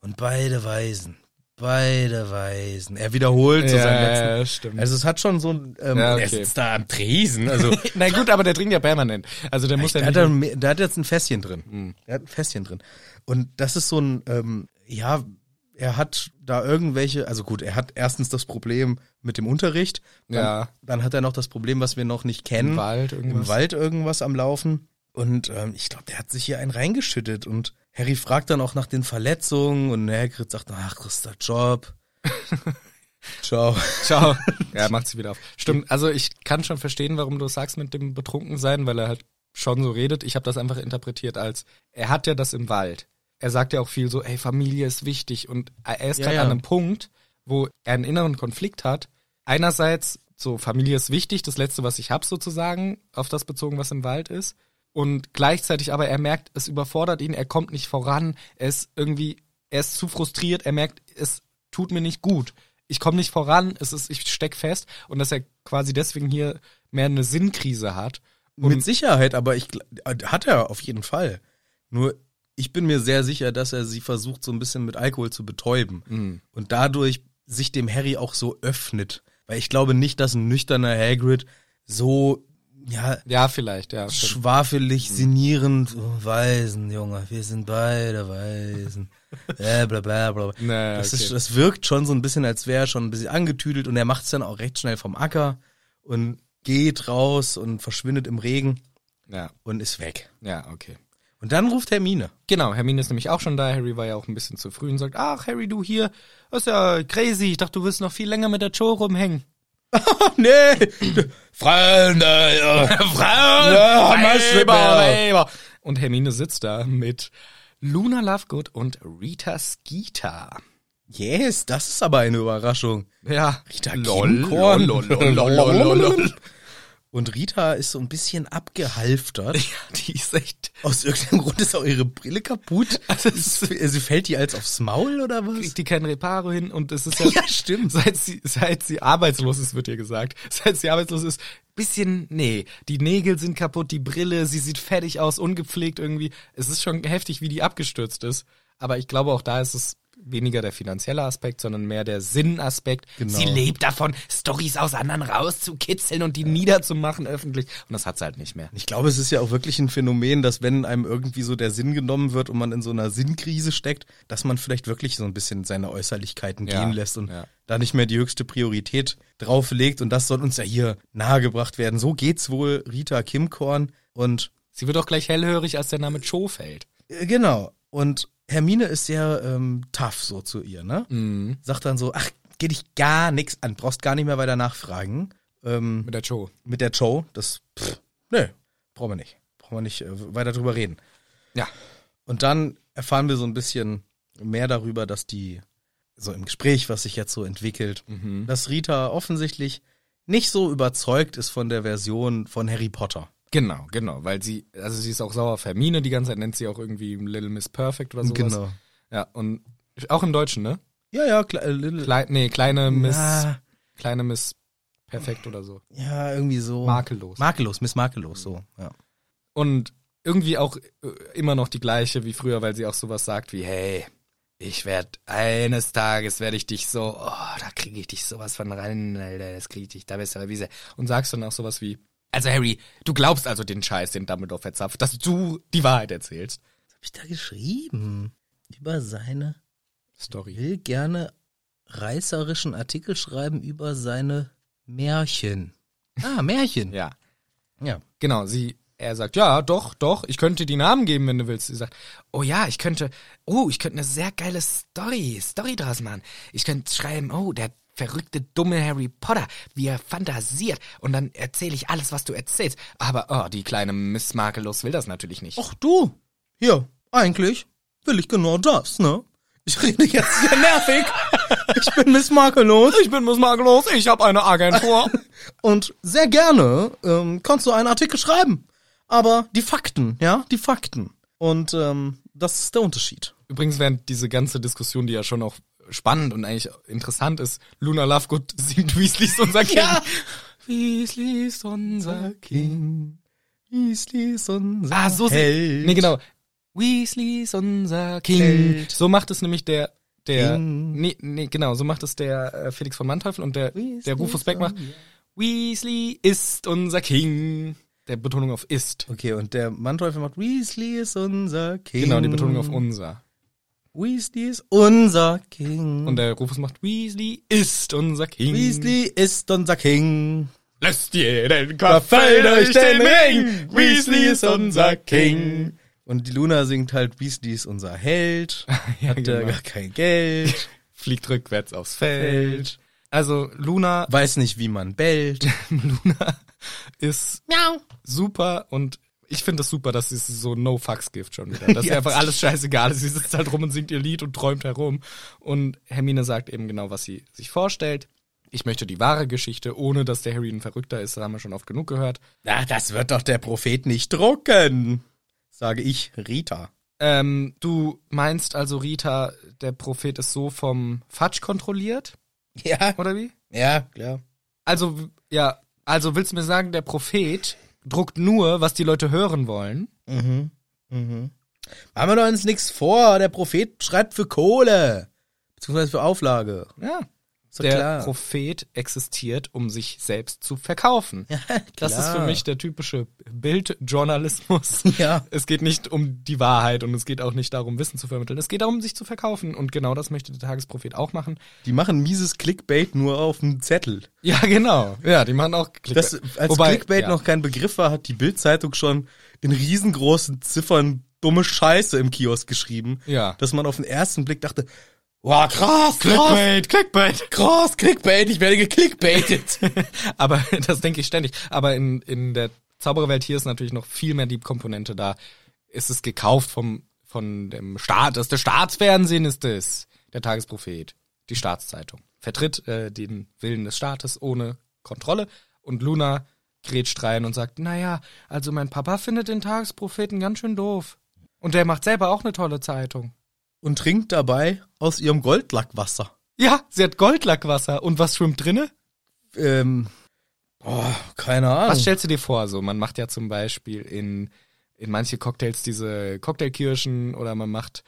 S1: und beide Weisen. Beide Weisen. Er wiederholt so
S2: Ja,
S1: seinen
S2: ja,
S1: letzten.
S2: ja, stimmt.
S1: Also es hat schon so ein. Ähm,
S2: Ja,
S1: Er
S2: okay.
S1: sitzt da am Tresen. Also
S2: Na gut, aber der trinkt ja permanent. Also der muss ja
S1: da hat,
S2: nicht. Hm.
S1: er, mehr- da hat jetzt ein Fässchen drin. Er hat ein Fässchen drin. Und das ist so ein, ähm, ja, er hat da irgendwelche, also gut, er hat erstens das Problem mit dem Unterricht. Dann,
S2: Ja.
S1: Dann hat er noch das Problem, was wir noch nicht kennen.
S2: Im Wald irgendwas.
S1: Im Wald irgendwas am Laufen. Und ähm, ich glaube, der hat sich hier einen reingeschüttet. Und Harry fragt dann auch nach den Verletzungen. Und Hagrid sagt, ach, das ist der Job. Ciao.
S2: Ciao. Ja, macht sie wieder auf. Stimmt, also ich kann schon verstehen, warum du es sagst mit dem Betrunkensein, weil er halt schon so redet. Ich habe das einfach interpretiert als, er hat ja das im Wald. Er sagt ja auch viel so, ey, Familie ist wichtig. Und er ist
S1: Ja,
S2: gerade
S1: ja.
S2: an einem Punkt, wo er einen inneren Konflikt hat. Einerseits, so Familie ist wichtig, das Letzte, was ich hab sozusagen, auf das bezogen, was im Wald ist. Und gleichzeitig aber er merkt, es überfordert ihn, er kommt nicht voran, er ist irgendwie, er ist zu frustriert, er merkt, es tut mir nicht gut. Ich komme nicht voran, es ist, ich steck fest und dass er quasi deswegen hier mehr eine Sinnkrise hat. Und
S1: Mit Sicherheit, aber ich gl- äh, hat er auf jeden Fall. Nur ich bin mir sehr sicher, dass er sie versucht so ein bisschen mit Alkohol zu betäuben
S2: Mhm.
S1: und dadurch sich dem Harry auch so öffnet, weil ich glaube nicht, dass ein nüchterner Hagrid so ja
S2: ja, vielleicht, ja. stimmt. Mhm.
S1: schwafelig sinnierend oh, Waisen, Junge, wir sind beide Waisen. Äh, bla bla bla.
S2: Naja,
S1: das, ist,
S2: okay.
S1: das wirkt schon so ein bisschen, als wäre er schon ein bisschen angetüdelt und er macht es dann auch recht schnell vom Acker und geht raus und verschwindet im Regen
S2: Ja,
S1: und ist weg.
S2: ja, okay.
S1: Und dann ruft Hermine.
S2: Genau, Hermine ist nämlich auch schon da. Harry war ja auch ein bisschen zu früh und sagt, ach, Harry, du hier, das ist ja crazy. Ich dachte, du wirst noch viel länger mit der Joe rumhängen.
S1: Oh, Nee,
S2: Äh,
S1: Freunde,
S2: Frauen!
S1: Ja, mein Schwimmer.
S2: Weiber. Und Hermine sitzt da mit Luna Lovegood und Rita Skeeter.
S1: Yes, das ist aber eine Überraschung.
S2: Ja,
S1: Rita
S2: Lol,
S1: Kimkorn.
S2: lol, lol, lol, lol, lol, lol.
S1: Und Rita ist so ein bisschen abgehalftert.
S2: die ist echt
S1: Aus irgendeinem Grund ist auch ihre Brille kaputt.
S2: Also es
S1: Sie also fällt die als aufs Maul oder was?
S2: kriegt die kein Reparo hin und es ist ja,
S1: Ja, stimmt.
S2: seit sie, seit sie arbeitslos ist, wird ihr gesagt, seit sie arbeitslos ist, bisschen, nee, die Nägel sind kaputt, die Brille, sie sieht fertig aus, ungepflegt irgendwie. Es ist schon heftig, wie die abgestürzt ist. Aber ich glaube, auch da ist es weniger der finanzielle Aspekt, sondern mehr der Sinnaspekt.
S1: Genau.
S2: Sie lebt davon, Stories aus anderen rauszukitzeln und die niederzumachen öffentlich. Und das hat sie halt nicht mehr.
S1: Ich glaube, es ist ja auch wirklich ein Phänomen, dass wenn einem irgendwie so der Sinn genommen wird und man in so einer Sinnkrise steckt, dass man vielleicht wirklich so ein bisschen seine Äußerlichkeiten
S2: Ja,
S1: gehen lässt und
S2: ja.
S1: da nicht mehr die höchste Priorität drauf legt. Und das soll uns ja hier nahegebracht werden. So geht's wohl Rita Kimkorn. Und
S2: Sie wird auch gleich hellhörig, als der Name Joe fällt.
S1: äh, genau. Und Hermine ist sehr ähm, tough so zu ihr, ne?
S2: Mhm.
S1: Sagt dann so, ach, geht dich gar nichts an, brauchst gar nicht mehr weiter nachfragen. Ähm,
S2: Mit der Joe.
S1: mit der Joe, das, pff, nö, brauchen wir nicht. Brauchen wir nicht äh, weiter drüber reden.
S2: Ja.
S1: Und dann erfahren wir so ein bisschen mehr darüber, dass die, so im Gespräch, was sich jetzt so entwickelt,
S2: Mhm.
S1: dass Rita offensichtlich nicht so überzeugt ist von der Version von Harry Potter.
S2: Genau, genau, weil sie, also sie ist auch sauer auf Hermine, die ganze Zeit nennt sie auch irgendwie Little Miss Perfect oder sowas.
S1: Genau.
S2: Ja, und auch im Deutschen, ne?
S1: Ja, ja, klar, äh, Little,
S2: Klei nee, kleine Miss,
S1: Na.
S2: kleine Miss Perfekt oder so.
S1: ja, irgendwie so.
S2: Makellos. Mhm.
S1: Makellos, Miss Makellos, so, ja.
S2: Und irgendwie auch äh, immer noch die gleiche wie früher, weil sie auch sowas sagt wie, hey, ich werd, eines Tages werde ich dich so, oh, da kriege ich dich sowas von rein, Alter, das kriege ich dich, da bist du aber Wiese. Und sagst dann auch sowas wie, also Harry, du glaubst also den Scheiß, den Dumbledore verzapft, dass du die Wahrheit erzählst.
S1: Was hab ich da geschrieben? Über seine
S2: Story.
S1: will gerne reißerischen Artikel schreiben über seine Märchen. Ah, Märchen.
S2: Ja.
S1: ja.
S2: Genau, sie, er sagt, ja, doch, doch, ich könnte die Namen geben, wenn du willst. Sie sagt, oh ja, ich könnte, oh, ich könnte eine sehr geile Story, Story draus machen. Ich könnte schreiben, oh, der verrückte, dumme Harry Potter, wie er fantasiert. Und dann erzähle ich alles, was du erzählst. Aber, oh, die kleine Miss Makellos will das natürlich nicht.
S1: Ach du. Ja, eigentlich will ich genau das, ne? Ich rede jetzt sehr nervig. Ich bin Miss Makellos
S2: ich bin Miss Makellos, ich habe eine Agentur.
S1: und sehr gerne ähm, kannst du einen Artikel schreiben. Aber die Fakten, ja, die Fakten. Und ähm, das ist der Unterschied.
S2: Übrigens, während diese ganze Diskussion, die ja schon auch spannend und eigentlich interessant ist, Luna Lovegood singt Weasleys unser King.
S1: Ja.
S2: Weasleys unser
S1: King, Weasley ist unser
S2: Ah, so
S1: Held.
S2: Nee, genau. Weasley ist unser King.
S1: Held.
S2: So macht es nämlich der der.
S1: Ding.
S2: Nee, nee, genau, so macht es der äh, Felix von Manteuffel und der, der Rufus Beck macht. Weasley ist unser King. Der Betonung auf ist.
S1: Okay, und der Manteuffel macht Weasley ist unser King.
S2: Genau, die Betonung auf unser.
S1: Weasley ist unser King.
S2: Und der Rufus macht Weasley ist unser King.
S1: Weasley ist unser King.
S2: lässt dir den Kaffee durch den Ring. Weasley ist unser King.
S1: Und die Luna singt halt Weasley ist unser Held.
S2: Ja,
S1: hat er
S2: genau.
S1: gar kein Geld.
S2: Fliegt rückwärts aufs Feld. Also Luna,
S1: weiß nicht, wie man bellt.
S2: Luna ist Miau. super und ich finde es das super, dass sie es so no fucks gibt schon wieder. Dass ihr einfach alles scheißegal ist. Sie sitzt halt rum und singt ihr Lied und träumt herum. Und Hermine sagt eben genau, was sie sich vorstellt. Ich möchte die wahre Geschichte, ohne dass der Harry ein Verrückter ist. Das haben wir schon oft genug gehört.
S1: Na, das wird doch der Prophet nicht drucken, sage ich Rita.
S2: Ähm, du meinst also, Rita, der Prophet ist so vom Fatsch kontrolliert,
S1: Ja,
S2: oder wie?
S1: ja, klar.
S2: Also, w- ja, also willst du mir sagen, der Prophet druckt nur, was die Leute hören wollen?
S1: Mhm. Mhm. Machen wir doch uns nichts vor. Der Prophet schreibt für Kohle. Beziehungsweise für Auflage.
S2: Ja.
S1: Ist doch
S2: der
S1: klar.
S2: Prophet existiert, um sich selbst zu verkaufen. das ist für
S1: klar.
S2: mich der typische Bildjournalismus.
S1: Ja.
S2: Es geht nicht um die Wahrheit und es geht auch nicht darum, Wissen zu vermitteln. Es geht darum, sich zu verkaufen. Und genau das möchte der Tagesprophet auch machen.
S1: Die machen mieses Clickbait nur auf dem Zettel.
S2: Ja, genau. Ja, die machen auch Clickbait.
S1: Das, als
S2: Wobei-
S1: Clickbait
S2: ja.
S1: noch kein Begriff war, hat die Bild-Zeitung schon in riesengroßen Ziffern dumme Scheiße im Kiosk geschrieben.
S2: Ja.
S1: Dass man auf den ersten Blick dachte, wow, krass, krass,
S2: Clickbait, Clickbait.
S1: krass, Clickbait, ich werde geklickbaitet.
S2: Aber das denke ich ständig. Aber in, in der Zaubererwelt hier ist natürlich noch viel mehr die Komponente da. Ist es gekauft vom, von dem Staat? Ist der Staatsfernsehen ist es. Der Tagesprophet. Die Staatszeitung. Vertritt äh, den Willen des Staates ohne Kontrolle. Und Luna grätscht rein und sagt, naja, also mein Papa findet den Tagespropheten ganz schön doof. Und der macht selber auch eine tolle Zeitung.
S1: Und trinkt dabei aus ihrem Goldlackwasser.
S2: Ja, sie hat Goldlackwasser. Und was schwimmt drinne?
S1: Ähm, boah, keine Ahnung.
S2: Was stellst du dir vor? So, man macht ja zum Beispiel in, in manche Cocktails diese Cocktailkirschen oder man macht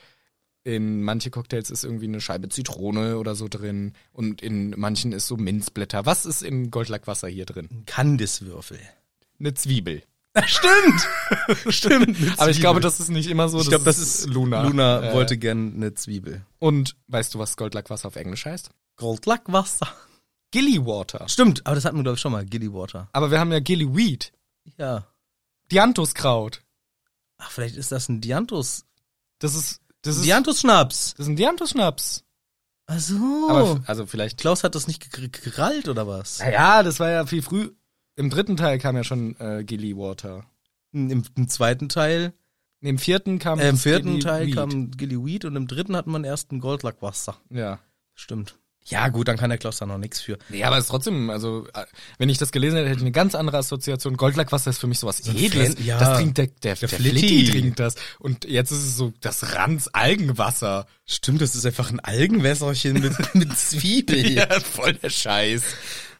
S2: in manche Cocktails ist irgendwie eine Scheibe Zitrone oder so drin und in manchen ist so Minzblätter. Was ist in Goldlackwasser hier drin?
S1: Kandiswürfel.
S2: Eine Zwiebel.
S1: Stimmt.
S2: Aber ich glaube, das ist nicht immer so.
S1: ich glaube, das ist
S2: Luna.
S1: Luna
S2: Äh,
S1: wollte gern eine Zwiebel.
S2: Und weißt du, was Goldlackwasser auf Englisch heißt?
S1: Goldlackwasser.
S2: Gillywater.
S1: Stimmt, aber das hatten wir, glaube ich, schon mal. Gillywater.
S2: Aber wir haben ja Gillyweed.
S1: Ja.
S2: Dianthuskraut.
S1: Ach, vielleicht ist das ein Dianthus.
S2: Das ist, das ist,
S1: Dianthus-Schnaps.
S2: das ist ein Dianthusschnaps.
S1: Ach so.
S2: Aber, f- also vielleicht
S1: Klaus hat das nicht ge- ge- gerallt, oder was?
S2: Naja, das war ja viel früh. Im dritten Teil kam ja schon äh, Gilly Water.
S1: Im, im zweiten Teil,
S2: Nee, Im vierten kam.
S1: äh, im vierten
S2: Gilly
S1: Teil
S2: Weed.
S1: kam Gilly Weed und im dritten hatten wir einen ersten Goldlackwasser.
S2: Ja.
S1: Stimmt. Ja, gut, dann kann der Klaus da noch nichts für.
S2: Nee, aber es ist trotzdem, also, äh, wenn ich das gelesen hätte, hätte ich eine ganz andere Assoziation. Goldlackwasser ist für mich sowas
S1: ein
S2: Edles.
S1: Flen- ja.
S2: Das trinkt der, der, der,
S1: Flitti.
S2: Flitti. trinkt das. Und jetzt ist es so das Ranz-Algenwasser.
S1: Stimmt, das ist einfach ein Algenwässerchen mit, mit Zwiebel.
S2: voll der Scheiß.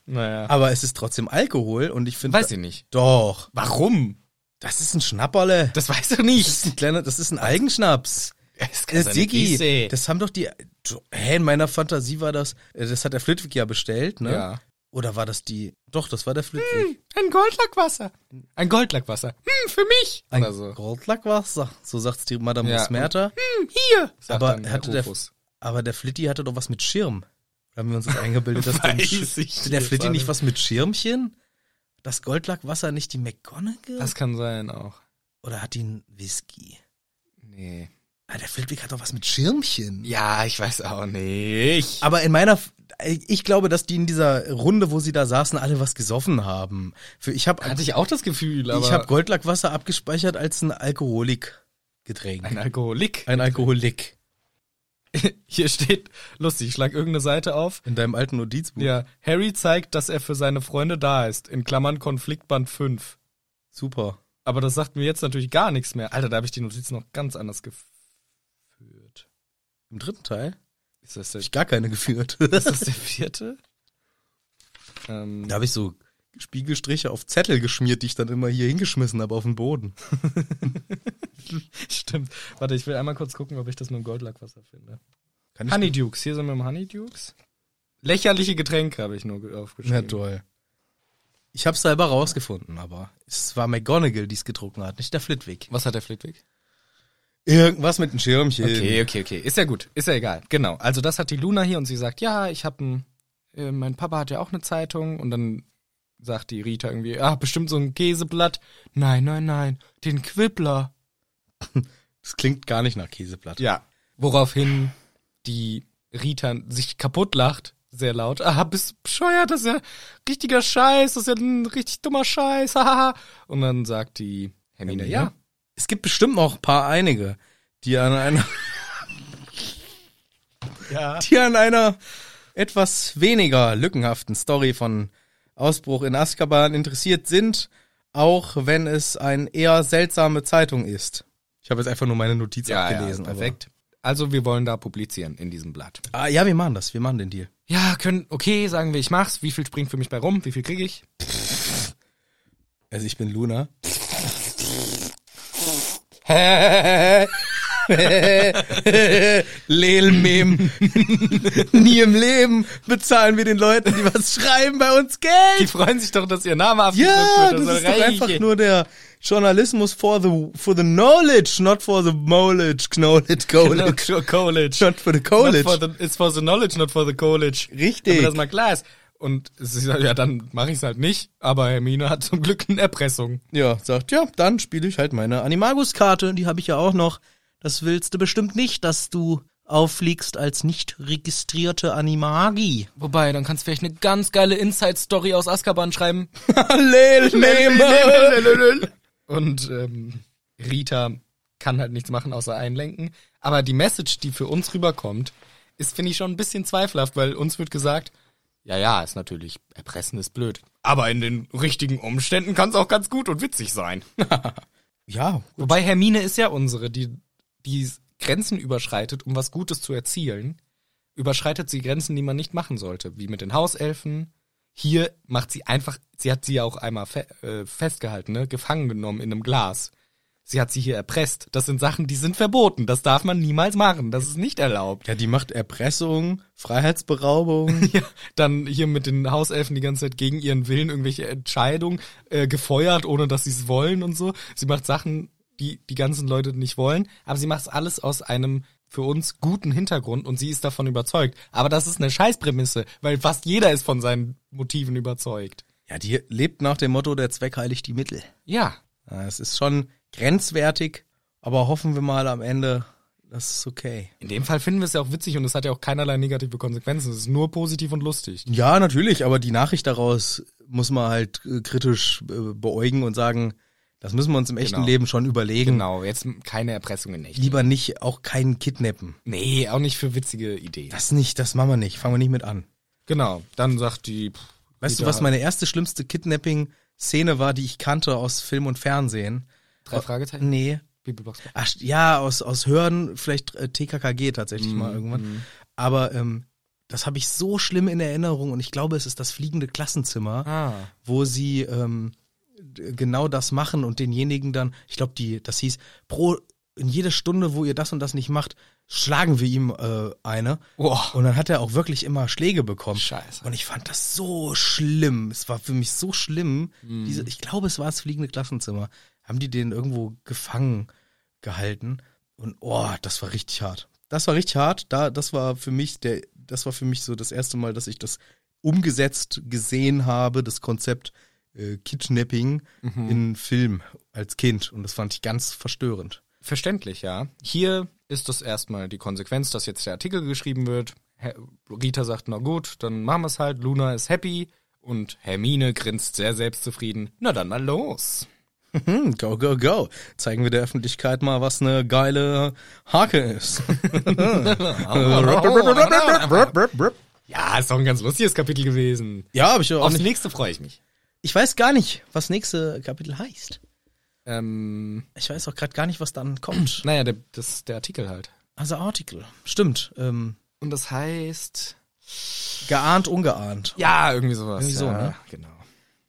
S2: Naja.
S1: Aber es ist trotzdem Alkohol und ich finde.
S2: Weiß ich nicht.
S1: Doch.
S2: Warum?
S1: Das ist ein Schnapperle.
S2: Das weiß du
S1: Das
S2: nicht.
S1: ist ein kleiner, das ist ein Algenschnaps.
S2: Das kann
S1: Das
S2: seine
S1: Diggi,
S2: Krise.
S1: das haben doch die. Hä, in meiner Fantasie war das. äh, Das hat der Flitwick ja Hm. bestellt, ne?
S2: Ja.
S1: Oder war das die. Doch, das war der Flitwick.
S2: Hm, Ein Goldlackwasser. Ein Goldlackwasser. Hm, für mich.
S1: Ein
S2: Oder so.
S1: Goldlackwasser, so sagt's die Madame
S2: Ja,
S1: Smerter.
S2: Hier. Sagt
S1: Aber
S2: dann
S1: hatte der,
S2: Rufus.
S1: aber der Flitti hatte doch was mit Schirm. Da haben wir uns das eingebildet, dass der,
S2: Weiß
S1: Sch-
S2: ich
S1: hatte der
S2: jetzt
S1: Flitti
S2: auch
S1: nicht
S2: nicht.
S1: was mit Schirmchen? Das Goldlackwasser nicht die McGonagall?
S2: Das kann sein auch.
S1: Oder hat die einen Whisky?
S2: Nee.
S1: Ah, der Flitwick hat doch was mit Schirmchen.
S2: Ja, ich weiß auch nicht.
S1: Aber in meiner, F- äh, ich glaube, dass die in dieser Runde, wo sie da saßen, alle was gesoffen haben. Für, ich habe
S2: Hatte ich auch das Gefühl, aber
S1: ich hab Goldlackwasser abgespeichert als ein Alkoholikgetränk.
S2: ein Alkoholik.
S1: ein Alkoholik.
S2: Hier steht, lustig, ich schlag irgendeine Seite auf.
S1: In deinem alten Notizbuch.
S2: Ja, Harry zeigt, dass er für seine Freunde da ist. In Klammern Konfliktband 5.
S1: Super.
S2: Aber das sagt mir jetzt natürlich gar nichts mehr. Alter, da habe ich die Notiz noch ganz anders geführt.
S1: Im dritten Teil?
S2: Ist das der,
S1: Hab ich gar keine geführt.
S2: ist das der vierte? Ähm,
S1: da habe ich so Spiegelstriche auf Zettel geschmiert, die ich dann immer hier hingeschmissen habe auf den Boden.
S2: stimmt. Warte, ich will einmal kurz gucken, ob ich das mit dem Goldlackwasser finde.
S1: Kann
S2: Honeydukes, hier sind wir im Honeydukes. Lächerliche Getränke habe ich nur ge-
S1: Na
S2: aufgeschrieben.
S1: toll. Ich habe selber rausgefunden, aber es war McGonagall, die es getrunken hat, nicht der Flitwick.
S2: Was hat der Flitwick?
S1: Irgendwas mit einem Schirmchen.
S2: Okay, okay, okay. Ist ja gut. Ist ja egal. Genau. Also das hat die Luna hier und sie sagt, ja, ich habe ein, äh, mein Papa hat ja auch eine Zeitung und dann sagt die Rita irgendwie, ah, bestimmt so ein Käseblatt. Nein, nein, nein, den Quibbler.
S1: Das klingt gar nicht nach Käseblatt.
S2: Ja. Woraufhin die Rita sich kaputt lacht, sehr laut. Ah, bist du bescheuert, das ist ja richtiger Scheiß, das ist ja ein richtig dummer Scheiß, hahaha. Und dann sagt die Hermine,
S1: Hermine?
S2: ja.
S1: Es gibt bestimmt auch ein paar einige, die an einer,
S2: Ja.
S1: die an einer etwas weniger lückenhaften Story von Ausbruch in Azkaban interessiert sind, auch wenn es eine eher seltsame Zeitung ist. Ich habe jetzt einfach nur meine Notiz abgelesen. aber-
S2: perfekt. Also wir wollen da publizieren in diesem Blatt.
S1: Ah, ja, wir machen das. Wir machen den Deal.
S2: Ja, können, okay, sagen wir, ich mach's. Wie viel springt für mich bei rum? Wie viel kriege ich?
S1: Also ich bin Luna. Lelmem. Nie im Leben bezahlen wir den Leuten, die was schreiben, bei uns
S2: Die
S1: Geld.
S2: freuen sich doch, dass ihr Name abgedruckt
S1: Ja,
S2: wird. Also
S1: das
S2: soll
S1: ist doch einfach
S2: reichen.
S1: nur der Journalismus for the for the knowledge, not for the knowledge, knowledge,
S2: Genau,
S1: knowledge,
S2: co- College.
S1: not for the
S2: Not
S1: college.
S2: for the, it's for the knowledge, not for the college.
S1: Richtig.
S2: Damit das mal klar ist. Und sie sagt, ja, dann mache ich's halt nicht. Aber Hermine hat zum Glück eine Erpressung.
S1: Ja, sagt, ja, dann spiele ich halt meine Animagus-Karte, die habe ich ja auch noch. Das willst du bestimmt nicht, dass du auffliegst als nicht registrierte Animagi.
S2: Wobei, dann kannst du vielleicht eine ganz geile Inside-Story aus Azkaban schreiben.
S1: Lelmeme!
S2: Und ähm, Rita kann halt nichts machen, außer einlenken. Aber die Message, die für uns rüberkommt, ist, finde ich, schon ein bisschen zweifelhaft, weil uns wird gesagt, ja, ja, ist natürlich, erpressen ist blöd. Aber in den richtigen Umständen kann es auch ganz gut und witzig sein.
S1: Ja,
S2: Wobei Hermine ist ja unsere, die, die Grenzen überschreitet, um was Gutes zu erzielen. Überschreitet sie Grenzen, die man nicht machen sollte, wie mit den Hauselfen. Hier macht sie einfach, sie hat sie ja auch einmal fe äh, festgehalten, ne? gefangen genommen in einem Glas. Sie hat sie hier erpresst. Das sind Sachen, die sind verboten. Das darf man niemals machen. Das ist nicht erlaubt.
S1: ja, die macht Erpressung, Freiheitsberaubung.
S2: Ja, dann hier mit den Hauselfen die ganze Zeit gegen ihren Willen irgendwelche Entscheidungen äh, gefeuert, ohne dass sie es wollen und so. Sie macht Sachen, die die ganzen Leute nicht wollen, aber sie macht es alles aus einem für uns guten Hintergrund und sie ist davon überzeugt. Aber das ist eine Scheißprämisse, weil fast jeder ist von seinen Motiven überzeugt.
S1: ja, die lebt nach dem Motto, der Zweck heiligt die Mittel.
S2: Ja,
S1: Ja, Es ist schon grenzwertig, aber hoffen wir mal am Ende, das ist okay.
S2: in dem Fall finden wir es ja auch witzig und es hat ja auch keinerlei negative Konsequenzen. Es ist nur positiv und lustig.
S1: Ja, natürlich, aber die Nachricht daraus muss man halt äh, kritisch äh, beäugen und sagen, das müssen wir uns im echten
S2: Genau.
S1: Leben schon überlegen.
S2: Genau, jetzt keine Erpressung in echt.
S1: Lieber nicht, auch keinen kidnappen.
S2: Nee, auch nicht für witzige Ideen.
S1: Das nicht, das machen wir nicht. Fangen wir nicht mit an.
S2: Genau, dann sagt die... pff,
S1: Weißt du,
S2: Rita-
S1: was meine erste schlimmste Kidnapping-Szene war, die ich kannte aus Film und Fernsehen?
S2: Drei Fragezeichen?
S1: Nee.
S2: Bibelbox.
S1: Ach, ja, aus, aus Hören, vielleicht äh, TKKG tatsächlich
S2: Mhm,
S1: mal irgendwann. Aber ähm, das habe ich so schlimm in Erinnerung und ich glaube, es ist das fliegende Klassenzimmer.
S2: Ah.
S1: wo sie ähm, d- genau das machen und denjenigen dann, ich glaube, die, das hieß, pro in jeder Stunde, wo ihr das und das nicht macht, schlagen wir ihm äh, eine.
S2: Boah.
S1: Und dann hat er auch wirklich immer Schläge bekommen.
S2: Scheiße.
S1: Und ich fand das so schlimm. Es war für mich so schlimm. Diese, ich glaube, es war das fliegende Klassenzimmer. Haben die den irgendwo gefangen gehalten? Und oh, das war richtig hart. Das war richtig hart. Da, das war für mich der, das war für mich so das erste Mal, dass ich das umgesetzt gesehen habe, das Konzept äh, Kidnapping in Film als Kind. Und das fand ich ganz verstörend.
S2: Verständlich, ja. Hier ist das erstmal die Konsequenz, dass jetzt der Artikel geschrieben wird. Her- Rita sagt, na gut, dann machen wir es halt. Luna ist happy. Und Hermine grinst sehr selbstzufrieden. Na dann mal los.
S1: Hm, go, go, go. Zeigen wir der Öffentlichkeit mal, was eine geile Hake ist.
S2: Ja, ist doch ein ganz lustiges Kapitel gewesen.
S1: Ja, hab ich ja auch
S2: Aufs
S1: nicht.
S2: nächste freue ich mich.
S1: Ich weiß gar nicht, was nächste Kapitel heißt.
S2: Ähm,
S1: Ich weiß auch gerade gar nicht, was dann kommt.
S2: naja, der, das, der Artikel halt.
S1: Also Artikel. Stimmt. Ähm,
S2: Und das heißt.
S1: geahnt, ungeahnt.
S2: Ja, irgendwie sowas.
S1: Irgendwie so,
S2: ja,
S1: ne?
S2: Genau.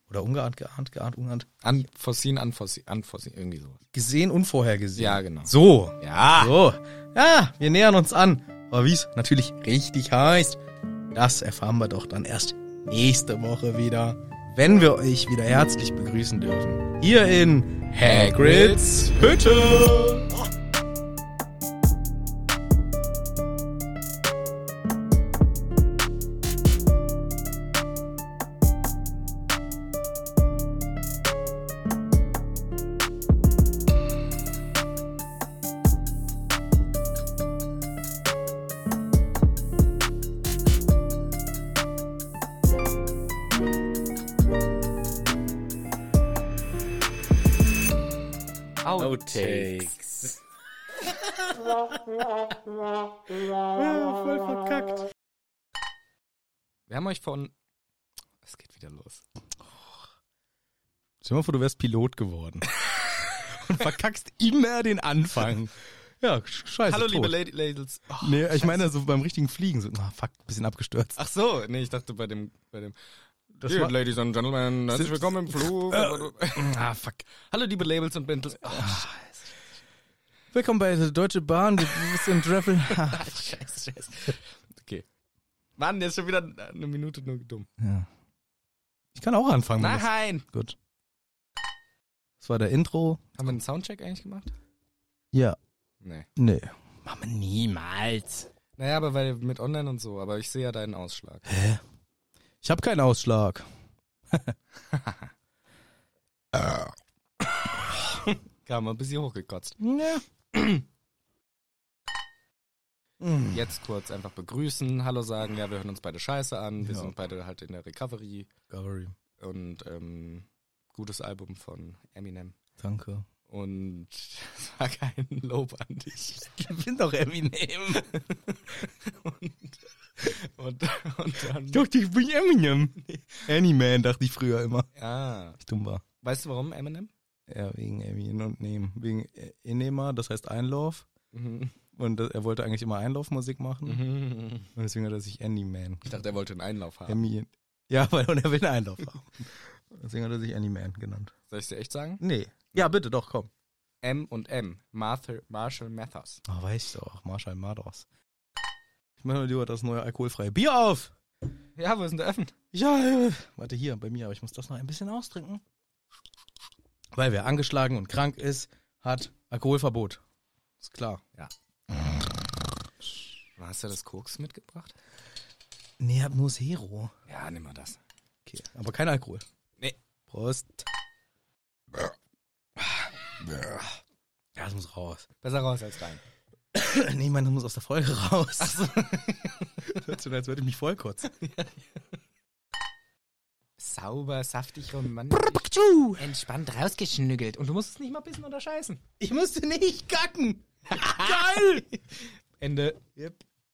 S1: Oder ungeahnt, geahnt, geahnt, ungeahnt.
S2: Unforeseen, unforeseen, unforeseen, irgendwie sowas.
S1: Gesehen, unvorhergesehen.
S2: Ja, genau.
S1: So.
S2: Ja.
S1: So. Ja, wir nähern uns an. Aber wie es natürlich richtig heißt, das erfahren wir doch dann erst nächste Woche wieder, wenn wir euch wieder herzlich begrüßen dürfen. Hier in Hagrids Hütte.
S2: Outtakes.
S1: Voll verkackt.
S2: Wir haben euch von. Es geht wieder los.
S1: Stell dir mal vor, du wärst Pilot geworden. Und verkackst immer den Anfang. Ja, sch- scheiße.
S2: Hallo,
S1: tot.
S2: liebe Lady Ladles. Oh,
S1: Nee, ich meine so beim richtigen Fliegen. So, ah, fuck, bisschen abgestürzt.
S2: Ach so, nee, ich dachte bei dem. Bei dem
S1: Das
S2: Dear
S1: war-
S2: Ladies and Gentlemen, herzlich
S1: Sitz-
S2: willkommen im Flug. Äh.
S1: Ah, fuck.
S2: Hallo, liebe Labels und Bentles. Oh, scheiße,
S1: Willkommen bei der Deutsche Bahn. Du bist in Dreffel.
S2: scheiße, Ah, scheiße. Okay. Mann, der ist schon wieder eine Minute nur dumm.
S1: ja. Ich kann auch anfangen. wenn das-
S2: Nein!
S1: Gut. Das war der Intro.
S2: Haben wir einen Soundcheck eigentlich gemacht?
S1: Ja.
S2: Nee.
S1: Nee. Machen wir niemals.
S2: Naja, aber weil mit online und so, aber ich sehe ja deinen Ausschlag.
S1: Ich habe keinen Ausschlag.
S2: Kam mal ein bisschen hochgekotzt.
S1: Ja.
S2: Jetzt kurz einfach begrüßen, Hallo sagen, ja, wir hören uns beide scheiße an, wir
S1: Ja.
S2: sind beide halt in der Recovery und ähm, gutes Album von Eminem.
S1: Danke.
S2: Und es war kein Lob an dich.
S1: Ich bin doch Eminem.
S2: Und, und dann.
S1: Doch, ich bin Eminem. Anyman, dachte ich früher immer.
S2: Ah.
S1: Ich dumm war.
S2: Weißt du warum, Eminem?
S1: Ja, wegen Emin und Nehmen. Wegen äh, Enema, das heißt Einlauf.
S2: Mhm.
S1: Und äh, er wollte eigentlich immer Einlaufmusik machen.
S2: Ich
S1: Und deswegen hat er sich Anyman.
S2: dachte, er wollte einen Einlauf haben.
S1: Emi. Ja, weil und er will einen Einlauf haben. Deswegen hat er sich Anyman genannt.
S2: Soll ich dir echt sagen?
S1: Nee. Ja, bitte, doch, komm.
S2: M und M. Martha, Marshall Mathers.
S1: Ah, weiß ich doch. Marshall Mados. Ich mache mir lieber das neue alkoholfreie Bier auf.
S2: Ja, wo ist denn der Öffnen?
S1: Ja, äh, warte hier bei mir, aber ich muss das noch ein bisschen austrinken. Weil wer angeschlagen und krank ist, hat Alkoholverbot. Ist klar.
S2: Hast du das Koks mitgebracht?
S1: Nee, hab nur Zero.
S2: Ja, nimm mal das.
S1: Okay, aber kein Alkohol.
S2: Nee.
S1: Prost. Ja, das muss raus.
S2: Besser raus als rein.
S1: Nee, ich meine, das muss aus der Folge raus. Ach so. Hört schon, als würde ich mich voll kotzen.
S2: Sauber, saftig, romantisch,
S1: Brrrr,
S2: entspannt rausgeschnüggelt. Und du musst es nicht mal pissen oder scheißen.
S1: Ich musste nicht kacken. Geil.
S2: Ende.
S1: Yep.